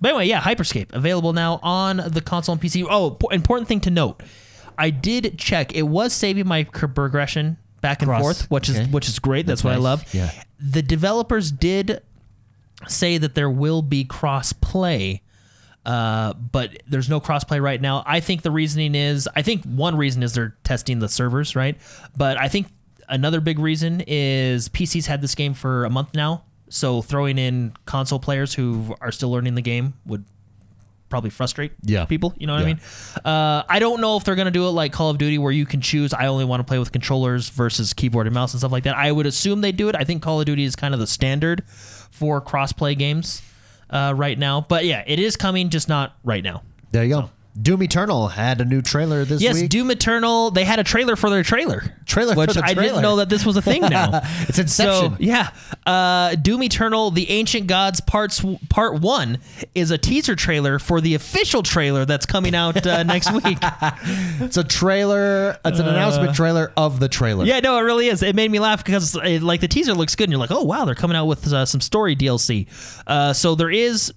[SPEAKER 3] But anyway, yeah, Hyperscape available now on the console and PC. Oh, po- important thing to note. I did check. It was saving my c- progression back and
[SPEAKER 1] Cross.
[SPEAKER 3] forth, which
[SPEAKER 1] Okay.
[SPEAKER 3] is which is great. That's, what I
[SPEAKER 1] nice.
[SPEAKER 3] love.
[SPEAKER 1] Yeah.
[SPEAKER 3] The developers did say that there will be cross play. Uh, but there's no crossplay right now. I think the reasoning is, I think one reason is they're testing the servers, right? But I think another big reason is PC's had this game for a month now, so throwing in console players who are still learning the game would probably frustrate
[SPEAKER 1] Yeah.
[SPEAKER 3] people. You know what
[SPEAKER 1] Yeah.
[SPEAKER 3] I mean? Uh, I don't know if they're gonna do it like Call of Duty, where you can choose. I only want to play with controllers versus keyboard and mouse and stuff like that. I would assume they do it. I think Call of Duty is kind of the standard for crossplay games uh, right now. But yeah, it is coming, just not right now.
[SPEAKER 1] There you go. Doom Eternal had a new trailer this
[SPEAKER 3] Yes,
[SPEAKER 1] week.
[SPEAKER 3] Doom Eternal. They had a trailer for their trailer.
[SPEAKER 1] Trailer for
[SPEAKER 3] which
[SPEAKER 1] the
[SPEAKER 3] I
[SPEAKER 1] trailer.
[SPEAKER 3] didn't know that this was a thing now.
[SPEAKER 1] It's Inception.
[SPEAKER 3] So yeah, uh, Doom Eternal: The Ancient Gods parts part one is a teaser trailer for the official trailer that's coming out uh, next week.
[SPEAKER 1] It's a trailer. It's an announcement trailer of the trailer.
[SPEAKER 3] uh, Yeah, no, it really is. It made me laugh because it, like the teaser looks good, and you're like, oh wow, they're coming out with uh, some story DLC. Uh, so there is,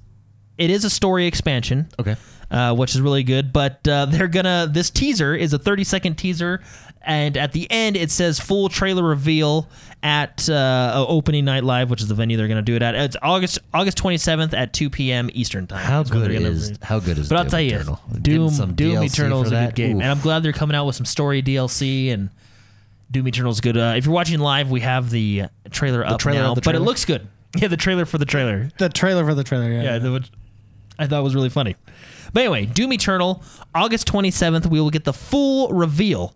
[SPEAKER 3] it is a story expansion.
[SPEAKER 1] Okay.
[SPEAKER 3] Uh, which is really good, but uh, they're gonna. This teaser is a 30 second teaser, and at the end it says full trailer reveal at uh, opening night live, which is the venue they're gonna do it at. It's August August 27th at 2 p.m. Eastern time.
[SPEAKER 1] How
[SPEAKER 3] is when
[SPEAKER 1] good
[SPEAKER 3] they're gonna
[SPEAKER 1] is
[SPEAKER 3] re-
[SPEAKER 1] how good is?
[SPEAKER 3] but
[SPEAKER 1] Doom
[SPEAKER 3] I'll tell you,
[SPEAKER 1] Eternal? Give them
[SPEAKER 3] Doom
[SPEAKER 1] some
[SPEAKER 3] Doom
[SPEAKER 1] DLC
[SPEAKER 3] Eternal is
[SPEAKER 1] for
[SPEAKER 3] a
[SPEAKER 1] that.
[SPEAKER 3] good game,
[SPEAKER 1] Ooh.
[SPEAKER 3] and I'm glad they're coming out with some story DLC. And Doom Eternal is good. Uh, if you're watching live, we have the trailer up
[SPEAKER 1] trailer
[SPEAKER 3] now,
[SPEAKER 1] of the
[SPEAKER 3] but it
[SPEAKER 1] trailer?
[SPEAKER 3] looks good. Yeah, the trailer for the trailer.
[SPEAKER 2] the trailer for the trailer, yeah.
[SPEAKER 3] Yeah, the- which I thought was really funny. But anyway, Doom Eternal, August 27th, we will get the full reveal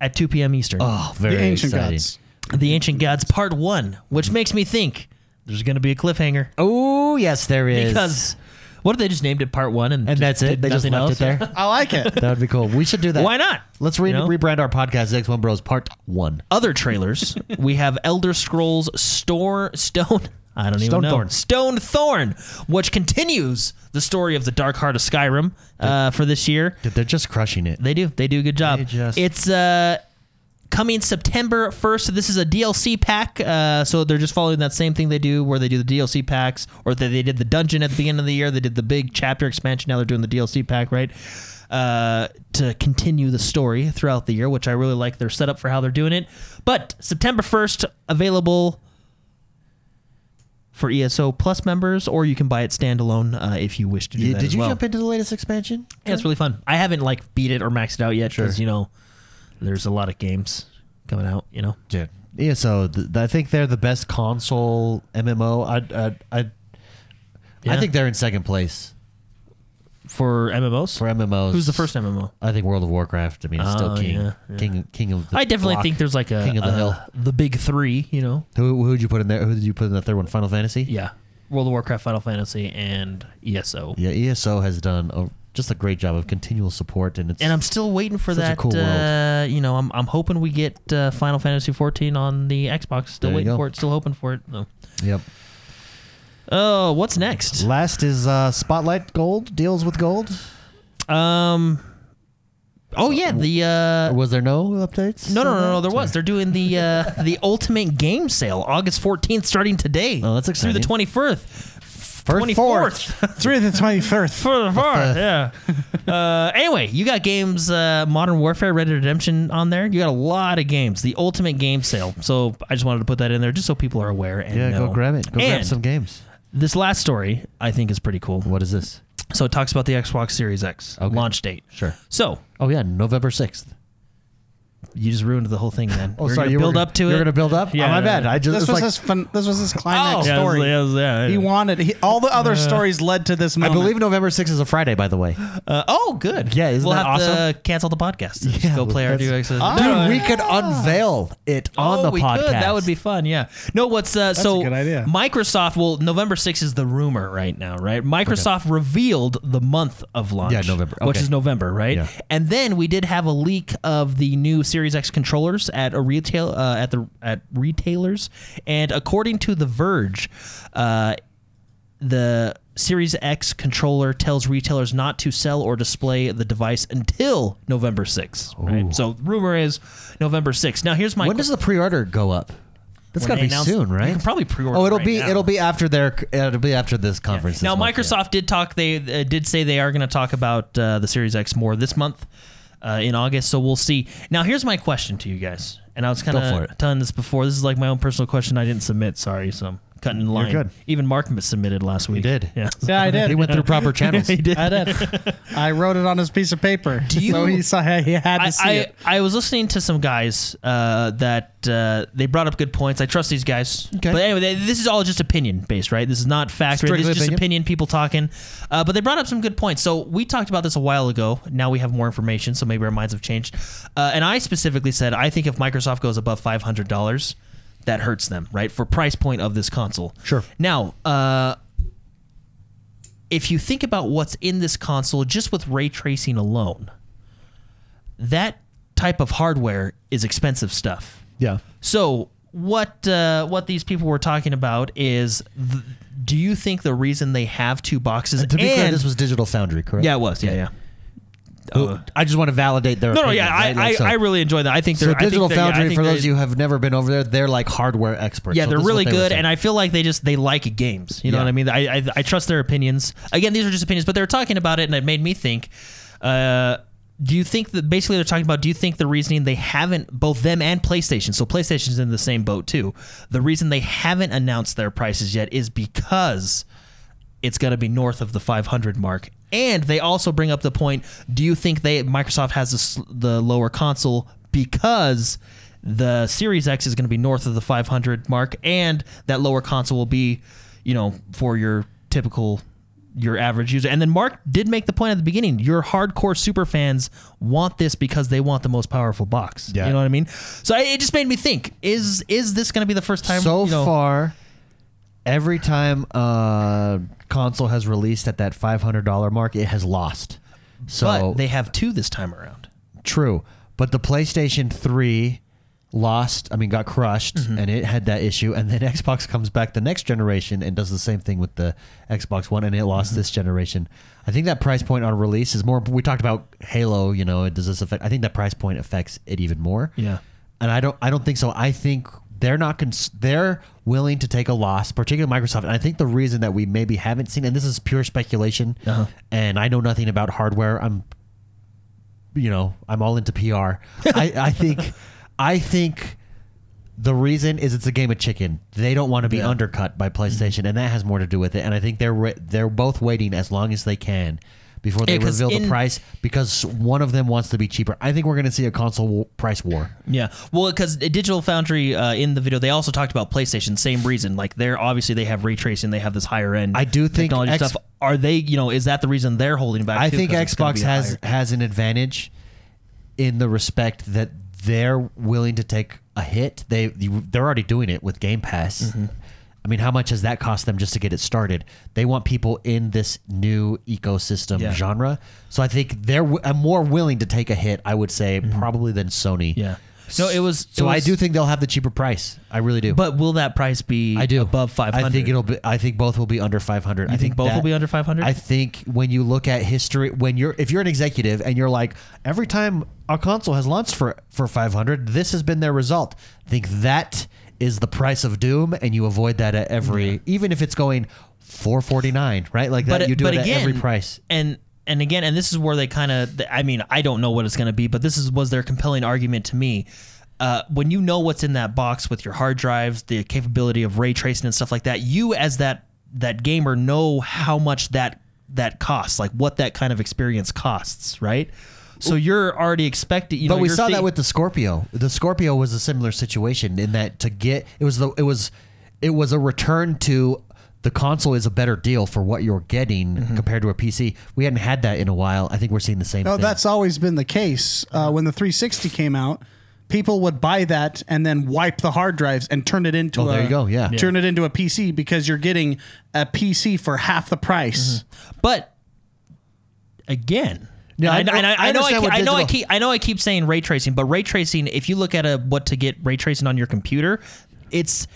[SPEAKER 3] at 2 p.m. Eastern.
[SPEAKER 1] Oh, very
[SPEAKER 2] the ancient
[SPEAKER 1] exciting.
[SPEAKER 2] gods.
[SPEAKER 3] The Ancient Gods Part One, which makes me think there's going to be a cliffhanger
[SPEAKER 1] Oh yes, there is.
[SPEAKER 3] because. What if they just named it Part One and,
[SPEAKER 1] and that's
[SPEAKER 3] did
[SPEAKER 1] it. They just
[SPEAKER 3] nothing
[SPEAKER 1] left
[SPEAKER 3] else?
[SPEAKER 1] it there.
[SPEAKER 2] I like it.
[SPEAKER 1] that would be cool. We should do that.
[SPEAKER 3] Why not?
[SPEAKER 1] Let's re-
[SPEAKER 3] You know?
[SPEAKER 1] rebrand our podcast X One Bros Part One.
[SPEAKER 3] other trailers, we have Elder Scrolls Store Stone. I don't even know.
[SPEAKER 1] Stonethorn.
[SPEAKER 3] Stone Thorn, which continues the story of the Dark Heart of Skyrim uh, for this year.
[SPEAKER 1] Dude, they're just crushing it.
[SPEAKER 3] They do. They do a good job.
[SPEAKER 1] They just-
[SPEAKER 3] It's uh, coming September 1st. This is a DLC pack, uh, so they're just following that same thing they do where they do the DLC packs, or they, they did the dungeon at the beginning of the year, they did the big chapter expansion, now they're doing the DLC pack, right? Uh, to continue the story throughout the year, which I really like their setup for how they're doing it. But September 1st, available for ESO Plus members, or you can buy it standalone uh, if you wish to do
[SPEAKER 1] Yeah,
[SPEAKER 3] that.
[SPEAKER 1] did
[SPEAKER 3] as
[SPEAKER 1] you
[SPEAKER 3] well.
[SPEAKER 1] jump into the latest expansion?
[SPEAKER 3] Yeah, it's really fun. I haven't like beat it or maxed it out yet because you know there's a lot of games coming out. You know,
[SPEAKER 1] Dude, ESO. Th- I think they're the best console MMO. I I I, I
[SPEAKER 3] Yeah.
[SPEAKER 1] think they're in second place
[SPEAKER 3] for MMOs.
[SPEAKER 1] for MMOs.
[SPEAKER 3] Who's the first MMO?
[SPEAKER 1] I think World of Warcraft. I mean, it's
[SPEAKER 3] Oh,
[SPEAKER 1] still king,
[SPEAKER 3] yeah, yeah.
[SPEAKER 1] king, king of. The
[SPEAKER 3] I definitely
[SPEAKER 1] block.
[SPEAKER 3] think there's like a
[SPEAKER 1] King of the
[SPEAKER 3] uh,
[SPEAKER 1] Hill.
[SPEAKER 3] the big three. You know,
[SPEAKER 1] Who who'd you put in there? Who did you put in the third one? Final Fantasy.
[SPEAKER 3] yeah, World of Warcraft, Final Fantasy, and E ESO.
[SPEAKER 1] Yeah, ESO has done a, just a great job of continual support, and it's
[SPEAKER 3] And I'm still waiting for
[SPEAKER 1] Such a
[SPEAKER 3] that.
[SPEAKER 1] cool
[SPEAKER 3] uh, you know, I'm, I'm hoping we get uh, Final Fantasy 14 on the Xbox.
[SPEAKER 1] There
[SPEAKER 3] Still
[SPEAKER 1] you
[SPEAKER 3] waiting
[SPEAKER 1] go.
[SPEAKER 3] for it. Still hoping for it. No.
[SPEAKER 1] yep.
[SPEAKER 3] Oh, what's next?
[SPEAKER 1] Last is uh, Spotlight Gold deals with gold.
[SPEAKER 3] Um. Oh yeah, the uh,
[SPEAKER 1] Was there no updates?
[SPEAKER 3] No, no,
[SPEAKER 1] on
[SPEAKER 3] no, no.
[SPEAKER 1] that?
[SPEAKER 3] There was. They're doing the uh, the ultimate game sale, August fourteenth, starting today.
[SPEAKER 1] Oh, that's
[SPEAKER 3] Through the
[SPEAKER 1] exciting.
[SPEAKER 3] twenty fourth.
[SPEAKER 1] First
[SPEAKER 3] Twenty fourth.
[SPEAKER 2] Through the 21st.
[SPEAKER 3] For the fourth,
[SPEAKER 1] fifth.
[SPEAKER 3] yeah. uh, anyway, you got games, uh, Modern Warfare, Red Dead Redemption on there. You got a lot of games. The ultimate game sale. So I just wanted to put that in there, just so people are aware. And
[SPEAKER 1] Yeah,
[SPEAKER 3] know.
[SPEAKER 1] go grab it. Go grab
[SPEAKER 3] And
[SPEAKER 1] some games.
[SPEAKER 3] This last story I think is pretty cool.
[SPEAKER 1] What is this?
[SPEAKER 3] So it talks about the Xbox Series X
[SPEAKER 1] Okay.
[SPEAKER 3] launch date.
[SPEAKER 1] Sure.
[SPEAKER 3] So
[SPEAKER 1] Oh yeah, November sixth.
[SPEAKER 3] you just ruined the whole thing, man.
[SPEAKER 1] Oh,
[SPEAKER 3] We we're
[SPEAKER 1] sorry.
[SPEAKER 3] gonna
[SPEAKER 1] you
[SPEAKER 3] build
[SPEAKER 1] were,
[SPEAKER 3] up to
[SPEAKER 1] You're
[SPEAKER 3] it.
[SPEAKER 1] gonna build up.
[SPEAKER 3] Yeah,
[SPEAKER 1] oh, my
[SPEAKER 3] yeah,
[SPEAKER 1] bad.
[SPEAKER 3] yeah.
[SPEAKER 1] I just
[SPEAKER 2] This
[SPEAKER 1] it's
[SPEAKER 2] was
[SPEAKER 1] like
[SPEAKER 2] his fun, this was his
[SPEAKER 1] Oh.
[SPEAKER 2] climax
[SPEAKER 3] Oh, Yeah, it was-
[SPEAKER 2] story.
[SPEAKER 3] yeah, it was- yeah,
[SPEAKER 2] He
[SPEAKER 3] yeah.
[SPEAKER 2] wanted he, all the other stories led to this
[SPEAKER 1] I
[SPEAKER 2] moment.
[SPEAKER 1] believe November sixth is a Friday, by the way.
[SPEAKER 3] Uh, oh, good.
[SPEAKER 1] Yeah, isn't
[SPEAKER 3] we'll
[SPEAKER 1] that
[SPEAKER 3] have to cancel the podcast. and just
[SPEAKER 1] Yeah,
[SPEAKER 3] go play our
[SPEAKER 1] that's-
[SPEAKER 3] new episode.
[SPEAKER 2] Ah.
[SPEAKER 1] Dude,
[SPEAKER 2] Oh,
[SPEAKER 1] we could unveil it on
[SPEAKER 3] Oh,
[SPEAKER 1] the
[SPEAKER 3] we
[SPEAKER 1] podcast.
[SPEAKER 3] Could. That would be fun. Yeah. No, what's uh, so
[SPEAKER 2] a good idea.
[SPEAKER 3] Microsoft? Well, November 6th is the rumor right now, right? Microsoft revealed the month of launch.
[SPEAKER 1] Yeah, November.
[SPEAKER 3] which
[SPEAKER 1] Okay.
[SPEAKER 3] is November, right?
[SPEAKER 1] Yeah.
[SPEAKER 3] And then we did have a leak of the new Series X controllers at a retail uh, at the at retailers, and according to The Verge, uh, the Series X controller tells retailers not to sell or display the device until November 6th. Right? So rumor is November 6th. Now here's my
[SPEAKER 1] When
[SPEAKER 3] que-
[SPEAKER 1] does the pre-order go up? That's
[SPEAKER 3] when
[SPEAKER 1] gotta
[SPEAKER 3] they
[SPEAKER 1] be
[SPEAKER 3] announced-
[SPEAKER 1] soon, right?
[SPEAKER 3] You can probably pre-order.
[SPEAKER 1] Oh, it'll
[SPEAKER 3] right
[SPEAKER 1] be
[SPEAKER 3] now.
[SPEAKER 1] it'll be after their it'll be after this conference. this
[SPEAKER 3] Now,
[SPEAKER 1] month, yeah.
[SPEAKER 3] Microsoft did talk. They uh, did say they are going to talk about uh, the Series X more this month uh, in August. So we'll see. Now, here's my question to you guys, and I was kind
[SPEAKER 1] Go for
[SPEAKER 3] of
[SPEAKER 1] it.
[SPEAKER 3] telling this before. This is like my own personal question. I didn't submit. Sorry, so I'm cutting in line.
[SPEAKER 1] good.
[SPEAKER 3] Even Mark submitted last week.
[SPEAKER 1] did.
[SPEAKER 3] Yeah.
[SPEAKER 2] Yeah, I
[SPEAKER 1] He
[SPEAKER 2] did.
[SPEAKER 1] went through proper channels.
[SPEAKER 3] He did.
[SPEAKER 2] I did. I wrote it on his piece of paper.
[SPEAKER 3] you-
[SPEAKER 2] so he saw he had to
[SPEAKER 3] I,
[SPEAKER 2] see
[SPEAKER 3] I,
[SPEAKER 2] it.
[SPEAKER 3] I was listening to some guys uh, that uh, they brought up good points. I trust these guys.
[SPEAKER 1] Okay.
[SPEAKER 3] But anyway, they, this is all just opinion based, right? This is not fact. Right?
[SPEAKER 1] Strictly
[SPEAKER 3] This is just opinion,
[SPEAKER 1] opinion.
[SPEAKER 3] people talking. Uh, but they brought up some good points. So we talked about this a while ago. Now we have more information, so maybe our minds have changed. Uh, and I specifically said I think if Microsoft goes above five hundred dollars, that hurts them, right? For price point of this console.
[SPEAKER 1] Sure.
[SPEAKER 3] Now. Uh, if you think about what's in this console just with ray tracing alone, that type of hardware is expensive stuff.
[SPEAKER 1] yeah.
[SPEAKER 3] So what uh, what these people were talking about is, th- do you think the reason they have two boxes?
[SPEAKER 1] To be clear,
[SPEAKER 3] and-
[SPEAKER 1] this was Digital Foundry, correct?
[SPEAKER 3] yeah, it was yeah yeah.
[SPEAKER 1] Who- I just want to validate their.
[SPEAKER 3] No, no,
[SPEAKER 1] opinion,
[SPEAKER 3] yeah, I,
[SPEAKER 1] right? Like,
[SPEAKER 3] I,
[SPEAKER 1] so-
[SPEAKER 3] I really enjoy that. I think they're
[SPEAKER 1] So
[SPEAKER 3] I think
[SPEAKER 1] Digital
[SPEAKER 3] they're- yeah, I
[SPEAKER 1] Foundry,
[SPEAKER 3] think
[SPEAKER 1] for those
[SPEAKER 3] they-
[SPEAKER 1] of you who have never been over there, they're like hardware experts.
[SPEAKER 3] Yeah,
[SPEAKER 1] So
[SPEAKER 3] they're
[SPEAKER 1] this is what
[SPEAKER 3] really
[SPEAKER 1] they were
[SPEAKER 3] good,
[SPEAKER 1] saying.
[SPEAKER 3] and I feel like they just they like games. You know
[SPEAKER 1] Yeah.
[SPEAKER 3] what I mean? I, I I trust their opinions. Again, these are just opinions, but they're talking about it, and it made me think. Uh, do you think that basically they're talking about? Do you think the reasoning they haven't both them and PlayStation? So PlayStation's in the same boat too. The reason they haven't announced their prices yet is because it's going to be north of the 500 mark. And they also bring up the point: Do you think they Microsoft has the, s- the lower console because the Series X is going to be north of the 500 mark, and that lower console will be, you know, for your typical your average user. And then Mark did make the point at the beginning: Your hardcore super fans want this because they want the most powerful box.
[SPEAKER 1] Yeah.
[SPEAKER 3] You know what I mean? So I, it just made me think: Is is this going to be the first time?
[SPEAKER 1] so
[SPEAKER 3] you know-
[SPEAKER 1] far, every time uh, console has released at that five hundred dollar mark, it has lost. So
[SPEAKER 3] but they have two this time around.
[SPEAKER 1] True, but the PlayStation Three lost. I mean, got crushed,
[SPEAKER 3] Mm-hmm.
[SPEAKER 1] and it had that issue. And then Xbox comes back the next generation and does the same thing with the Xbox One, and it lost
[SPEAKER 3] Mm-hmm.
[SPEAKER 1] this generation. I think that price point on release is more. We talked about Halo. You know, does this affect? I think that price point affects it even more.
[SPEAKER 3] Yeah.
[SPEAKER 1] and I don't I don't think so. I think they're not cons- they're willing to take a loss, particularly Microsoft. And I think the reason that we maybe haven't seen, and this is pure speculation,
[SPEAKER 3] Uh-huh.
[SPEAKER 1] and I know nothing about hardware. I'm you know, I'm all into PR. I, I think, I think the reason is it's a game of chicken. They don't want to be
[SPEAKER 3] Yeah. Mm-hmm.
[SPEAKER 1] undercut by PlayStation, and that has more to do with it. And I think they're re- they're both waiting as long as they can before they
[SPEAKER 3] Yeah, 'cause
[SPEAKER 1] reveal the
[SPEAKER 3] in-
[SPEAKER 1] price because one of them wants to be cheaper. I think we're going to see a console w- price war.
[SPEAKER 3] Yeah, well, because Digital Foundry uh, in the video they also talked about PlayStation. Same reason, like they're obviously they have retracing, they have this higher end.
[SPEAKER 1] I do think
[SPEAKER 3] technology
[SPEAKER 1] X-
[SPEAKER 3] stuff. Are they? You know, is that the reason they're holding back?
[SPEAKER 1] I
[SPEAKER 3] too?
[SPEAKER 1] think
[SPEAKER 3] 'Cause it's gonna
[SPEAKER 1] Xbox
[SPEAKER 3] be
[SPEAKER 1] has
[SPEAKER 3] higher.
[SPEAKER 1] has an advantage in the respect that they're willing to take a hit. They you- they're already doing it with Game Pass.
[SPEAKER 3] Mm-hmm.
[SPEAKER 1] I mean, how much has that cost them just to get it started? They want people in this new ecosystem
[SPEAKER 3] Yeah.
[SPEAKER 1] genre, so I think they're w- uh, more willing to take a hit. I would say probably than Sony.
[SPEAKER 3] Mm-hmm. Yeah. No, it was.
[SPEAKER 1] So
[SPEAKER 3] it
[SPEAKER 1] I
[SPEAKER 3] was-
[SPEAKER 1] do think they'll have the cheaper price. I really do.
[SPEAKER 3] But will that price be?
[SPEAKER 1] I do
[SPEAKER 3] above five hundred.
[SPEAKER 1] I think it'll be. I think both will be under five hundred. I
[SPEAKER 3] think both will be under 500?
[SPEAKER 1] I think when you look at history, when you're if you're an executive and you're like, every time a console has launched for for five hundred, this has been their result. I think that is the price of doom, and you avoid that at every, even if it's going four forty nine, right? Like that, you do it at every price.
[SPEAKER 3] And and again, and this is where they kind of. I mean, I don't know what it's going to be, but this is was their compelling argument to me. Uh, when you know what's in that box with your hard drives, the capability of ray tracing and stuff like that, you as that that gamer know how much that that costs, like what that kind of experience costs, right? So you're already expecting. You
[SPEAKER 1] But
[SPEAKER 3] know,
[SPEAKER 1] we
[SPEAKER 3] you're
[SPEAKER 1] saw
[SPEAKER 3] thi-
[SPEAKER 1] that with the Scorpio. The Scorpio was a similar situation in that to get it was the it was it was a return to the console is a better deal for what you're getting compared to a PC. We hadn't had that in a while. I think we're seeing the same
[SPEAKER 4] No,
[SPEAKER 1] thing.
[SPEAKER 4] that's always been the case.
[SPEAKER 1] Uh-huh.
[SPEAKER 4] Uh, when the 360 came out, people would buy that and then wipe the hard drives and turn it into.
[SPEAKER 1] Oh,
[SPEAKER 4] a,
[SPEAKER 1] there you go, yeah. Yeah.
[SPEAKER 4] turn it into a PC because you're getting a PC for half the price.
[SPEAKER 1] Mm-hmm.
[SPEAKER 3] But again,
[SPEAKER 1] Yeah,
[SPEAKER 3] and
[SPEAKER 1] I-
[SPEAKER 3] I, and I,
[SPEAKER 1] I
[SPEAKER 3] I know I,
[SPEAKER 1] understand
[SPEAKER 3] ke-
[SPEAKER 1] what
[SPEAKER 3] I know I
[SPEAKER 1] digital-
[SPEAKER 3] keep I know I keep saying ray tracing, but ray tracing, if you look at a what to get ray tracing on your computer, it's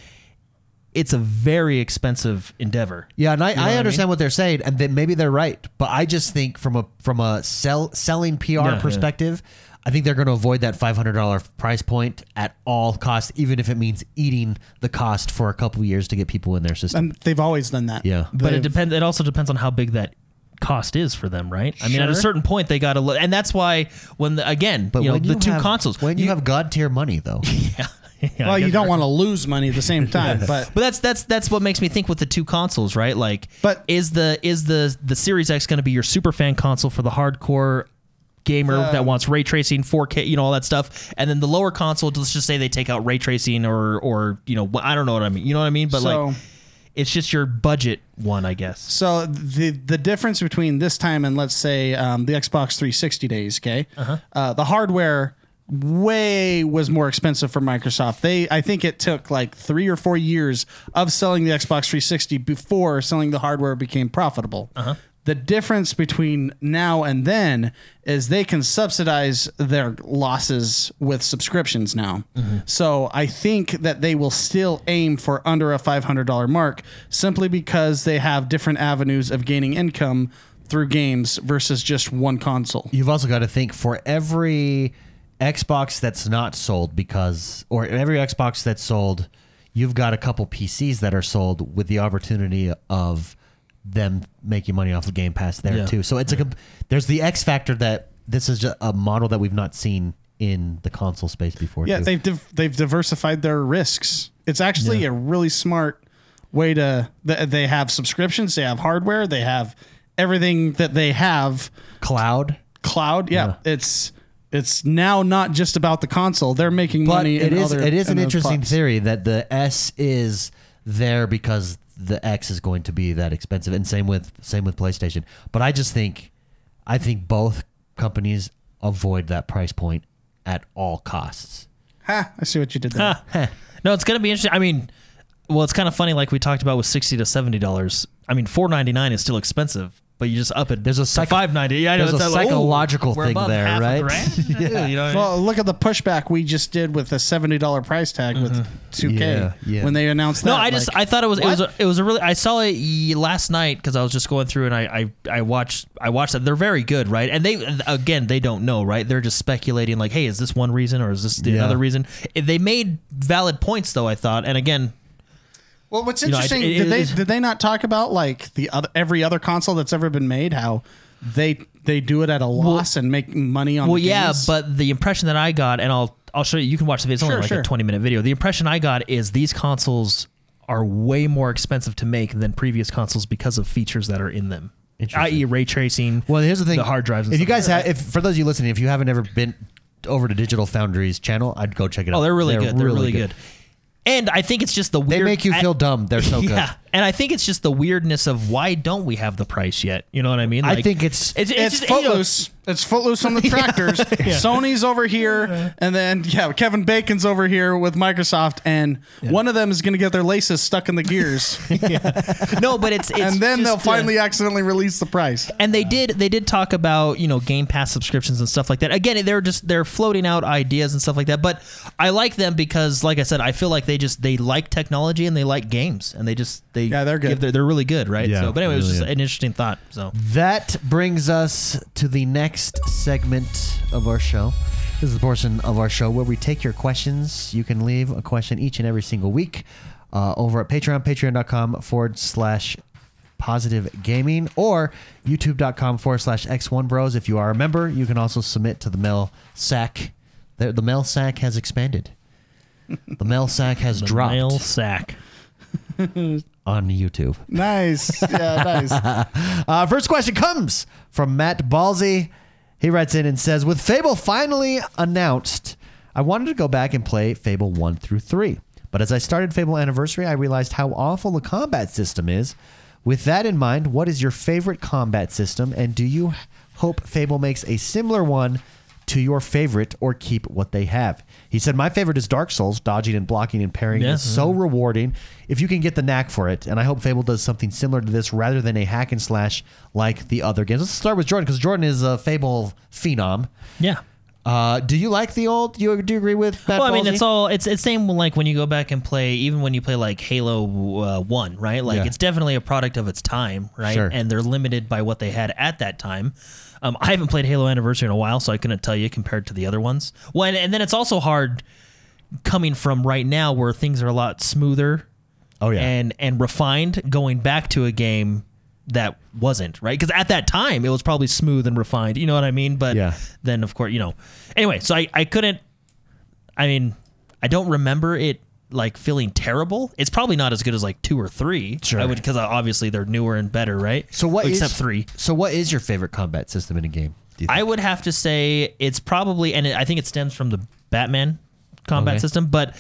[SPEAKER 3] it's a very expensive endeavor.
[SPEAKER 1] yeah, and I,
[SPEAKER 3] what I
[SPEAKER 1] I
[SPEAKER 3] mean?
[SPEAKER 1] understand what they're saying, and then maybe they're right. But I just think from a from a sell selling PR
[SPEAKER 3] yeah.
[SPEAKER 1] perspective, I think they're going to avoid that five hundred dollar price point at all costs, even if it means eating the cost for a couple years to get people in their system.
[SPEAKER 4] And they've always done that.
[SPEAKER 1] Yeah.
[SPEAKER 3] But it
[SPEAKER 4] They've-
[SPEAKER 3] depends. It also depends on how big that cost is for them, right? I mean, at a
[SPEAKER 4] Sure.
[SPEAKER 3] certain point, they got to look, and that's why when the, again, but you know,
[SPEAKER 1] when
[SPEAKER 3] the two
[SPEAKER 1] have-
[SPEAKER 3] consoles,
[SPEAKER 1] when you, have god tier money though
[SPEAKER 3] yeah, yeah, I
[SPEAKER 4] Well, you
[SPEAKER 3] guess
[SPEAKER 4] don't want to lose money at the same time, but
[SPEAKER 3] But that's that's that's what makes me think with the two consoles, right? Like,
[SPEAKER 4] But-
[SPEAKER 3] is the is the the Series X going to be your super fan console for the hardcore gamer that wants ray tracing, 4K, you know, all that stuff, and then the lower console? Let's just say they take out ray tracing or or you know, wh- I don't know what I mean. You know what I mean? But
[SPEAKER 4] So-
[SPEAKER 3] like, it's just your budget one, I guess.
[SPEAKER 4] So the the difference between this time and let's say um, the Xbox 360 days, okay, uh the hardware way was more expensive for Microsoft. They I think it took like three or four years of selling the Xbox 360 before selling the hardware became profitable. The difference between now and then is they can subsidize their losses with subscriptions now. So I think that they will still aim for under a $500 mark simply because they have different avenues of gaining income through games versus just one console.
[SPEAKER 1] you've also got to think for every xbox that's not sold because or every xbox that's sold you've got a couple pcs that are sold with the opportunity of them making money off of game pass there
[SPEAKER 3] Yeah.
[SPEAKER 1] too so it's a comp- there's the x factor that this is ju- a model that we've not seen in the console space before
[SPEAKER 4] Yeah,
[SPEAKER 1] too.
[SPEAKER 4] they've div- they've diversified their risks. It's actually a really smart way to th- they have subscriptions, they have hardware, they have everything that they have
[SPEAKER 1] cloud
[SPEAKER 4] cloud. Yeah, it's it's now not just about the console. They're making
[SPEAKER 1] But
[SPEAKER 4] money.
[SPEAKER 1] it
[SPEAKER 4] in
[SPEAKER 1] is
[SPEAKER 4] other-
[SPEAKER 1] it is
[SPEAKER 4] in
[SPEAKER 1] an
[SPEAKER 4] other
[SPEAKER 1] interesting
[SPEAKER 4] plots.
[SPEAKER 1] theory that the S is there because the X is going to be that expensive, and same with same with PlayStation. But I just think I think both companies avoid that price point at all costs.
[SPEAKER 4] Ha, I see what you did there.
[SPEAKER 3] No, it's going to be interesting. I mean, well, it's kind of funny, like we talked about with sixty to seventy dollars. I mean, four ninety nine is still expensive, but you just up it.
[SPEAKER 1] There's a
[SPEAKER 3] to
[SPEAKER 1] psych-
[SPEAKER 3] 590. Yeah, I know,
[SPEAKER 1] there's
[SPEAKER 3] it's
[SPEAKER 1] a
[SPEAKER 3] like, oh,
[SPEAKER 1] psychological
[SPEAKER 3] we're
[SPEAKER 1] thing
[SPEAKER 3] above
[SPEAKER 1] there,
[SPEAKER 3] half a
[SPEAKER 1] right?
[SPEAKER 3] grand?
[SPEAKER 1] Yeah.
[SPEAKER 3] You know, what I mean?
[SPEAKER 4] Well, look at the pushback we just did with the seventy dollar price tag with two K
[SPEAKER 1] Uh-huh. Yeah, yeah.
[SPEAKER 4] when they announced that.
[SPEAKER 3] No, I just
[SPEAKER 4] like,
[SPEAKER 3] I thought it was it was
[SPEAKER 4] what?
[SPEAKER 3] a, it was a really I saw it y- last night because I was just going through and I, I I watched I watched that they're very good right and they again they don't know right they're just speculating like hey is this one reason or is this the
[SPEAKER 1] Yeah.
[SPEAKER 3] another reason they made valid points though I thought and again
[SPEAKER 4] Well, what's
[SPEAKER 3] you know, I-
[SPEAKER 4] interesting?
[SPEAKER 3] it-
[SPEAKER 4] did they
[SPEAKER 3] it-
[SPEAKER 4] did they not talk about like the other every other console that's ever been made? How they they do it at a loss and make money on.
[SPEAKER 3] well
[SPEAKER 4] the
[SPEAKER 3] yeah
[SPEAKER 4] games?
[SPEAKER 3] but the impression that I got and I'll I'll show you you can watch the video it's only
[SPEAKER 4] Sure,
[SPEAKER 3] like
[SPEAKER 4] sure.
[SPEAKER 3] a 20 minute video the impression I got is these consoles are way more expensive to make than previous consoles because of features that are in them
[SPEAKER 1] Interesting.
[SPEAKER 3] i.e. ray tracing
[SPEAKER 1] Well, here's the thing:
[SPEAKER 3] the hard drives and
[SPEAKER 1] If you
[SPEAKER 3] stuff.
[SPEAKER 1] guys have, if for those of you listening, if you haven't ever been over to Digital Foundry's channel, I'd go check it out.
[SPEAKER 3] Oh, they're really good. They're really, good. And I think it's just the
[SPEAKER 1] They
[SPEAKER 3] weird.
[SPEAKER 1] make you
[SPEAKER 3] I-
[SPEAKER 1] feel dumb. They're so
[SPEAKER 3] yeah,
[SPEAKER 1] good.
[SPEAKER 3] and I think it's just the weirdness of why don't we have the price yet? You know what I mean?
[SPEAKER 1] I
[SPEAKER 3] Like,
[SPEAKER 1] think it's-
[SPEAKER 4] it's,
[SPEAKER 3] just- you know,
[SPEAKER 4] footloose. it's footloose on the tractors. Sony's over here, and then yeah, Kevin Bacon's over here with Microsoft, and one of them is going to get their laces stuck in the gears,
[SPEAKER 3] no, but it's, it's
[SPEAKER 4] and then
[SPEAKER 3] just
[SPEAKER 4] they'll
[SPEAKER 3] the-
[SPEAKER 4] finally accidentally release the price.
[SPEAKER 3] and they did they did talk about you know Game Pass subscriptions and stuff like that. Again, they're just they're floating out ideas and stuff like that. But I like them because, like I said, I feel like they just they like technology and they like games and they just they
[SPEAKER 4] Yeah, they're good.
[SPEAKER 3] give their- they're really good, right?
[SPEAKER 1] Yeah,
[SPEAKER 3] so, but anyway, it was
[SPEAKER 1] really
[SPEAKER 3] just
[SPEAKER 1] good.
[SPEAKER 3] an interesting thought. So
[SPEAKER 1] That brings us to the next segment of our show. This is the portion of our show where we take your questions. You can leave a question each and every single week uh, over at Patreon, patreon.com forward slash positive gaming or youtube.com forward slash x1 bros. If you are a member, you can also submit to the mail sack. The, the mail sack has expanded. The mail sack has
[SPEAKER 3] the
[SPEAKER 1] dropped
[SPEAKER 3] mail sack.
[SPEAKER 1] on YouTube.
[SPEAKER 4] Nice, yeah, nice.
[SPEAKER 1] Uh, first question comes from Matt Balsey. He writes in and says, "With Fable finally announced, I wanted to go back and play Fable one through three, but as I started Fable Anniversary, I realized how awful the combat system is. With that in mind, what is your favorite combat system, and do you hope Fable makes a similar one?" To your favorite, or keep what they have. He said, "My favorite is Dark Souls. Dodging and blocking and parrying
[SPEAKER 3] Yeah.
[SPEAKER 1] is so rewarding if you can get the knack for it. And I hope Fable does something similar to this rather than a hack and slash like the other games. Let's start with Jordan because Jordan is a Fable phenom.
[SPEAKER 3] Yeah.
[SPEAKER 1] Uh, do you like the old? Do you, do you agree with that?
[SPEAKER 3] well, I mean, it's all it's it's same like when you go back and play, even when you play like Halo uh, One, right? Like
[SPEAKER 1] Yeah.
[SPEAKER 3] it's definitely a product of its time, right?
[SPEAKER 1] Sure.
[SPEAKER 3] And they're limited by what they had at that time. Um, I haven't played Halo Anniversary in a while, so I couldn't tell you compared to the other ones. Well, and, and then it's also hard coming from right now where things are a lot smoother
[SPEAKER 1] Oh yeah.
[SPEAKER 3] and and refined going back to a game that wasn't right because at that time it was probably smooth and refined you know what i mean but
[SPEAKER 1] Yeah.
[SPEAKER 3] then of course you know anyway so i i couldn't i mean i don't remember it like feeling terrible it's probably not as good as like two or three
[SPEAKER 1] Sure.
[SPEAKER 3] i would because obviously they're newer and better right
[SPEAKER 1] so what?
[SPEAKER 3] except
[SPEAKER 1] is-
[SPEAKER 3] three
[SPEAKER 1] So what is your favorite combat system in a game? Do you think?
[SPEAKER 3] I would have to say it's probably, and I think it stems from the Batman combat
[SPEAKER 1] Okay.
[SPEAKER 3] system, but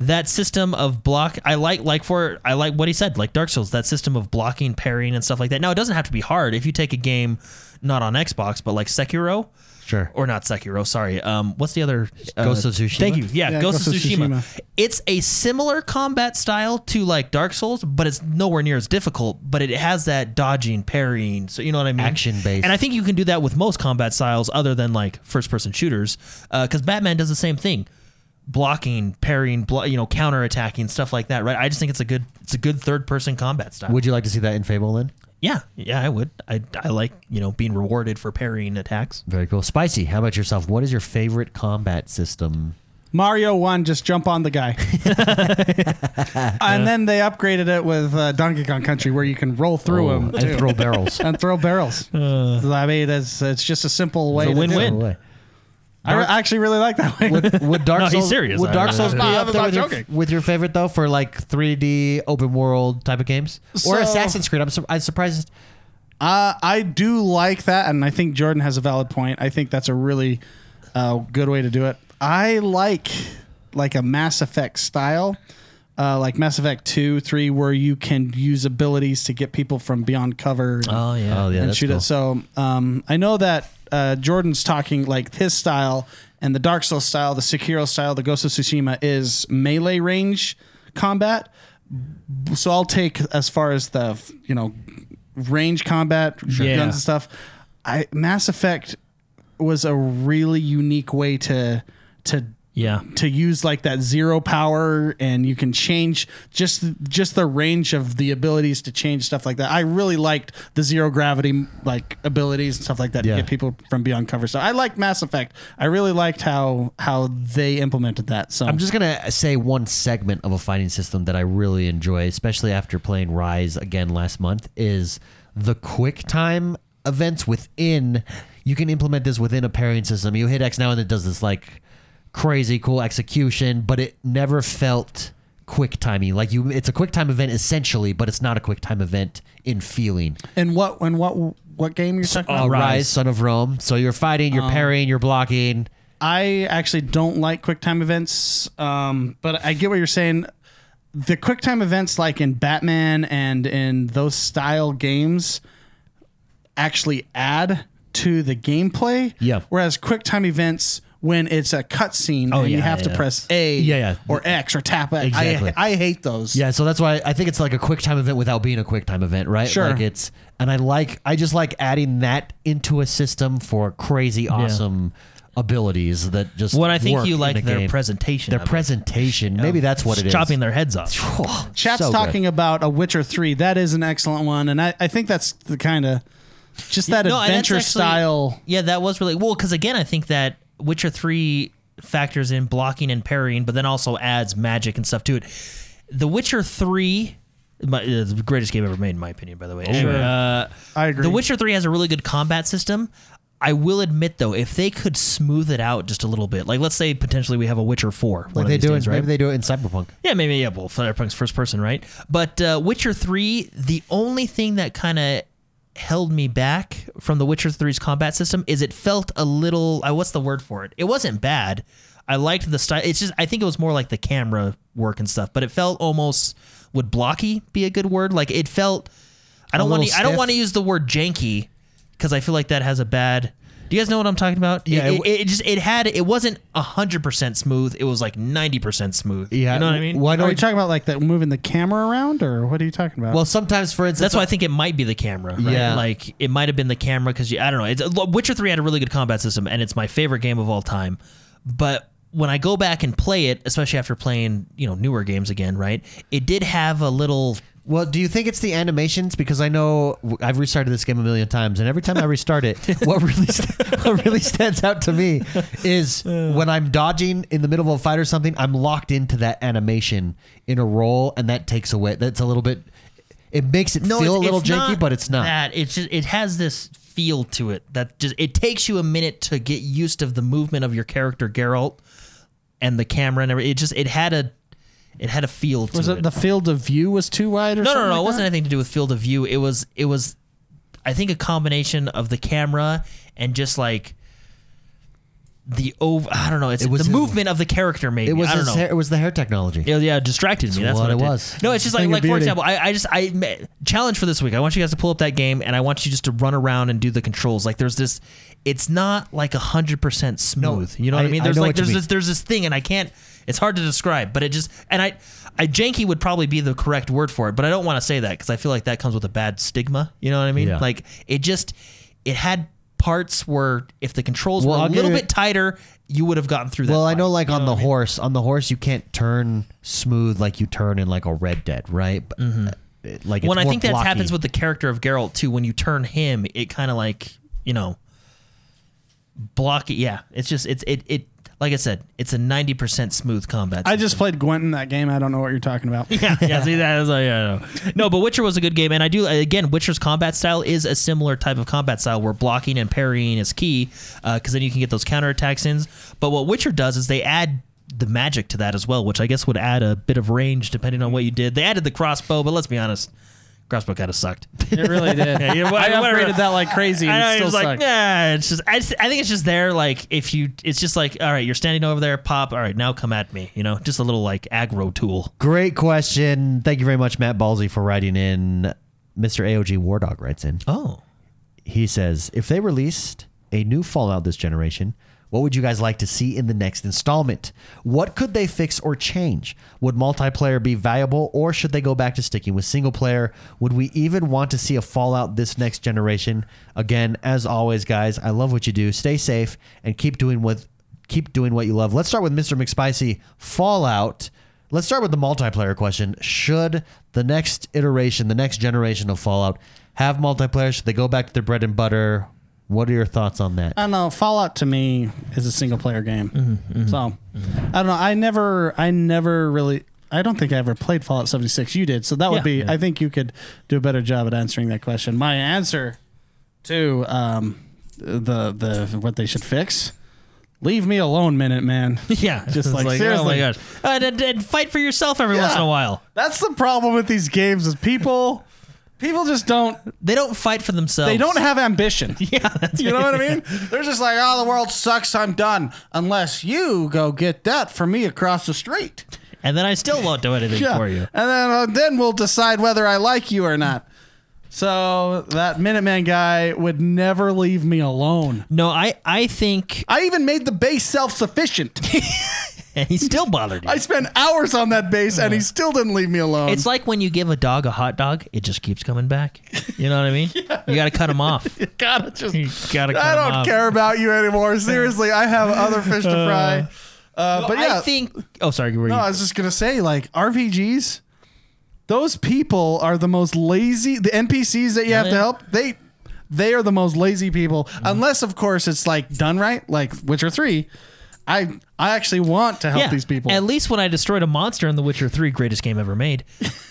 [SPEAKER 3] that system of block, I like, like for, I like what he said, like Dark Souls, that system of blocking, parrying, and stuff like that. Now, it doesn't have to be hard. If you take a game, not on Xbox, but like Sekiro,
[SPEAKER 1] sure.
[SPEAKER 3] or not Sekiro, sorry. Um, what's the other?
[SPEAKER 1] Ghost of Tsushima?
[SPEAKER 3] Thank you. Yeah,
[SPEAKER 4] Yeah,
[SPEAKER 3] Ghost, of Tsushima.
[SPEAKER 4] Tsushima.
[SPEAKER 3] It's a similar combat style to like Dark Souls, but it's nowhere near as difficult. But it has that dodging, parrying. So you know what I mean?
[SPEAKER 1] Action-based.
[SPEAKER 3] And I think you can do that with most combat styles, other than like first-person shooters, because Batman does the same thing. Blocking, parrying, blo- you know, counterattacking, stuff like that, right? I just think it's a good, it's a good third-person combat style.
[SPEAKER 1] would you like to see that in Fable then?
[SPEAKER 3] yeah, yeah, I would. I, I like, you know, being rewarded for parrying attacks.
[SPEAKER 1] Very cool. Spicy. How about yourself? What is your favorite combat system?
[SPEAKER 4] Mario one, just jump on the guy, and then they upgraded it with uh, Donkey Kong Country, where you can roll through
[SPEAKER 1] Oh,
[SPEAKER 4] him
[SPEAKER 1] and throw barrels.
[SPEAKER 4] and throw barrels. I mean, it's it's just a simple way.
[SPEAKER 3] a
[SPEAKER 4] to do
[SPEAKER 3] win-win.
[SPEAKER 4] it.
[SPEAKER 1] No way.
[SPEAKER 4] I re- actually really like that way.
[SPEAKER 1] Would, would Dark
[SPEAKER 3] No, he's
[SPEAKER 1] Souls
[SPEAKER 3] serious.
[SPEAKER 1] Would
[SPEAKER 3] I
[SPEAKER 1] Dark
[SPEAKER 3] mean,
[SPEAKER 1] Souls be
[SPEAKER 3] I'm
[SPEAKER 4] not-
[SPEAKER 1] up
[SPEAKER 4] I'm
[SPEAKER 1] there
[SPEAKER 4] not
[SPEAKER 1] with your,
[SPEAKER 4] joking.
[SPEAKER 1] with your favorite though for like 3D open world type of games or
[SPEAKER 4] So-
[SPEAKER 1] Assassin's Creed? I'm, sur- I'm surprised.
[SPEAKER 4] Uh, I do like that, and I think Jordan has a valid point. I think that's a really uh, good way to do it. I like like a Mass Effect style, uh, like Mass Effect two, three, where you can use abilities to get people from beyond cover. and-
[SPEAKER 3] Oh yeah.
[SPEAKER 1] Oh yeah,
[SPEAKER 4] and
[SPEAKER 1] that's
[SPEAKER 4] shoot
[SPEAKER 1] cool.
[SPEAKER 4] it. So um, I know that uh, Jordan's talking like his style and the Dark Souls style, the Sekiro style, the Ghost of Tsushima is melee range combat. So I'll take as far as the you know range combat,
[SPEAKER 5] Yeah.
[SPEAKER 4] guns and stuff. I Mass Effect was a really unique way to to
[SPEAKER 5] Yeah.
[SPEAKER 4] to use like that zero power and you can change just just the range of the abilities to change stuff like that. I really liked the zero gravity like abilities and stuff like that
[SPEAKER 1] Yeah.
[SPEAKER 4] to get people from beyond cover. So I liked Mass Effect. I really liked how how they implemented that. So
[SPEAKER 1] I'm just gonna say one segment of a fighting system that I really enjoy, especially after playing Rise again last month, is the quick time events within. You can implement this within a parrying system. You hit X now and it does this like crazy cool execution, but it never felt quick timey. Like you, it's a quick time event essentially, but it's not a quick time event in feeling.
[SPEAKER 4] and what and what what game you're talking
[SPEAKER 1] Uh,
[SPEAKER 4] about?
[SPEAKER 1] Rise.
[SPEAKER 5] Rise.
[SPEAKER 1] Son of Rome. So you're fighting,
[SPEAKER 4] Um,
[SPEAKER 1] you're parrying, you're blocking.
[SPEAKER 4] I actually don't like QuickTime events, um, but I get what you're saying. The QuickTime events, like in Batman and in those style games, actually add to the gameplay.
[SPEAKER 1] Yeah.
[SPEAKER 4] Whereas QuickTime events, when it's a cutscene and you
[SPEAKER 1] yeah,
[SPEAKER 4] have to
[SPEAKER 1] yeah.
[SPEAKER 4] press A
[SPEAKER 1] Yeah, yeah.
[SPEAKER 4] or X or tap X, I
[SPEAKER 1] Exactly.
[SPEAKER 4] I hate those.
[SPEAKER 1] Yeah, so that's why I think it's like a quick time event without being a quick time event, right?
[SPEAKER 4] Sure.
[SPEAKER 1] Like it's and I like I just like adding that into a system for crazy awesome abilities that just
[SPEAKER 3] What I think
[SPEAKER 1] work
[SPEAKER 3] you
[SPEAKER 1] in
[SPEAKER 3] like
[SPEAKER 1] the
[SPEAKER 3] their
[SPEAKER 1] game.
[SPEAKER 3] presentation.
[SPEAKER 1] Their
[SPEAKER 3] of it.
[SPEAKER 1] presentation. Maybe that's what it is.
[SPEAKER 3] Chopping their heads off.
[SPEAKER 1] Oh,
[SPEAKER 4] Chat's
[SPEAKER 1] so good.
[SPEAKER 4] talking about a Witcher three. That is an excellent one, and I, I think that's the kind of just that
[SPEAKER 3] No, and that's
[SPEAKER 4] adventure
[SPEAKER 3] actually-
[SPEAKER 4] style.
[SPEAKER 3] Yeah, that was really well because again, I think that Witcher Three factors in blocking and parrying, but then also adds magic and stuff to it. The Witcher Three, my, uh, the greatest game ever made, in my opinion, by the way. Anyway, uh,
[SPEAKER 4] Oh, I agree.
[SPEAKER 3] The Witcher Three has a really good combat system. I will admit though, if they could smooth it out just a little bit, like let's say potentially we have a Witcher Four, one
[SPEAKER 1] like
[SPEAKER 3] of
[SPEAKER 1] they
[SPEAKER 3] these
[SPEAKER 1] do
[SPEAKER 3] days,
[SPEAKER 1] it,
[SPEAKER 3] right?
[SPEAKER 1] maybe they do it in Cyberpunk.
[SPEAKER 3] Yeah, maybe yeah. Well, Cyberpunk's first person, right? But uh, Witcher Three, the only thing that kind of held me back from the Witcher 3's combat system is it felt a little. Uh, what's the word for it? It wasn't bad. I liked the style. It's just I think it was more like the camera work and stuff, but it felt almost would blocky be a good word? Like it felt. I don't want
[SPEAKER 1] little
[SPEAKER 3] to. I don't
[SPEAKER 1] stiff?
[SPEAKER 3] want to use the word janky because I feel like that has a bad. Do you guys know what I'm talking about?
[SPEAKER 1] Yeah,
[SPEAKER 3] it,
[SPEAKER 1] it
[SPEAKER 3] it,
[SPEAKER 1] w-
[SPEAKER 3] it just it had it wasn't hundred percent smooth. It was like ninety percent smooth.
[SPEAKER 1] Yeah.
[SPEAKER 3] you know what I mean.
[SPEAKER 1] Why
[SPEAKER 4] Are you
[SPEAKER 1] don't
[SPEAKER 4] talking about like that moving the camera around, or what are you talking about?
[SPEAKER 1] Well, sometimes for instance
[SPEAKER 3] That's why I think it might be the camera. Right?
[SPEAKER 1] Yeah.
[SPEAKER 3] Like it might have been the camera because I don't know. It's, look, Witcher Three had a really good combat system, and it's my favorite game of all time. But when I go back and play it, especially after playing you know newer games again, right? It did have a little.
[SPEAKER 1] Well, do you think it's the animations? Because I know w- I've restarted this game a million times, and every time I restart it, what really st- what really stands out to me is when I'm dodging in the middle of a fight or something, I'm locked into that animation in a roll, and that takes away. That's a little bit. It makes it feel a
[SPEAKER 3] it's-
[SPEAKER 1] little
[SPEAKER 3] it's
[SPEAKER 1] janky,
[SPEAKER 3] not
[SPEAKER 1] but it's not.
[SPEAKER 3] That it's just it has this feel to it that just it takes you a minute to get used of the movement of your character Geralt and the camera and everything. It just it had a it had a feel to
[SPEAKER 4] was it the field of view was too wide or
[SPEAKER 3] no,
[SPEAKER 4] something?
[SPEAKER 3] no, no.
[SPEAKER 4] like
[SPEAKER 3] it wasn't
[SPEAKER 4] that?
[SPEAKER 3] anything to do with field of view. It was, it was, I think a combination of the camera and just like the over. I don't know. It's
[SPEAKER 1] It was
[SPEAKER 3] the
[SPEAKER 1] his-
[SPEAKER 3] movement of the character. Maybe
[SPEAKER 1] it was
[SPEAKER 3] I don't
[SPEAKER 1] his
[SPEAKER 3] know.
[SPEAKER 1] hair, it was the hair technology.
[SPEAKER 3] Yeah, yeah, it distracted me. That's
[SPEAKER 1] what
[SPEAKER 3] what,
[SPEAKER 1] it
[SPEAKER 3] did.
[SPEAKER 1] was.
[SPEAKER 3] No, it's just like,
[SPEAKER 4] Thing of
[SPEAKER 3] like for
[SPEAKER 4] beauty.
[SPEAKER 3] example, I, I just I ma- challenge for this week. I want you guys to pull up that game, and I want you just to run around and do the controls. Like there's this, it's not like hundred percent smooth. you know what I,
[SPEAKER 1] I-
[SPEAKER 3] mean?
[SPEAKER 1] I
[SPEAKER 3] There's
[SPEAKER 1] know
[SPEAKER 3] like
[SPEAKER 1] what you
[SPEAKER 3] there's
[SPEAKER 1] mean.
[SPEAKER 3] this there's this thing, and I can't. It's hard to describe, but it just and I, I janky would probably be the correct word for it, but I don't want to say that because I feel like that comes with a bad stigma. You know what I mean?
[SPEAKER 1] Yeah.
[SPEAKER 3] Like it just, it had parts where if the controls
[SPEAKER 1] Well,
[SPEAKER 3] were
[SPEAKER 1] I'll
[SPEAKER 3] a little
[SPEAKER 1] give you-
[SPEAKER 3] bit tighter, you would have gotten through that.
[SPEAKER 1] Well, I know like
[SPEAKER 3] fight.
[SPEAKER 1] on the horse, on the horse you can't turn smooth like you turn in like a Red Dead, right? But, uh, it- Like it's
[SPEAKER 3] Mm-hmm. when I
[SPEAKER 1] more
[SPEAKER 3] think that
[SPEAKER 1] blocky.
[SPEAKER 3] happens with the character of Geralt too, when you turn him, it kind of like you know, block it. Yeah, it's just it's it it like I said, it's a ninety percent smooth combat.
[SPEAKER 4] I just played Gwent in that game. I don't know what you're talking about.
[SPEAKER 3] yeah, yeah, see, that is like, yeah, no. no, but Witcher was a good game, and I do again. Witcher's combat style is a similar type of combat style where blocking and parrying is key, because then you can get those counterattacks in. But what Witcher does is they add the magic to that as well, which I guess would add a bit of range depending on what you did. They added the crossbow, but let's be honest, crossbow kind of sucked.
[SPEAKER 4] It really did.
[SPEAKER 3] yeah,
[SPEAKER 4] I
[SPEAKER 3] whatever.
[SPEAKER 4] upgraded that like crazy. And
[SPEAKER 3] I
[SPEAKER 4] it
[SPEAKER 3] know,
[SPEAKER 4] still
[SPEAKER 3] it's like,
[SPEAKER 4] sucked.
[SPEAKER 3] nah, it's just, I, just- I think it's just there. Like, if you, it's just like, all right, you're standing over there, pop, all right, now come at me, you know, just a little like aggro tool.
[SPEAKER 1] Great question. Thank you very much, Matt Balsey, for writing in. Mr. AOG War Dog writes in.
[SPEAKER 3] Oh,
[SPEAKER 1] He says, if they released a new Fallout this generation, What would you guys like to see in the next installment? What could they fix or change? Would multiplayer be viable or should they go back to sticking with single player? Would we even want to see a Fallout this next generation? Again, as always guys, I love what you do. Stay safe and keep doing what keep doing what you love. Let's start with Mr. McSpicy Fallout. Let's start with the multiplayer question. Should the next iteration, the next generation of Fallout have multiplayer? Should they go back to their bread and butter? What are your thoughts on that?
[SPEAKER 4] I don't know. Fallout to me is a single player game.
[SPEAKER 3] Mm-hmm,
[SPEAKER 4] So I don't know. I never, I never really. I don't think I ever played Fallout 76. You did, so that
[SPEAKER 3] Yeah.
[SPEAKER 4] would be. I think you could do a better job at answering that question. My answer to um, the the what they should fix. Leave me alone, minute man.
[SPEAKER 3] Yeah,
[SPEAKER 4] Just
[SPEAKER 3] It's
[SPEAKER 4] like,
[SPEAKER 3] oh
[SPEAKER 4] seriously.
[SPEAKER 3] my gosh, and, and, and fight for yourself every once in a while.
[SPEAKER 4] That's the problem with these games is people, people just don't.
[SPEAKER 3] They don't fight for themselves.
[SPEAKER 4] They don't have ambition.
[SPEAKER 3] Yeah, that's
[SPEAKER 4] You know what I mean? They're just like, oh, the world sucks. I'm done. Unless you go get that for me across the street.
[SPEAKER 3] and then I still won't do anything for you.
[SPEAKER 4] And then, uh, then we'll decide whether I like you or not. So that Minuteman guy would never leave me alone.
[SPEAKER 3] No, I I think
[SPEAKER 4] I even made the base self sufficient.
[SPEAKER 3] and he still bothered you.
[SPEAKER 4] I spent hours on that base and he still didn't leave me alone.
[SPEAKER 3] It's like when you give a dog a hot dog, it just keeps coming back. You know what I mean? You got to cut him off.
[SPEAKER 4] you gotta just.
[SPEAKER 3] You got to cut
[SPEAKER 4] I
[SPEAKER 3] 'em
[SPEAKER 4] don't
[SPEAKER 3] off.
[SPEAKER 4] care about you anymore. Seriously, I have other fish to fry. Uh, but yeah,
[SPEAKER 3] I think. Oh, sorry. Were you,
[SPEAKER 4] No, I was just gonna say, like RPGs, those people are the most lazy. The NPCs that you have to
[SPEAKER 3] Yeah. Mm-hmm.
[SPEAKER 4] help, they they are the most lazy people. Unless, of course, it's like done right, like Witcher Three. I I actually want to help
[SPEAKER 3] Yeah.
[SPEAKER 4] these people.
[SPEAKER 3] At least when I destroyed a monster in The Witcher 3, greatest game ever made,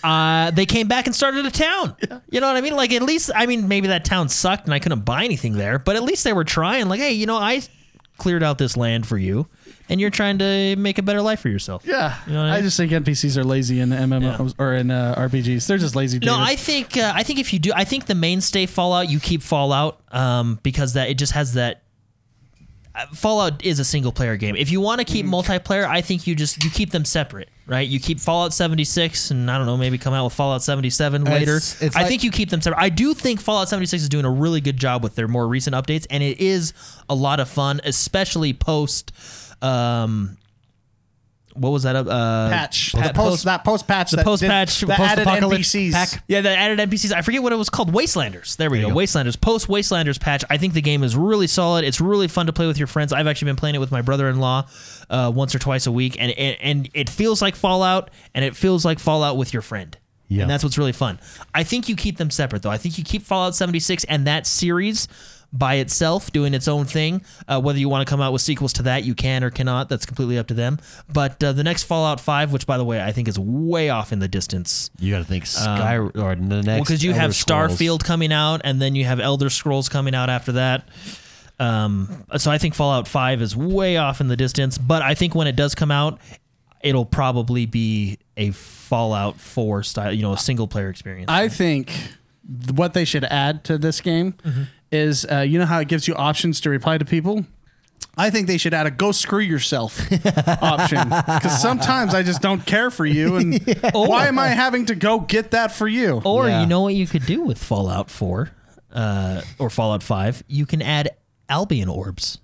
[SPEAKER 3] uh, they came back and started a town. You know what I mean? Like, at least, I mean, maybe that town sucked and I couldn't buy anything there, but at least they were trying. Like, hey, you know, I cleared out this land for you, and you're trying to make a better life for yourself.
[SPEAKER 4] yeah,
[SPEAKER 3] You know what I
[SPEAKER 4] I,
[SPEAKER 3] mean?
[SPEAKER 4] just think NPCs are lazy in MMOs or in uh, RPGs. They're just lazy.
[SPEAKER 3] No,
[SPEAKER 4] David.
[SPEAKER 3] I think uh, I think if you do, I think the mainstay Fallout you keep Fallout um, because that it just has that. uh, Fallout is a single player game. If you want to keep multiplayer, I think you just you keep them separate, right? You keep Fallout 76 and I don't know, maybe come out with Fallout 77 later.
[SPEAKER 1] It's- it's
[SPEAKER 3] I
[SPEAKER 1] like-
[SPEAKER 3] think you keep them separate. I do think Fallout 76 is doing a really good job with their more recent updates and it is a lot of fun, especially post um what was that up uh
[SPEAKER 4] patch
[SPEAKER 3] pa-
[SPEAKER 4] the post that post patch the
[SPEAKER 3] post patch
[SPEAKER 4] that added NPCs.
[SPEAKER 3] Yeah, the added NPCs. I forget what it was called. Wastelanders. There we go. Wastelanders. Post Wastelanders patch. I think the game is really solid. It's really fun to play with your friends. I've actually been playing it with my brother-in-law uh, once or twice a week, and, and and it feels like Fallout, and it feels like Fallout with your friend.
[SPEAKER 1] Yeah.
[SPEAKER 3] And that's what's really fun. I think you keep them separate though. I think you keep Fallout 76 and that series by itself doing its own thing. Uh, whether you want to come out with sequels to that, you can or cannot. That's completely up to them. But uh, the next Fallout 5, which by the way I think is way off in the distance,
[SPEAKER 1] You got to think Sky or the next.
[SPEAKER 3] Um, well, because you
[SPEAKER 1] Elder
[SPEAKER 3] have
[SPEAKER 1] Scrolls.
[SPEAKER 3] Starfield coming out, and then you have Elder Scrolls coming out after that. Um, so I think Fallout Five is way off in the distance, but I think when it does come out, it'll probably be a Fallout Four style, you know, a single player experience.
[SPEAKER 4] I think th- what they should add to this game
[SPEAKER 3] Mm-hmm.
[SPEAKER 4] is uh, you know how it gives you options to reply to people? I think they should add a go screw yourself option because sometimes I just don't care for you. And why am I having to go get that for you?
[SPEAKER 3] or
[SPEAKER 1] Yeah.
[SPEAKER 3] you know what you could do with Fallout Four uh, or Fallout Five, you can add Albion orbs.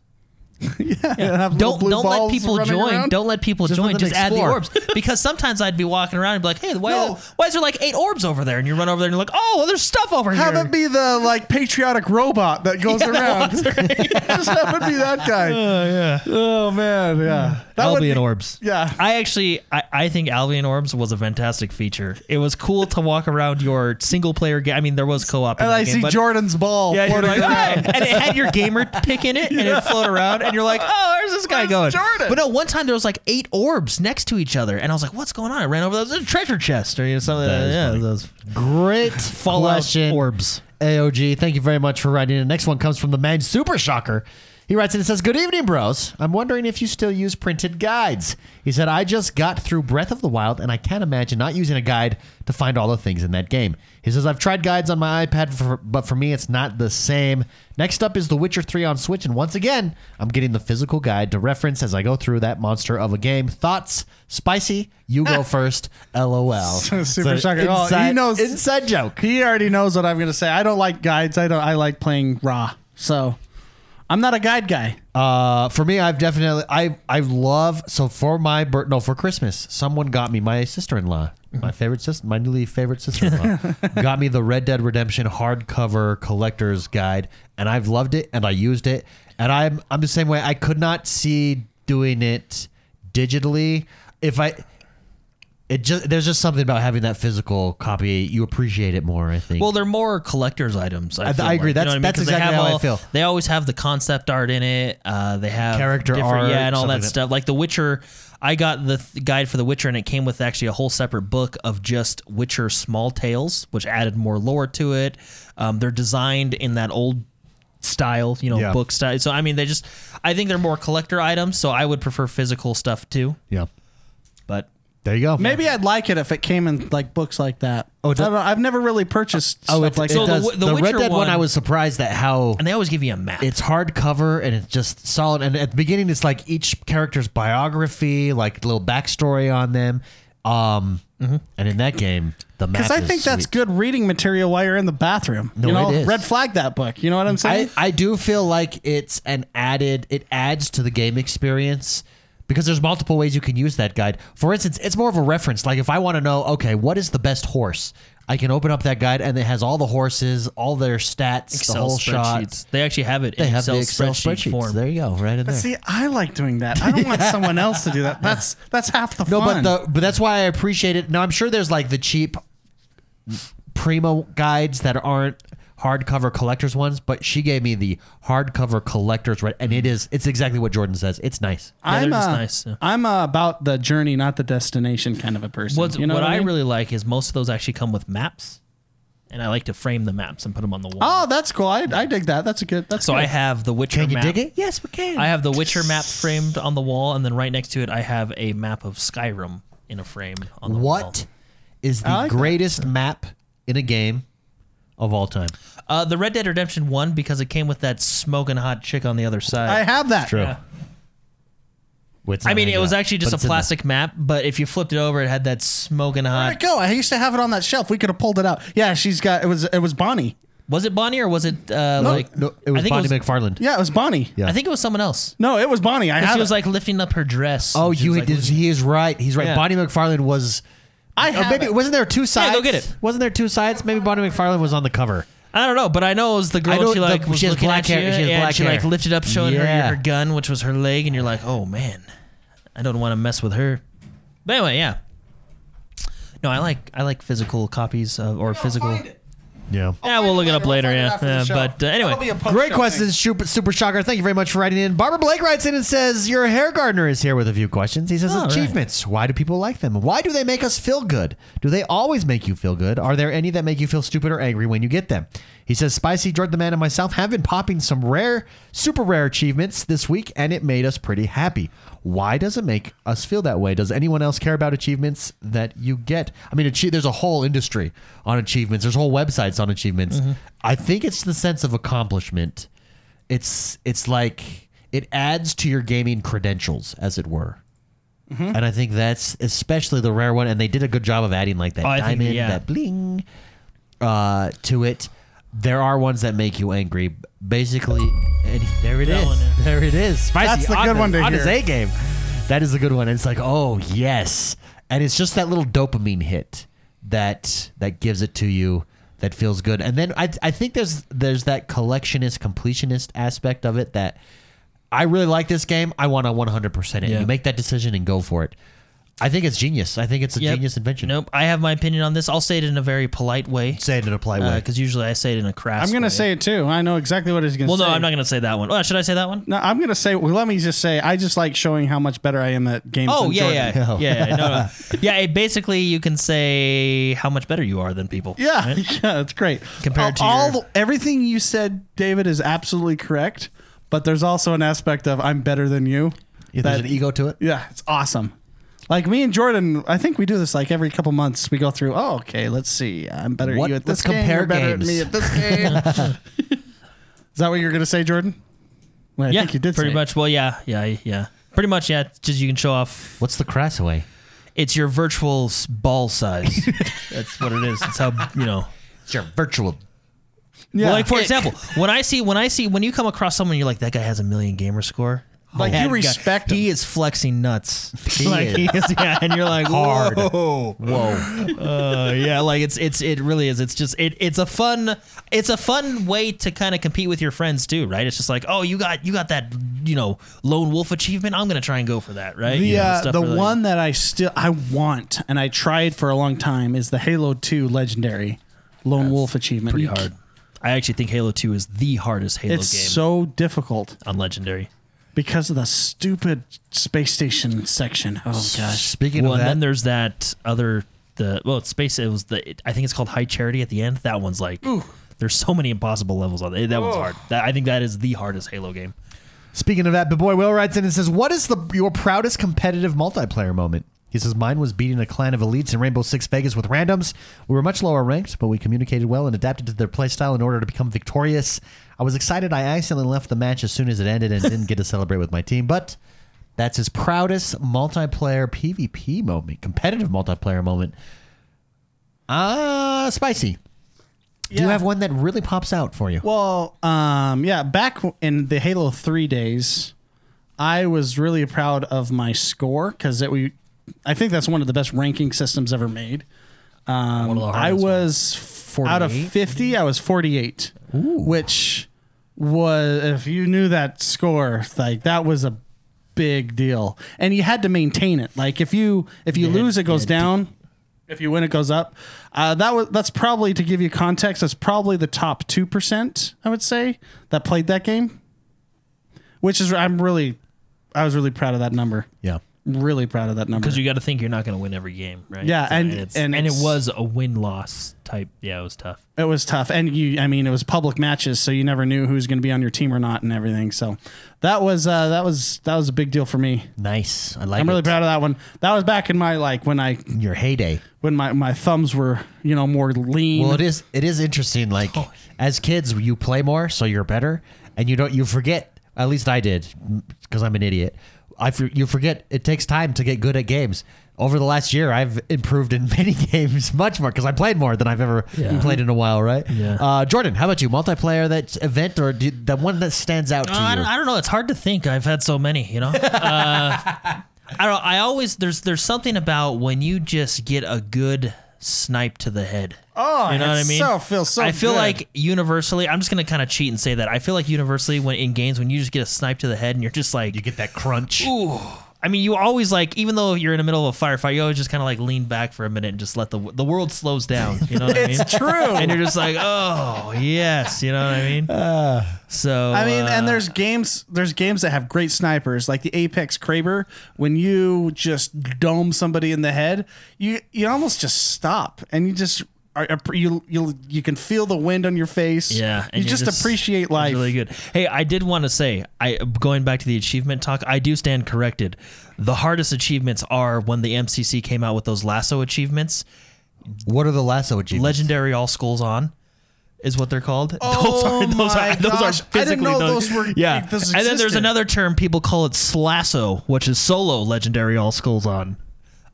[SPEAKER 3] Don't don't let people join. Don't let people
[SPEAKER 1] Just let
[SPEAKER 3] join.
[SPEAKER 1] them
[SPEAKER 3] Just add the
[SPEAKER 1] explore.
[SPEAKER 3] orbs because sometimes I'd be walking around and be like, "Hey, why,
[SPEAKER 4] No.
[SPEAKER 3] why is there like eight orbs over there?" And you run over there and you're like, "Oh, well, there's stuff over
[SPEAKER 4] have
[SPEAKER 3] here."
[SPEAKER 4] it be the like patriotic robot that goes around. just have it be that guy. Oh yeah. Oh man. Yeah. That would
[SPEAKER 3] Albion
[SPEAKER 4] be-
[SPEAKER 3] orbs.
[SPEAKER 4] Yeah.
[SPEAKER 3] I actually, I, I think Albion orbs was a fantastic feature. It was cool to walk around your single player game. I mean, there was co-op. in
[SPEAKER 4] And
[SPEAKER 3] that
[SPEAKER 4] I
[SPEAKER 3] game,
[SPEAKER 4] see
[SPEAKER 3] but-
[SPEAKER 4] Jordan's ball.
[SPEAKER 3] Yeah, you're
[SPEAKER 4] floating
[SPEAKER 3] like,
[SPEAKER 4] around.
[SPEAKER 3] "Hey!" and it had your gamer pick in it, and it floated around, and you're like, "Oh, where's this guy going?"
[SPEAKER 4] Jordan?
[SPEAKER 3] But no, one time there was like eight orbs next to each other, and I was like, "What's going on?" I ran over those a treasure chest or you know, something.
[SPEAKER 1] That is
[SPEAKER 3] yeah,
[SPEAKER 1] funny.
[SPEAKER 3] those
[SPEAKER 1] Great
[SPEAKER 3] Fallout
[SPEAKER 1] question.
[SPEAKER 3] orbs.
[SPEAKER 1] AOG, thank you very much for writing. The next one comes from the man Super Shocker. He writes in and says, Good evening, bros. I'm wondering if you still use printed guides. He said, I just got through Breath of the Wild and I can't imagine not using a guide to find all the things in that game. He says, I've tried guides on my iPad, for, but for me, it's not the same. Next up is The Witcher 3 on Switch, and once again, I'm getting the physical guide to reference as I go through that monster of a game. Thoughts? Spicy? You go first. LOL.
[SPEAKER 4] Super
[SPEAKER 1] So,
[SPEAKER 4] Shocker. Oh, he
[SPEAKER 1] Inside,
[SPEAKER 4] knows-
[SPEAKER 1] Inside joke.
[SPEAKER 4] He already knows what I'm gonna say. I don't like guides. I don't. I like playing raw. So I'm not a guide guy.
[SPEAKER 1] Uh, for me, I've definitely I I love so for my birth no for Christmas someone got me my sister in law my favorite sister my newly favorite sister in law got me the Red Dead Redemption hardcover collector's guide and I've loved it and I used it and I'm I'm the same way I could not see doing it digitally if I it just there's just something about having that physical copy you appreciate it more I think
[SPEAKER 3] Well, they're more collectors' items. I,
[SPEAKER 1] I
[SPEAKER 3] feel
[SPEAKER 1] agree.
[SPEAKER 3] like.
[SPEAKER 1] That's-
[SPEAKER 3] what
[SPEAKER 1] that's
[SPEAKER 3] 'Cause they
[SPEAKER 1] exactly
[SPEAKER 3] have
[SPEAKER 1] how I
[SPEAKER 3] all-
[SPEAKER 1] feel.
[SPEAKER 3] They always have the concept art in it. Uh, they have
[SPEAKER 1] Character
[SPEAKER 3] different-
[SPEAKER 1] art,
[SPEAKER 3] yeah, and all
[SPEAKER 1] stuff
[SPEAKER 3] that
[SPEAKER 1] like that.
[SPEAKER 3] stuff. Like The Witcher, I got the th- guide for The Witcher, and it came with actually a whole separate book of just Witcher small tales, which added more lore to it. Um, they're designed in that old style, you know,
[SPEAKER 1] Yeah.
[SPEAKER 3] book style. So I mean, they just, I think they're more collector items. So I would prefer physical stuff too.
[SPEAKER 1] yeah
[SPEAKER 3] But
[SPEAKER 1] there you go
[SPEAKER 4] Maybe I'd like it if it came in like books like that.
[SPEAKER 1] Oh, it
[SPEAKER 4] I
[SPEAKER 1] does-
[SPEAKER 4] don't, I've never really purchased
[SPEAKER 1] oh
[SPEAKER 4] stuff
[SPEAKER 1] it,
[SPEAKER 4] like
[SPEAKER 1] it
[SPEAKER 3] So
[SPEAKER 4] that.
[SPEAKER 3] the
[SPEAKER 1] does
[SPEAKER 3] Wi-
[SPEAKER 1] the,
[SPEAKER 3] the
[SPEAKER 1] Red
[SPEAKER 3] Witcher
[SPEAKER 1] Dead one
[SPEAKER 3] one-
[SPEAKER 1] I was surprised at how
[SPEAKER 3] and they always give you a map.
[SPEAKER 1] it's hardcover and it's just solid. And at the beginning, it's like each character's biography, like little backstory on them. Um, and in that game, the map.
[SPEAKER 4] Because I
[SPEAKER 1] is
[SPEAKER 4] think that's
[SPEAKER 1] sweet.
[SPEAKER 4] good reading material while you're in the bathroom.
[SPEAKER 1] No,
[SPEAKER 4] you know,
[SPEAKER 1] it is.
[SPEAKER 4] red flag that book. You know what I'm saying?
[SPEAKER 1] I, I do feel like it's an added. It adds to the game experience because there's multiple ways you can use that guide. For instance, it's more of a reference. Like if I want to know, okay, what is the best horse? I can open up that guide and it has all the horses, all their stats, the
[SPEAKER 3] Excel
[SPEAKER 1] whole shot.
[SPEAKER 3] spreadsheets. They actually have it
[SPEAKER 1] They
[SPEAKER 3] in
[SPEAKER 1] have
[SPEAKER 3] Excel,
[SPEAKER 1] the Excel
[SPEAKER 3] spreadsheet
[SPEAKER 1] spreadsheets.
[SPEAKER 3] form.
[SPEAKER 1] There you go, right in there.
[SPEAKER 4] See, I like doing that. I don't want someone else to do that. That's that's half the
[SPEAKER 1] No,
[SPEAKER 4] fun.
[SPEAKER 1] but the but that's why I appreciate it. Now I'm sure there's like the cheap primo guides that aren't hardcover collectors ones, but she gave me the hardcover collectors right and it is it's exactly what Jordan says. It's nice.
[SPEAKER 3] Yeah, they're
[SPEAKER 4] I'm
[SPEAKER 3] just
[SPEAKER 4] uh,
[SPEAKER 3] nice, yeah.
[SPEAKER 4] I'm uh, about the journey, not the destination, kind of a person.
[SPEAKER 3] What's,
[SPEAKER 4] you know
[SPEAKER 3] what, I,
[SPEAKER 4] mean?
[SPEAKER 3] really like is most of those actually come with maps, and I like to frame the maps and put them on the wall.
[SPEAKER 4] Oh, that's cool. I, I dig that. That's a good. That's
[SPEAKER 3] so
[SPEAKER 4] good.
[SPEAKER 3] I have the Witcher
[SPEAKER 1] Can you
[SPEAKER 3] map.
[SPEAKER 1] dig it? Yes, we can.
[SPEAKER 3] I have the Witcher map framed on the wall, and then right next to it, I have a map of Skyrim in a frame on the wall.
[SPEAKER 1] what is the
[SPEAKER 4] I like that.
[SPEAKER 1] greatest map in a game of all time?
[SPEAKER 3] Uh, the Red Dead Redemption one because it came with that smoking hot chick on the other side.
[SPEAKER 4] I have that.
[SPEAKER 3] Yeah.
[SPEAKER 1] Well, it's
[SPEAKER 3] I
[SPEAKER 1] not
[SPEAKER 3] mean,
[SPEAKER 1] hanging
[SPEAKER 3] it was
[SPEAKER 1] up,
[SPEAKER 3] actually
[SPEAKER 1] but
[SPEAKER 3] just a
[SPEAKER 1] it's in there.
[SPEAKER 3] plastic map, but if you flipped it over, it had that smoking
[SPEAKER 4] Where'd
[SPEAKER 3] hot.
[SPEAKER 4] it go? I used to have it on that shelf. We could have pulled it out. Yeah, she's got it. Was it was Bonnie?
[SPEAKER 3] Was it Bonnie or was it uh, like?
[SPEAKER 1] No, it was
[SPEAKER 3] I think
[SPEAKER 1] Bonnie
[SPEAKER 3] it was,
[SPEAKER 1] McFarland.
[SPEAKER 4] Yeah, it was Bonnie.
[SPEAKER 1] Yeah.
[SPEAKER 3] I think it was someone else.
[SPEAKER 4] No, it was Bonnie. I
[SPEAKER 3] 'Cause
[SPEAKER 4] have
[SPEAKER 3] She was
[SPEAKER 4] it.
[SPEAKER 3] like lifting up her dress.
[SPEAKER 1] Oh,
[SPEAKER 3] and she
[SPEAKER 1] you
[SPEAKER 3] was like,
[SPEAKER 1] did,
[SPEAKER 3] lifting-
[SPEAKER 1] he is right. He's right.
[SPEAKER 3] Yeah.
[SPEAKER 1] Bonnie McFarland was
[SPEAKER 4] I
[SPEAKER 1] Or
[SPEAKER 4] have
[SPEAKER 1] maybe
[SPEAKER 4] it.
[SPEAKER 1] wasn't there two sides?
[SPEAKER 3] go get it.
[SPEAKER 1] Wasn't there two sides? Maybe Bonnie McFarlane was on the cover.
[SPEAKER 3] I don't know, but I know it was the girl.
[SPEAKER 1] I know
[SPEAKER 3] she
[SPEAKER 1] the-
[SPEAKER 3] like was
[SPEAKER 1] she has
[SPEAKER 3] looking
[SPEAKER 1] black
[SPEAKER 3] at
[SPEAKER 1] hair-
[SPEAKER 3] you,
[SPEAKER 1] she has
[SPEAKER 3] and
[SPEAKER 1] black
[SPEAKER 3] she like
[SPEAKER 1] hair.
[SPEAKER 3] lifted up, showing
[SPEAKER 1] Yeah.
[SPEAKER 3] her her gun, which was her leg, and you're like, oh man, I don't want to mess with her. But anyway, yeah. No, I like I like physical copies of, or physical.
[SPEAKER 1] Yeah.
[SPEAKER 3] Yeah, we'll look it up later.
[SPEAKER 4] We'll
[SPEAKER 3] Yeah,
[SPEAKER 4] find it after the
[SPEAKER 3] Uh,
[SPEAKER 4] show.
[SPEAKER 3] but uh,
[SPEAKER 4] That'll be
[SPEAKER 3] anyway,
[SPEAKER 4] a post
[SPEAKER 1] Great
[SPEAKER 4] show
[SPEAKER 1] questions, super, super shocker. Thank you very much for writing in. Barbara Blake writes in and says, Your hair gardener is here with a few questions. He says,
[SPEAKER 3] All right.
[SPEAKER 1] Achievements. Why do people like them? Why do they make us feel good? Do they always make you feel good? Are there any that make you feel stupid or angry when you get them? He says, Spicy, Drug the Man, and myself have been popping some rare, super rare achievements this week, and it made us pretty happy. Why does it make us feel that way? Does anyone else care about achievements that you get? I mean, achie- there's a whole industry on achievements, there's whole websites on achievements. I think it's the sense of accomplishment it's it's like it adds to your gaming credentials, as it were.
[SPEAKER 3] Mm-hmm.
[SPEAKER 1] And I think that's especially the rare one, and they did a good job of adding like that
[SPEAKER 3] Oh, I think-
[SPEAKER 1] diamond,
[SPEAKER 3] yeah.
[SPEAKER 1] that bling, uh, to it. There are ones that make you angry, basically. And there it is.
[SPEAKER 3] That one, yeah.
[SPEAKER 1] There it is. Spicy
[SPEAKER 4] That's the
[SPEAKER 1] on
[SPEAKER 4] good
[SPEAKER 1] the-
[SPEAKER 4] one to
[SPEAKER 1] on
[SPEAKER 4] hear.
[SPEAKER 1] his A game. That is a good one. And it's like, oh yes, and it's just that little dopamine hit that that gives it to you that feels good. And then I I think there's there's that collectionist completionist aspect of it that I really like this game. I want to 100% it.
[SPEAKER 3] Yeah.
[SPEAKER 1] You make that decision and go for it. I think it's genius. I think it's a
[SPEAKER 3] Yep.
[SPEAKER 1] genius invention.
[SPEAKER 3] Nope, I have my opinion on this. I'll say it in a very polite way
[SPEAKER 1] Say it in a polite way.
[SPEAKER 3] because usually I say it in a crass.
[SPEAKER 4] I'm gonna
[SPEAKER 3] way.
[SPEAKER 4] say it too. I know exactly what he's gonna
[SPEAKER 3] Well,
[SPEAKER 4] say.
[SPEAKER 3] no, I'm not gonna say that one. Oh, should I say that one?
[SPEAKER 4] No, I'm gonna say. Well, let me just say, I just like showing how much better I am at games.
[SPEAKER 3] Oh
[SPEAKER 4] than
[SPEAKER 3] yeah,
[SPEAKER 4] Jordan.
[SPEAKER 3] yeah, yeah, yeah, no, no. yeah. It basically, you can say how much better you are than people.
[SPEAKER 4] Yeah,
[SPEAKER 3] right?
[SPEAKER 4] yeah, it's great.
[SPEAKER 3] Compared to
[SPEAKER 4] all
[SPEAKER 3] your-
[SPEAKER 4] everything you said, David is absolutely correct. But there's also an aspect of I'm better than you.
[SPEAKER 1] Yeah, there's
[SPEAKER 4] that-
[SPEAKER 1] an ego to it.
[SPEAKER 4] Yeah, it's awesome. Like me and Jordan, I think we do this like every couple months. We go through. Oh, okay, let's see. I'm better
[SPEAKER 1] What-
[SPEAKER 4] at you at
[SPEAKER 1] let's
[SPEAKER 4] this game.
[SPEAKER 1] compare
[SPEAKER 4] you're better
[SPEAKER 1] games.
[SPEAKER 4] at me at this game. is that what you're gonna say, Jordan? Wait, I
[SPEAKER 3] yeah,
[SPEAKER 4] think you did
[SPEAKER 3] pretty
[SPEAKER 4] say it.
[SPEAKER 3] much. Well, yeah, yeah, yeah. Pretty much, yeah. It's just you can show off.
[SPEAKER 1] What's the crass way?
[SPEAKER 3] It's your virtual s- ball size. That's what it is. It's how you know.
[SPEAKER 1] It's your virtual
[SPEAKER 4] Yeah.
[SPEAKER 3] like for
[SPEAKER 4] Ick.
[SPEAKER 3] example, when I see when I see when you come across someone, you're like, that guy has a million gamer score.
[SPEAKER 4] Like,
[SPEAKER 3] That
[SPEAKER 4] you
[SPEAKER 3] guy-
[SPEAKER 4] respect
[SPEAKER 3] He
[SPEAKER 4] him.
[SPEAKER 3] is flexing nuts.
[SPEAKER 1] He
[SPEAKER 3] like
[SPEAKER 1] is.
[SPEAKER 3] he is, yeah, and you're like
[SPEAKER 1] Hard.
[SPEAKER 3] Whoa.
[SPEAKER 1] Whoa.
[SPEAKER 3] Uh, yeah, like it's it's it really is. It's just it it's a fun it's a fun way to kind of compete with your friends too, right? It's just like, oh, you got you got that you know lone wolf achievement. I'm gonna try and go for that, right?
[SPEAKER 4] The
[SPEAKER 3] You know,
[SPEAKER 4] uh,
[SPEAKER 3] stuff
[SPEAKER 4] the
[SPEAKER 3] really-
[SPEAKER 4] one that I still I want and I tried for a long time is the Halo Two Legendary Lone Wolf achievement.
[SPEAKER 3] pretty
[SPEAKER 4] You c-
[SPEAKER 3] hard. I actually think Halo Two is the hardest Halo
[SPEAKER 4] It's
[SPEAKER 3] game
[SPEAKER 4] so difficult
[SPEAKER 3] on Legendary.
[SPEAKER 4] because of the stupid space station section. Oh gosh.
[SPEAKER 1] Speaking
[SPEAKER 3] well,
[SPEAKER 1] of
[SPEAKER 3] and then
[SPEAKER 1] that,
[SPEAKER 3] there's that other the well, it's space. It was the I think it's called High Charity at the end. That one's like there's so many impossible levels on it. That
[SPEAKER 4] Oh.
[SPEAKER 3] one's hard. That, I think that is the hardest Halo game.
[SPEAKER 1] speaking of that, the boy Will writes in and says, "What is the your proudest competitive multiplayer moment?" He says, "Mine was beating a clan of elites in Rainbow Six Vegas with randoms. We were much lower ranked, but we communicated well and adapted to their playstyle in order to become victorious. I was excited. I accidentally left the match as soon as it ended and didn't get to celebrate with my team, but." That's his proudest multiplayer PvP moment, competitive multiplayer moment. Ah, spicy. Do you
[SPEAKER 4] Yeah.
[SPEAKER 1] have one that really pops out for you?
[SPEAKER 4] Well, um, yeah, back w- in the Halo Three days, I was really proud of my score because it we, I think that's one of the best ranking systems ever made. Um,
[SPEAKER 3] the
[SPEAKER 4] I
[SPEAKER 3] hardest
[SPEAKER 4] was f- out of
[SPEAKER 1] 48?
[SPEAKER 4] fifty, I was forty-eight, which was if you knew that score, like that was a big deal, and you had to maintain it. Like if you if you lose, it goes down. If you win, it goes up. Uh, that was that's probably to give you context. That's probably the top two percent I would say that played that game, which is I'm really, I was really proud of that number.
[SPEAKER 1] yeah.
[SPEAKER 4] Really proud of that number.
[SPEAKER 3] Because you got to think you're not going to win every game, right?
[SPEAKER 4] Yeah, and-
[SPEAKER 3] it's,
[SPEAKER 4] and
[SPEAKER 3] it
[SPEAKER 4] it's-
[SPEAKER 3] was a win loss type. Yeah, it was tough.
[SPEAKER 4] it was tough, and you I mean it was public matches, so you never knew who was going to be on your team or not, and everything. So that was uh, that was that was a big deal for me.
[SPEAKER 1] Nice. I like
[SPEAKER 4] I'm really
[SPEAKER 1] it.
[SPEAKER 4] proud of that one. That was back in my like when I
[SPEAKER 1] In your heyday.
[SPEAKER 4] when my my thumbs were you know more lean.
[SPEAKER 1] Well, it is it is interesting like
[SPEAKER 3] Oh,
[SPEAKER 1] as kids you play more so you're better and you don't you forget at least I did cuz I'm an idiot. I for, you forget it takes time to get good at games. Over the last year, I've improved in many games much more because I played more than I've ever
[SPEAKER 3] Yeah.
[SPEAKER 1] played in a while, right?
[SPEAKER 3] Yeah.
[SPEAKER 1] Uh, Jordan, how about you? Multiplayer that event or do, the one that stands out to
[SPEAKER 3] Uh, I,
[SPEAKER 1] you?
[SPEAKER 3] don't, I don't know. It's hard to think. I've had so many, you know. Uh, I don't. I always there's there's something about when you just get a good snipe to the head.
[SPEAKER 4] Oh,
[SPEAKER 3] you know what I
[SPEAKER 4] it
[SPEAKER 3] mean?
[SPEAKER 4] so feels so
[SPEAKER 3] I feel
[SPEAKER 4] good.
[SPEAKER 3] like universally. I'm just gonna kind of cheat and say that I feel like universally when in games when you just get a snipe to the head and you're just like
[SPEAKER 1] you get that crunch.
[SPEAKER 3] Ooh. I mean, you always like, even though you're in the middle of a firefight, you always just kind of like lean back for a minute and just let the the world slows down. You know what I mean? It's true. And you're just like, oh yes, you know what I mean. so
[SPEAKER 4] I mean, and
[SPEAKER 3] uh,
[SPEAKER 4] there's games there's games that have great snipers, like the Apex Kraber. When you just dome somebody in the head, you you almost just stop and you just are, are- you you you can feel the wind on your face.
[SPEAKER 3] Yeah,
[SPEAKER 4] you
[SPEAKER 3] you're
[SPEAKER 4] just, appreciate
[SPEAKER 3] it's
[SPEAKER 4] life.
[SPEAKER 3] Really good. Hey, I did want to say, I going back to the achievement talk. I do stand corrected. The hardest achievements are when the MCC came out with those lasso achievements.
[SPEAKER 1] What are the lasso achievements?
[SPEAKER 3] Legendary all skulls on is what they're called.
[SPEAKER 4] Oh my gosh. I didn't know those were-
[SPEAKER 3] yeah.
[SPEAKER 4] like, those
[SPEAKER 3] and then there's
[SPEAKER 4] existed.
[SPEAKER 3] another term people call it slasso, which is solo legendary all skulls on.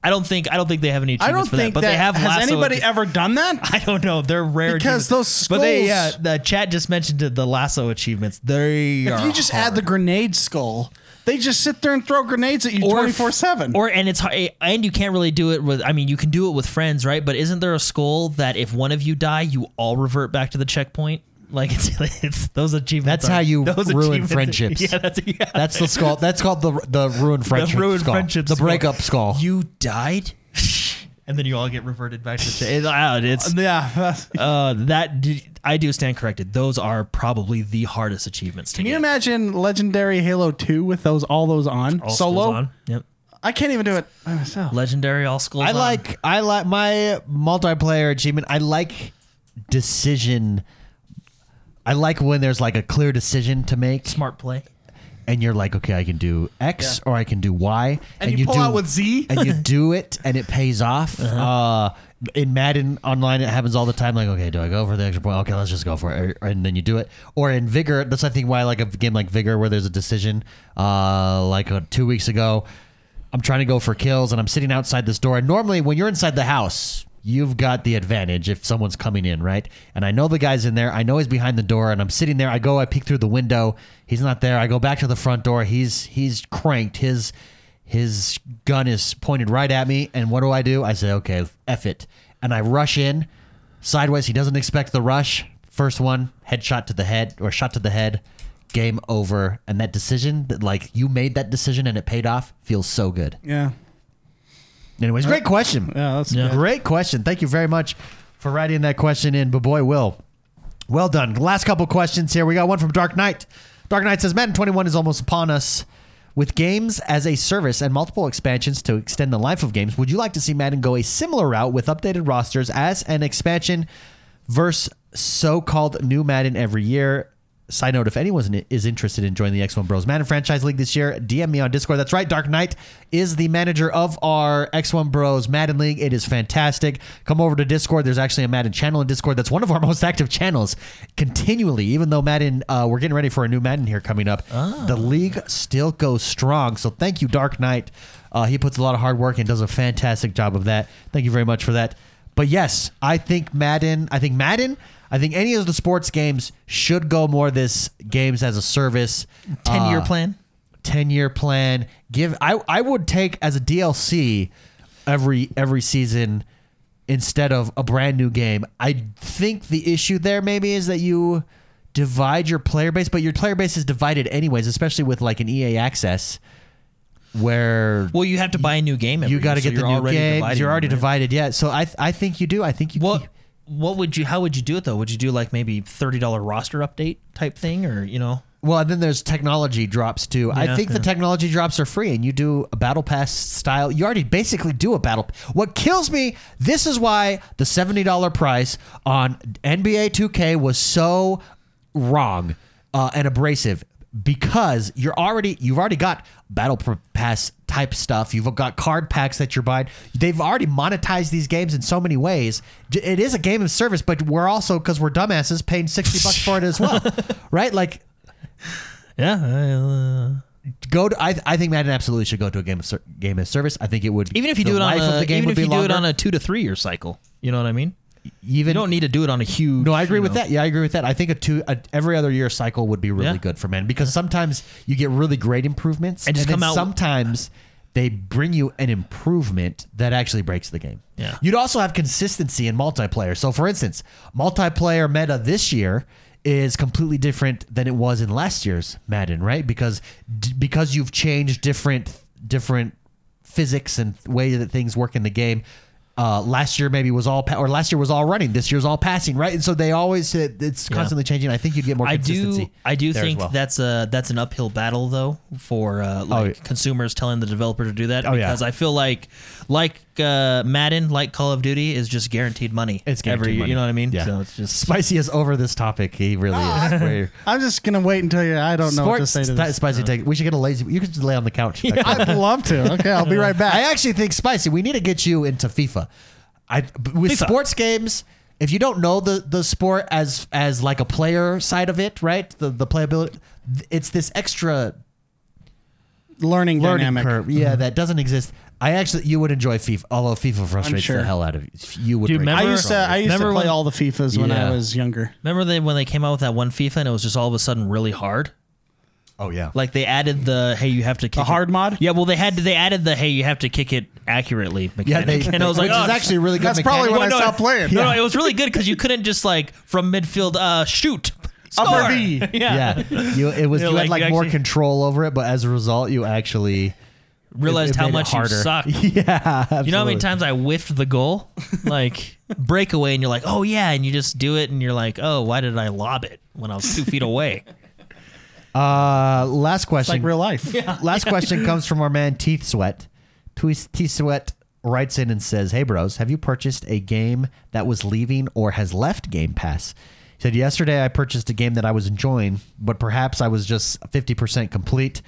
[SPEAKER 3] I don't think I don't think they have any
[SPEAKER 4] I
[SPEAKER 3] achievements
[SPEAKER 4] don't
[SPEAKER 3] for
[SPEAKER 4] think
[SPEAKER 3] that, but
[SPEAKER 4] that
[SPEAKER 3] they have
[SPEAKER 4] has
[SPEAKER 3] lasso
[SPEAKER 4] anybody
[SPEAKER 3] achieve-
[SPEAKER 4] ever done that.
[SPEAKER 3] I don't know. They're rare
[SPEAKER 4] Because
[SPEAKER 3] achievements.
[SPEAKER 4] those
[SPEAKER 3] But they, yeah,
[SPEAKER 4] skulls-
[SPEAKER 3] the chat just mentioned the lasso achievements. They
[SPEAKER 4] If
[SPEAKER 3] are
[SPEAKER 4] you just add
[SPEAKER 3] hard.
[SPEAKER 4] the grenade skull, they just sit there and throw grenades at you
[SPEAKER 3] Or
[SPEAKER 4] twenty
[SPEAKER 3] if-
[SPEAKER 4] four seven.
[SPEAKER 3] Or and it's hi- and you can't really do it with. I mean, you can do it with friends, right? But isn't there a skull that if one of you die, you all revert back to the checkpoint? Like it's, it's those achievements.
[SPEAKER 1] That's how
[SPEAKER 3] are-
[SPEAKER 1] you
[SPEAKER 3] those
[SPEAKER 1] ruin
[SPEAKER 3] achievements-
[SPEAKER 1] friendships.
[SPEAKER 3] Yeah, that's yeah.
[SPEAKER 1] That's the skull. That's called the the ruined friendship.
[SPEAKER 3] ruined
[SPEAKER 1] skull.
[SPEAKER 3] friendship
[SPEAKER 1] The
[SPEAKER 3] skull.
[SPEAKER 1] breakup skull.
[SPEAKER 3] you died, and then you all get reverted back to the. Che- it- uh, it's
[SPEAKER 4] yeah, that's-
[SPEAKER 3] uh, that d- I do stand corrected. Those are probably the hardest achievements to
[SPEAKER 4] Can you
[SPEAKER 3] get.
[SPEAKER 4] imagine Legendary Halo 2 with those all those on
[SPEAKER 3] All skulls
[SPEAKER 4] solo?
[SPEAKER 3] on. Yep.
[SPEAKER 4] I can't even do it by myself.
[SPEAKER 3] Legendary all schools.
[SPEAKER 1] I like I like my multiplayer achievement. I like decision. I like when there's like a clear decision to make,
[SPEAKER 3] smart play.
[SPEAKER 1] and you're like, okay, I can do X or I can do Y,
[SPEAKER 4] And you pull out with Z?
[SPEAKER 1] and you do it, and it pays off. Uh, in Madden Online, it happens all the time. Like, okay, do I go for the extra point? Okay, let's just go for it, Or- and then you do it. Or in Vigor, that's I think why I like a game like Vigor where there's a decision. Uh, like uh, two weeks ago, I'm trying to go for kills, and I'm sitting outside this door. And normally, when you're inside the house, you've got the advantage if someone's coming in, right? And I know the guy's in there. I know he's behind the door, and I'm sitting there. I go, I peek through the window. He's not there. I go back to the front door. He's he's cranked. His his gun is pointed right at me. And what do I do? I say, okay, f it, and I rush in sideways. He doesn't expect the rush. First one, headshot to the head or shot to the head. Game over. And that decision that like you made that decision and it paid off feels so good.
[SPEAKER 2] Yeah.
[SPEAKER 1] Anyways, great question.
[SPEAKER 2] Yeah, that's
[SPEAKER 3] Yeah.
[SPEAKER 2] good.
[SPEAKER 1] Great question. Thank you very much for writing that question in, but boy, Will. Well done. Last couple questions here. We got one from Dark Knight. Dark Knight says Madden 21 is almost upon us. With games as a service and multiple expansions to extend the life of games, would you like to see Madden go a similar route with updated rosters as an expansion versus so called new Madden every year? Side note, if anyone is- is interested in joining the X1 Bros Madden Franchise League this year, DM me on Discord. That's right, Dark Knight is the manager of our X1 Bros Madden League. It is fantastic. Come over to Discord. There's actually a Madden channel in Discord that's one of our most active channels continually, even though Madden, uh, we're getting ready for a new Madden here coming up. The league still goes strong. So thank you, Dark Knight. Uh, he puts a lot of hard work and does a fantastic job of that. Thank you very much for that. But yes, I think Madden. I think Madden. I think any of the sports games should go more this games as a service.
[SPEAKER 3] Ten year
[SPEAKER 1] uh,
[SPEAKER 3] plan.
[SPEAKER 1] Ten year plan. Give. I. I would take as a DLC every every season instead of a brand new game. I think the issue there maybe is that you divide your player base, but your player base is divided anyways, especially with like an EA access where
[SPEAKER 3] Well, you have to buy a new game. Every
[SPEAKER 1] you got to
[SPEAKER 3] to
[SPEAKER 1] get the new games. You're already divided, yeah. So I, I think you do. I think you.
[SPEAKER 3] What what would you? How would you do it though? Would you do like maybe thirty dollar roster update type thing, or you know?
[SPEAKER 1] Well, and then there's technology drops too. I
[SPEAKER 3] Yeah,
[SPEAKER 1] think the
[SPEAKER 3] yeah.
[SPEAKER 1] technology drops are free, and you do a battle pass style. You already basically do a battle. What kills me? This is why the seventy dollar price on NBA 2K was so wrong uh, and abrasive because you're already you've already got battle pr- pass type stuff. You've got card packs that you're buying. They've already monetized these games in so many ways. J- It is a game of service, but we're also because we're dumbasses paying sixty bucks for it as well, right? Like
[SPEAKER 3] Yeah. uh,
[SPEAKER 1] go to. I, I think Madden absolutely should go to a game of ser- game as service. I think it would
[SPEAKER 3] even if you do it on
[SPEAKER 1] life
[SPEAKER 3] a,
[SPEAKER 1] of the game
[SPEAKER 3] even
[SPEAKER 1] would be
[SPEAKER 3] if you
[SPEAKER 1] longer.
[SPEAKER 3] do it on a two to three year cycle. You know what I mean?
[SPEAKER 1] even
[SPEAKER 3] You don't need to do it on a huge.
[SPEAKER 1] no, I agree
[SPEAKER 3] you
[SPEAKER 1] with
[SPEAKER 3] know.
[SPEAKER 1] that. Yeah, I agree with that. I think a two a, every other year cycle would be really
[SPEAKER 3] Yeah.
[SPEAKER 1] good for Madden because sometimes you get really great improvements,
[SPEAKER 3] And just
[SPEAKER 1] then
[SPEAKER 3] come out-
[SPEAKER 1] sometimes. They bring you an improvement that actually breaks the game.
[SPEAKER 3] Yeah.
[SPEAKER 1] You'd also have consistency in multiplayer. So, for instance, multiplayer meta this year is completely different than it was in last year's Madden, right? Because d- because you've changed different different physics and way that things work in the game. Uh, last year maybe was all pa- or last year was all running. This year's all passing, right? And so they always it's constantly changing. I think you'd get more
[SPEAKER 3] I
[SPEAKER 1] consistency.
[SPEAKER 3] do. I do
[SPEAKER 1] there as
[SPEAKER 3] think
[SPEAKER 1] well. Oh,
[SPEAKER 3] that's a that's an uphill battle though for uh, like
[SPEAKER 1] yeah.
[SPEAKER 3] consumers telling the developer to do that
[SPEAKER 1] Oh, yeah.
[SPEAKER 3] because I feel like like uh, Madden like Call of Duty is just guaranteed money.
[SPEAKER 1] It's
[SPEAKER 3] every
[SPEAKER 1] guaranteed money.
[SPEAKER 3] you know what I mean.
[SPEAKER 1] Yeah.
[SPEAKER 3] So it's just
[SPEAKER 1] Spicy is over this topic. He really is. We're-
[SPEAKER 2] I'm just gonna wait until you. I don't know what to
[SPEAKER 1] Sports,
[SPEAKER 2] Ah. say to
[SPEAKER 1] Spi-
[SPEAKER 2] this. Uh.
[SPEAKER 1] spicy take. We should get a lazy. You could just lay on the couch.
[SPEAKER 2] I'd love to. Okay, I'll be right back.
[SPEAKER 1] I actually think spicy. We need to get you into FIFA. I b- with
[SPEAKER 3] FIFA.
[SPEAKER 1] sports games. If you don't know the the sport as as like a player side of it, right? The the playability. th- It's this extra
[SPEAKER 2] learning,
[SPEAKER 1] learning
[SPEAKER 2] dynamic. Mm-hmm.
[SPEAKER 1] curve. Yeah, that doesn't exist. I actually you would enjoy FIFA, although FIFA frustrates
[SPEAKER 2] sure.
[SPEAKER 1] the hell out of you. You would.
[SPEAKER 3] Dude,
[SPEAKER 1] break
[SPEAKER 2] I
[SPEAKER 3] Remember-
[SPEAKER 2] used to. I used to
[SPEAKER 3] Remember
[SPEAKER 2] play
[SPEAKER 3] when-
[SPEAKER 2] all the Fifas when
[SPEAKER 1] Yeah.
[SPEAKER 2] I was younger.
[SPEAKER 3] remember they, when they came out with that one FIFA and it was just all of a sudden really hard.
[SPEAKER 1] oh yeah.
[SPEAKER 3] Like they added the hey you have to kick
[SPEAKER 2] The hard
[SPEAKER 3] it.
[SPEAKER 2] mod?
[SPEAKER 3] Yeah, well they had they added the hey you have to kick it accurately mechanic.
[SPEAKER 1] yeah, they,
[SPEAKER 3] and I was like,
[SPEAKER 1] which
[SPEAKER 3] oh,
[SPEAKER 1] is actually really good.
[SPEAKER 2] That's probably
[SPEAKER 1] mechanic.
[SPEAKER 2] when I stopped playing.
[SPEAKER 3] No, no, it was really good because you couldn't just like from midfield uh shoot.
[SPEAKER 2] Upper
[SPEAKER 3] Score.
[SPEAKER 2] V.
[SPEAKER 3] Yeah.
[SPEAKER 1] yeah, you, it was
[SPEAKER 3] Yeah,
[SPEAKER 1] you
[SPEAKER 3] like,
[SPEAKER 1] had like
[SPEAKER 3] you
[SPEAKER 1] more
[SPEAKER 3] actually-
[SPEAKER 1] control over it, but as a result, you actually it
[SPEAKER 3] Realized how
[SPEAKER 1] made it
[SPEAKER 3] much you
[SPEAKER 1] harder.
[SPEAKER 3] suck.
[SPEAKER 1] yeah.
[SPEAKER 3] You know how many
[SPEAKER 1] absolutely.
[SPEAKER 3] times I whiffed the goal? Like breakaway and you're like, "Oh yeah," and you just do it and you're like, "Oh, why did I lob it when I was 2 feet away?"
[SPEAKER 1] Uh, last question.
[SPEAKER 2] Like real life. Yeah.
[SPEAKER 1] Last question comes from our man Teeth Sweat. Tweet- Teeth Sweat writes in and says, "Hey bros, have you purchased a game that was leaving or has left Game Pass?" He said, "Yesterday I purchased a game that I was enjoying, but perhaps I was just 50% complete."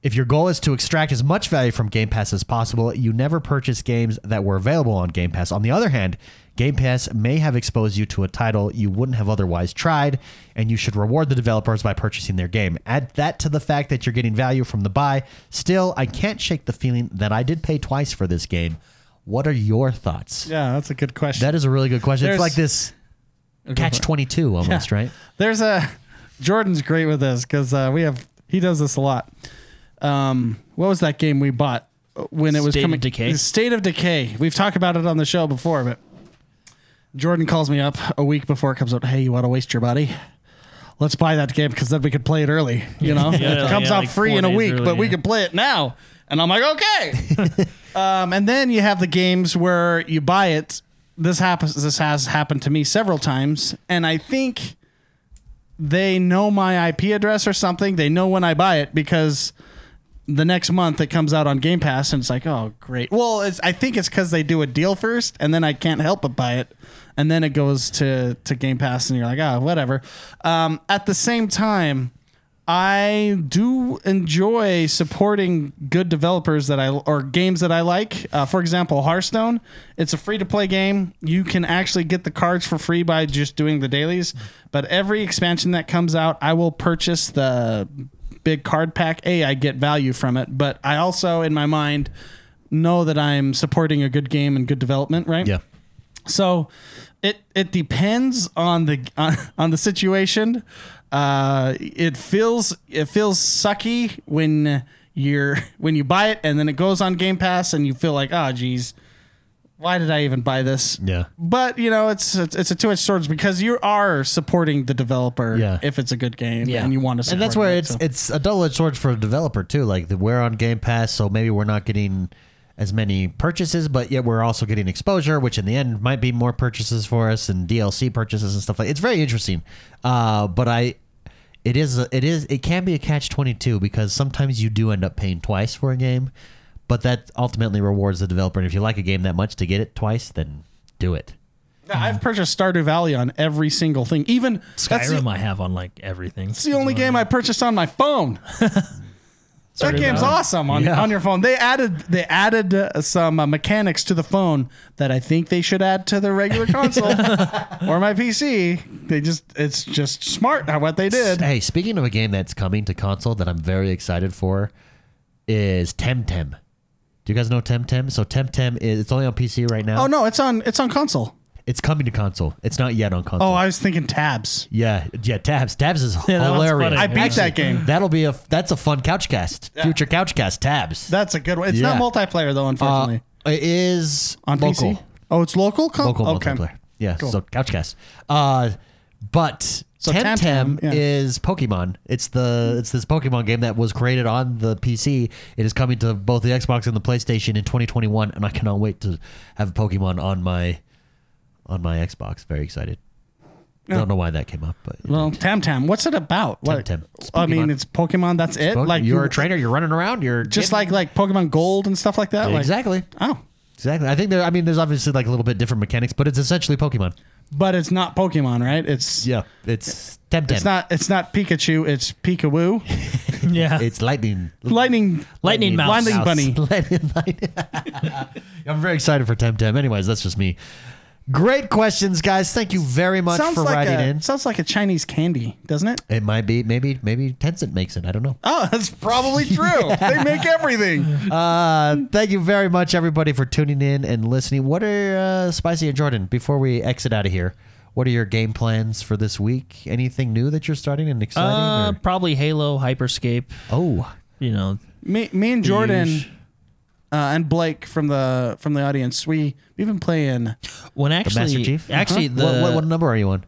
[SPEAKER 1] If your goal is to extract as much value from Game Pass as possible, you never purchase games that were available on Game Pass. On the other hand, Game Pass may have exposed you to a title you wouldn't have otherwise tried, and you should reward the developers by purchasing their game. Add that to the fact that you're getting value from the buy. Still, I can't shake the feeling that I did pay twice for this game. What are your thoughts?
[SPEAKER 4] Yeah, that's a good question.
[SPEAKER 1] That is a really good question.
[SPEAKER 4] There's-
[SPEAKER 1] it's like this catch twenty two almost,
[SPEAKER 4] Yeah.
[SPEAKER 1] right?
[SPEAKER 4] There's a Jordan's great with this because uh, we have he does this a lot. Um, what was that game we bought when it was
[SPEAKER 3] State of
[SPEAKER 4] coming?
[SPEAKER 3] Decay?
[SPEAKER 4] State of Decay. We've talked about it on the show before, but Jordan calls me up a week before it comes out. Hey, you want to waste your money? Let's buy that game because then we could play it early. You know,
[SPEAKER 3] Yeah,
[SPEAKER 4] it comes
[SPEAKER 3] yeah,
[SPEAKER 4] out
[SPEAKER 3] like
[SPEAKER 4] free
[SPEAKER 3] four
[SPEAKER 4] in a
[SPEAKER 3] days
[SPEAKER 4] week,
[SPEAKER 3] early,
[SPEAKER 4] but we
[SPEAKER 3] yeah.
[SPEAKER 4] can play it now. And I'm like, okay. um, and then you have the games where you buy it. This happens. This has happened to me several times, and I think they know my IP address or something. They know when I buy it because the next month it comes out on Game Pass, and it's like, oh, great. Well, it's, I think it's because they do a deal first, and then I can't help but buy it, and then it goes to to Game Pass, and you're like, ah, whatever. Um, at the same time, I do enjoy supporting good developers that I or games that I like. Uh, for example, Hearthstone. It's a free to play game. You can actually get the cards for free by just doing the dailies. But every expansion that comes out, I will purchase the big card pack. A, I get value from it, but I also in my mind know that I'm supporting a good game and good development. Right?
[SPEAKER 1] Yeah.
[SPEAKER 4] So it it depends on the on, on the situation. Uh, it feels it feels sucky when you're when you buy it and then it goes on Game Pass and you feel like oh geez, why did I even buy this?
[SPEAKER 1] Yeah.
[SPEAKER 4] But you know it's it's, it's a two edged sword because you are supporting the developer
[SPEAKER 1] Yeah.
[SPEAKER 4] if it's a good game
[SPEAKER 3] Yeah.
[SPEAKER 4] and you want to. Support
[SPEAKER 1] and that's where
[SPEAKER 4] it,
[SPEAKER 1] it's
[SPEAKER 4] so.
[SPEAKER 1] it's a double edged sword for a developer too. Like the, we're on Game Pass, so maybe we're not getting as many purchases, but yet we're also getting exposure, which in the end might be more purchases for us and DLC purchases and stuff like. It's very interesting, uh, but I. It is, a- it is, it can be a catch twenty two because sometimes you do end up paying twice for a game, but that ultimately rewards the developer. And if you like a game that much to get it twice, then do it.
[SPEAKER 4] Yeah, I've purchased Stardew Valley on every single thing, even that's the-
[SPEAKER 3] Skyrim I have on like everything.
[SPEAKER 4] It's the only game I purchased on my phone. that game's awesome on,
[SPEAKER 1] Yeah.
[SPEAKER 4] on your phone. They added they added uh, some uh, mechanics to the phone that I think they should add to the regular console or my PC. They just it's just smart how what they did.
[SPEAKER 1] Hey, speaking of a game that's coming to console that I'm very excited for is Temtem. Do you guys know Temtem? So Temtem is it's only on PC right now.
[SPEAKER 4] Oh no, it's on it's on console.
[SPEAKER 1] It's coming to console. It's not yet on console.
[SPEAKER 4] Oh, I was thinking tabs.
[SPEAKER 1] yeah, yeah. Tabs, tabs is
[SPEAKER 3] Yeah, that one's
[SPEAKER 1] hilarious.
[SPEAKER 3] funny.
[SPEAKER 4] I beat
[SPEAKER 3] Actually-
[SPEAKER 4] that game.
[SPEAKER 1] That'll be a that's a fun couch cast. Future couch cast tabs.
[SPEAKER 4] That's a good one. It's
[SPEAKER 1] Yeah.
[SPEAKER 4] not multiplayer though,
[SPEAKER 1] uh,
[SPEAKER 4] unfortunately.
[SPEAKER 1] it is
[SPEAKER 4] on
[SPEAKER 1] local.
[SPEAKER 4] PC. Oh, it's local. Com-
[SPEAKER 1] local
[SPEAKER 4] okay.
[SPEAKER 1] multiplayer. Yeah, so Couchcast. Uh, but
[SPEAKER 4] So
[SPEAKER 1] Temtem
[SPEAKER 4] Temtem, yeah.
[SPEAKER 1] is Pokemon. It's the it's this Pokemon game that was created on the PC. It is coming to both the Xbox and the PlayStation in 2021, and I cannot wait to have Pokemon on my on my Xbox. Very excited. Don't know why that came up, but
[SPEAKER 4] Well, Tam Tam, what's it about? What-
[SPEAKER 1] Temtem. It's
[SPEAKER 4] I mean,
[SPEAKER 1] Pokemon.
[SPEAKER 4] it's Pokemon. That's it.
[SPEAKER 1] like
[SPEAKER 4] Like
[SPEAKER 1] you're
[SPEAKER 4] you-
[SPEAKER 1] a trainer, you're running around, you're
[SPEAKER 4] just
[SPEAKER 1] getting-
[SPEAKER 4] like like Pokemon Gold and stuff like that. Like,
[SPEAKER 1] exactly.
[SPEAKER 4] oh,
[SPEAKER 1] Exactly. I think there. I mean, there's obviously like a little bit different mechanics, but it's essentially Pokemon.
[SPEAKER 4] but it's not Pokemon, right? It's
[SPEAKER 1] Yeah, it's Temtem.
[SPEAKER 4] It's not. It's not Pikachu. It's Pikawoo.
[SPEAKER 3] yeah.
[SPEAKER 1] It's lightning.
[SPEAKER 4] Lightning.
[SPEAKER 3] Lightning mouse.
[SPEAKER 4] Lightning bunny.
[SPEAKER 1] Lightning Bunny. I'm very excited for Temtem. Anyways, that's just me. Great questions, guys. Thank you very much
[SPEAKER 4] Sounds
[SPEAKER 1] for
[SPEAKER 4] like
[SPEAKER 1] writing
[SPEAKER 4] a
[SPEAKER 1] in.
[SPEAKER 4] sounds like a Chinese candy, doesn't it?
[SPEAKER 1] It might be maybe maybe Tencent makes it. I don't know.
[SPEAKER 4] Oh, that's probably true. They make everything.
[SPEAKER 1] Uh, thank you very much, everybody, for tuning in and listening. What are uh, Spicy and Jordan? Before we exit out of here, what are your game plans for this week? Anything new that you're starting and exciting?
[SPEAKER 3] uh,
[SPEAKER 1] or-
[SPEAKER 3] probably Halo, Hyperscape.
[SPEAKER 1] oh,
[SPEAKER 3] You know,
[SPEAKER 4] Me, me and Jordan
[SPEAKER 3] Yeesh.
[SPEAKER 4] uh, and Blake from the from the audience. We we've been playing.
[SPEAKER 3] when
[SPEAKER 1] the
[SPEAKER 3] actually,
[SPEAKER 1] Master Chief.
[SPEAKER 3] actually
[SPEAKER 1] Uh-huh.
[SPEAKER 3] the
[SPEAKER 1] what, what, what number are you on?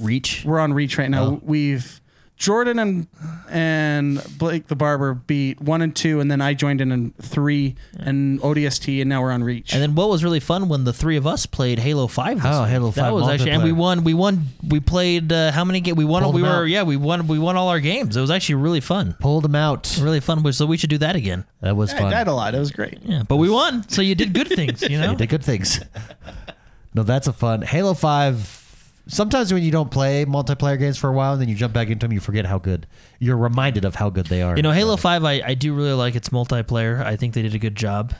[SPEAKER 3] Reach.
[SPEAKER 4] We're on reach right now. We've Jordan and and Blake the barber beat one and two, and then I joined in in three and ODST, and now we're on reach.
[SPEAKER 3] And then what was really fun when the three of us played Halo Five. This
[SPEAKER 1] Oh,
[SPEAKER 3] week.
[SPEAKER 1] Halo
[SPEAKER 3] That
[SPEAKER 1] 5
[SPEAKER 3] was actually, and we
[SPEAKER 1] multiplayer.
[SPEAKER 3] won. We won. We played uh, how many games? We won.
[SPEAKER 1] Pulled
[SPEAKER 3] we
[SPEAKER 1] them
[SPEAKER 3] were
[SPEAKER 1] out.
[SPEAKER 3] yeah. We won. We won all our games. It was actually really fun.
[SPEAKER 1] Pulled them out.
[SPEAKER 3] Really fun. So we should do that again.
[SPEAKER 1] That was
[SPEAKER 4] I
[SPEAKER 1] fun.
[SPEAKER 4] died a lot. It was great.
[SPEAKER 3] Yeah, but we won. So you did good things. You know.
[SPEAKER 1] You did good things. no, that's a fun Halo Five. Sometimes when you don't play multiplayer games for a while and then you jump back into them, you forget how good. You're reminded of how good they are.
[SPEAKER 3] You know, Halo Five, I, I do really like its multiplayer. I think they did a good job.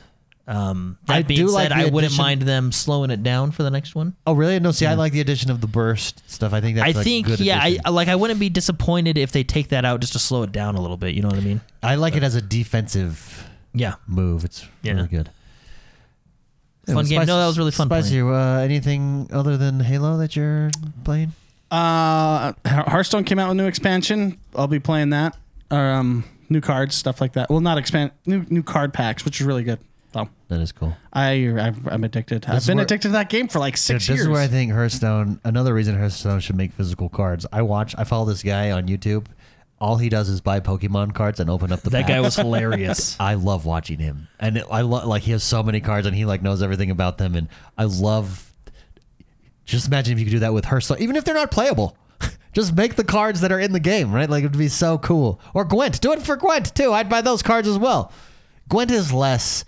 [SPEAKER 3] Um, that
[SPEAKER 1] I
[SPEAKER 3] being
[SPEAKER 1] do
[SPEAKER 3] said,
[SPEAKER 1] like the
[SPEAKER 3] I wouldn't
[SPEAKER 1] addition-
[SPEAKER 3] mind them slowing it down for the next one.
[SPEAKER 1] oh, really? No, see, I like the addition of the burst stuff. I think that's.
[SPEAKER 3] Hmm. I
[SPEAKER 1] like,
[SPEAKER 3] think,
[SPEAKER 1] good
[SPEAKER 3] yeah, I,
[SPEAKER 1] addition.
[SPEAKER 3] I- like I wouldn't be disappointed if they take that out just to slow it down a little bit. You know what I mean?
[SPEAKER 1] I like it as a defensive
[SPEAKER 3] Yeah.
[SPEAKER 1] move. It's
[SPEAKER 3] Yeah.
[SPEAKER 1] really good.
[SPEAKER 3] Fun game. No, that was really fun
[SPEAKER 1] Spicy. Uh, anything other than Halo that you're playing?
[SPEAKER 2] Uh, Hearthstone came out with new expansion. I'll be playing that. Um, new cards, stuff like that. Well, not expand new new card packs, which is really good. So
[SPEAKER 1] That is cool.
[SPEAKER 2] I I've, I'm addicted. I've
[SPEAKER 1] is
[SPEAKER 2] been
[SPEAKER 1] where-
[SPEAKER 2] addicted to that game for like
[SPEAKER 1] Dude,
[SPEAKER 2] six
[SPEAKER 1] this
[SPEAKER 2] years.
[SPEAKER 1] is where I think Hearthstone. Another reason Hearthstone should make physical cards. I watch. I follow this guy on YouTube. All he does is buy Pokemon cards and open up the.
[SPEAKER 3] That
[SPEAKER 1] pack.
[SPEAKER 3] guy was hilarious.
[SPEAKER 1] I love watching him, and it- I love like he has so many cards, and he like knows everything about them, and I love. Just imagine if you could do that with Hearthstone, even if they're not playable. Just make the cards that are in the game, right? Like it would be so cool. Or Gwent, do it for Gwent too. I'd buy those cards as well. Gwent is less.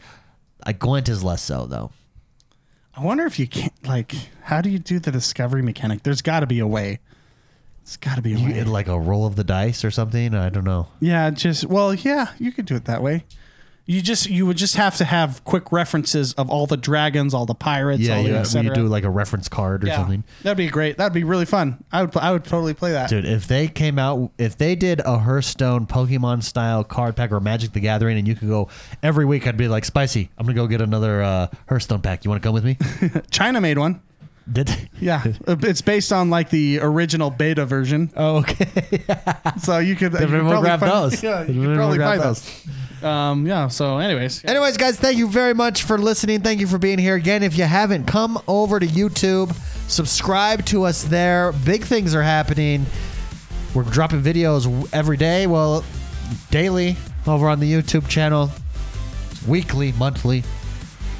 [SPEAKER 1] Uh, Gwent is less so though.
[SPEAKER 2] I wonder if you can't like. How do you do the discovery mechanic? There's got to be a way. It's got to be a
[SPEAKER 1] You
[SPEAKER 2] way.
[SPEAKER 1] get like a roll of the dice or something. I don't know.
[SPEAKER 2] yeah, just well, yeah, you could do it that way. You just you would just have to have quick references of all the dragons, all the pirates,
[SPEAKER 1] Yeah,
[SPEAKER 2] all the
[SPEAKER 1] yeah.
[SPEAKER 2] et
[SPEAKER 1] When you uh,
[SPEAKER 2] cetera.
[SPEAKER 1] do like a reference card or
[SPEAKER 2] Yeah.
[SPEAKER 1] something.
[SPEAKER 2] That'd be great. That'd be really fun. I would pl- I would totally play that.
[SPEAKER 1] Dude, if they came out, if they did a Hearthstone Pokemon style card pack or Magic the Gathering, and you could go every week, I'd be like, Spicy, I'm going to go get another uh, Hearthstone pack. You want to come with me?
[SPEAKER 2] China made one.
[SPEAKER 1] did they?
[SPEAKER 2] Yeah, Uh, it's based on like the original beta version,
[SPEAKER 1] Oh, okay.
[SPEAKER 2] so you could. you could
[SPEAKER 1] Everyone
[SPEAKER 2] probably
[SPEAKER 1] grab
[SPEAKER 2] find-
[SPEAKER 1] those.
[SPEAKER 2] Yeah, you could
[SPEAKER 1] Everyone
[SPEAKER 2] probably
[SPEAKER 1] grab
[SPEAKER 2] find
[SPEAKER 1] those.
[SPEAKER 2] those. Um, yeah. So, anyways, yeah.
[SPEAKER 1] Anyways, guys, thank you very much for listening. Thank you for being here again. If you haven't, come over to YouTube, subscribe to us there. Big things are happening. We're dropping videos w- every day, well, daily over on the YouTube channel, weekly, monthly.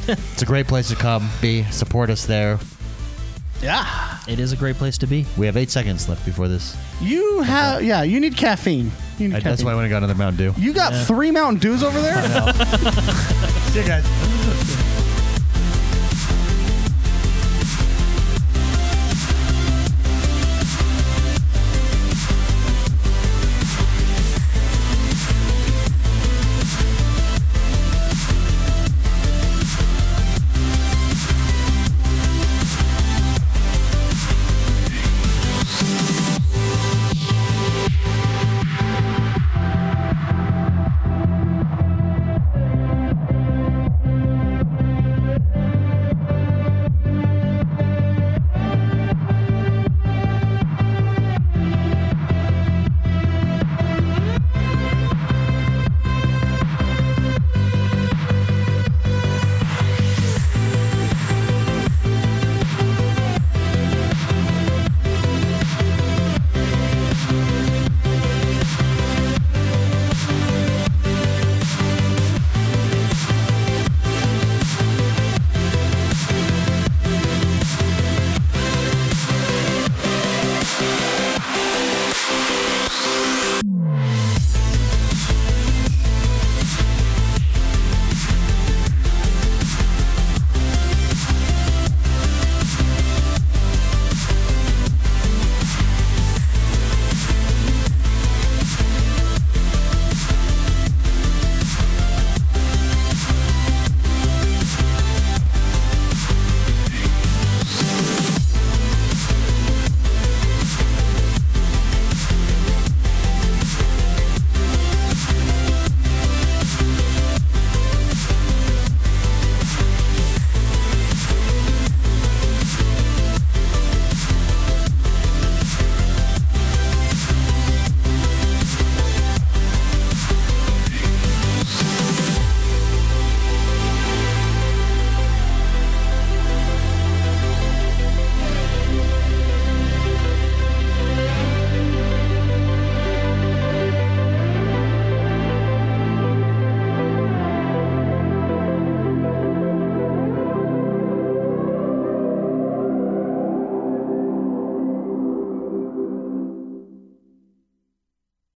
[SPEAKER 1] it's a great place to come, be, support us there.
[SPEAKER 2] yeah.
[SPEAKER 3] It is a great place to be.
[SPEAKER 1] We have eight seconds left before this.
[SPEAKER 2] You have yeah. You need caffeine. You need
[SPEAKER 1] I-
[SPEAKER 2] caffeine.
[SPEAKER 1] that's why I went and got another Mountain Dew.
[SPEAKER 2] you got three Mountain Dews over there. See you guys.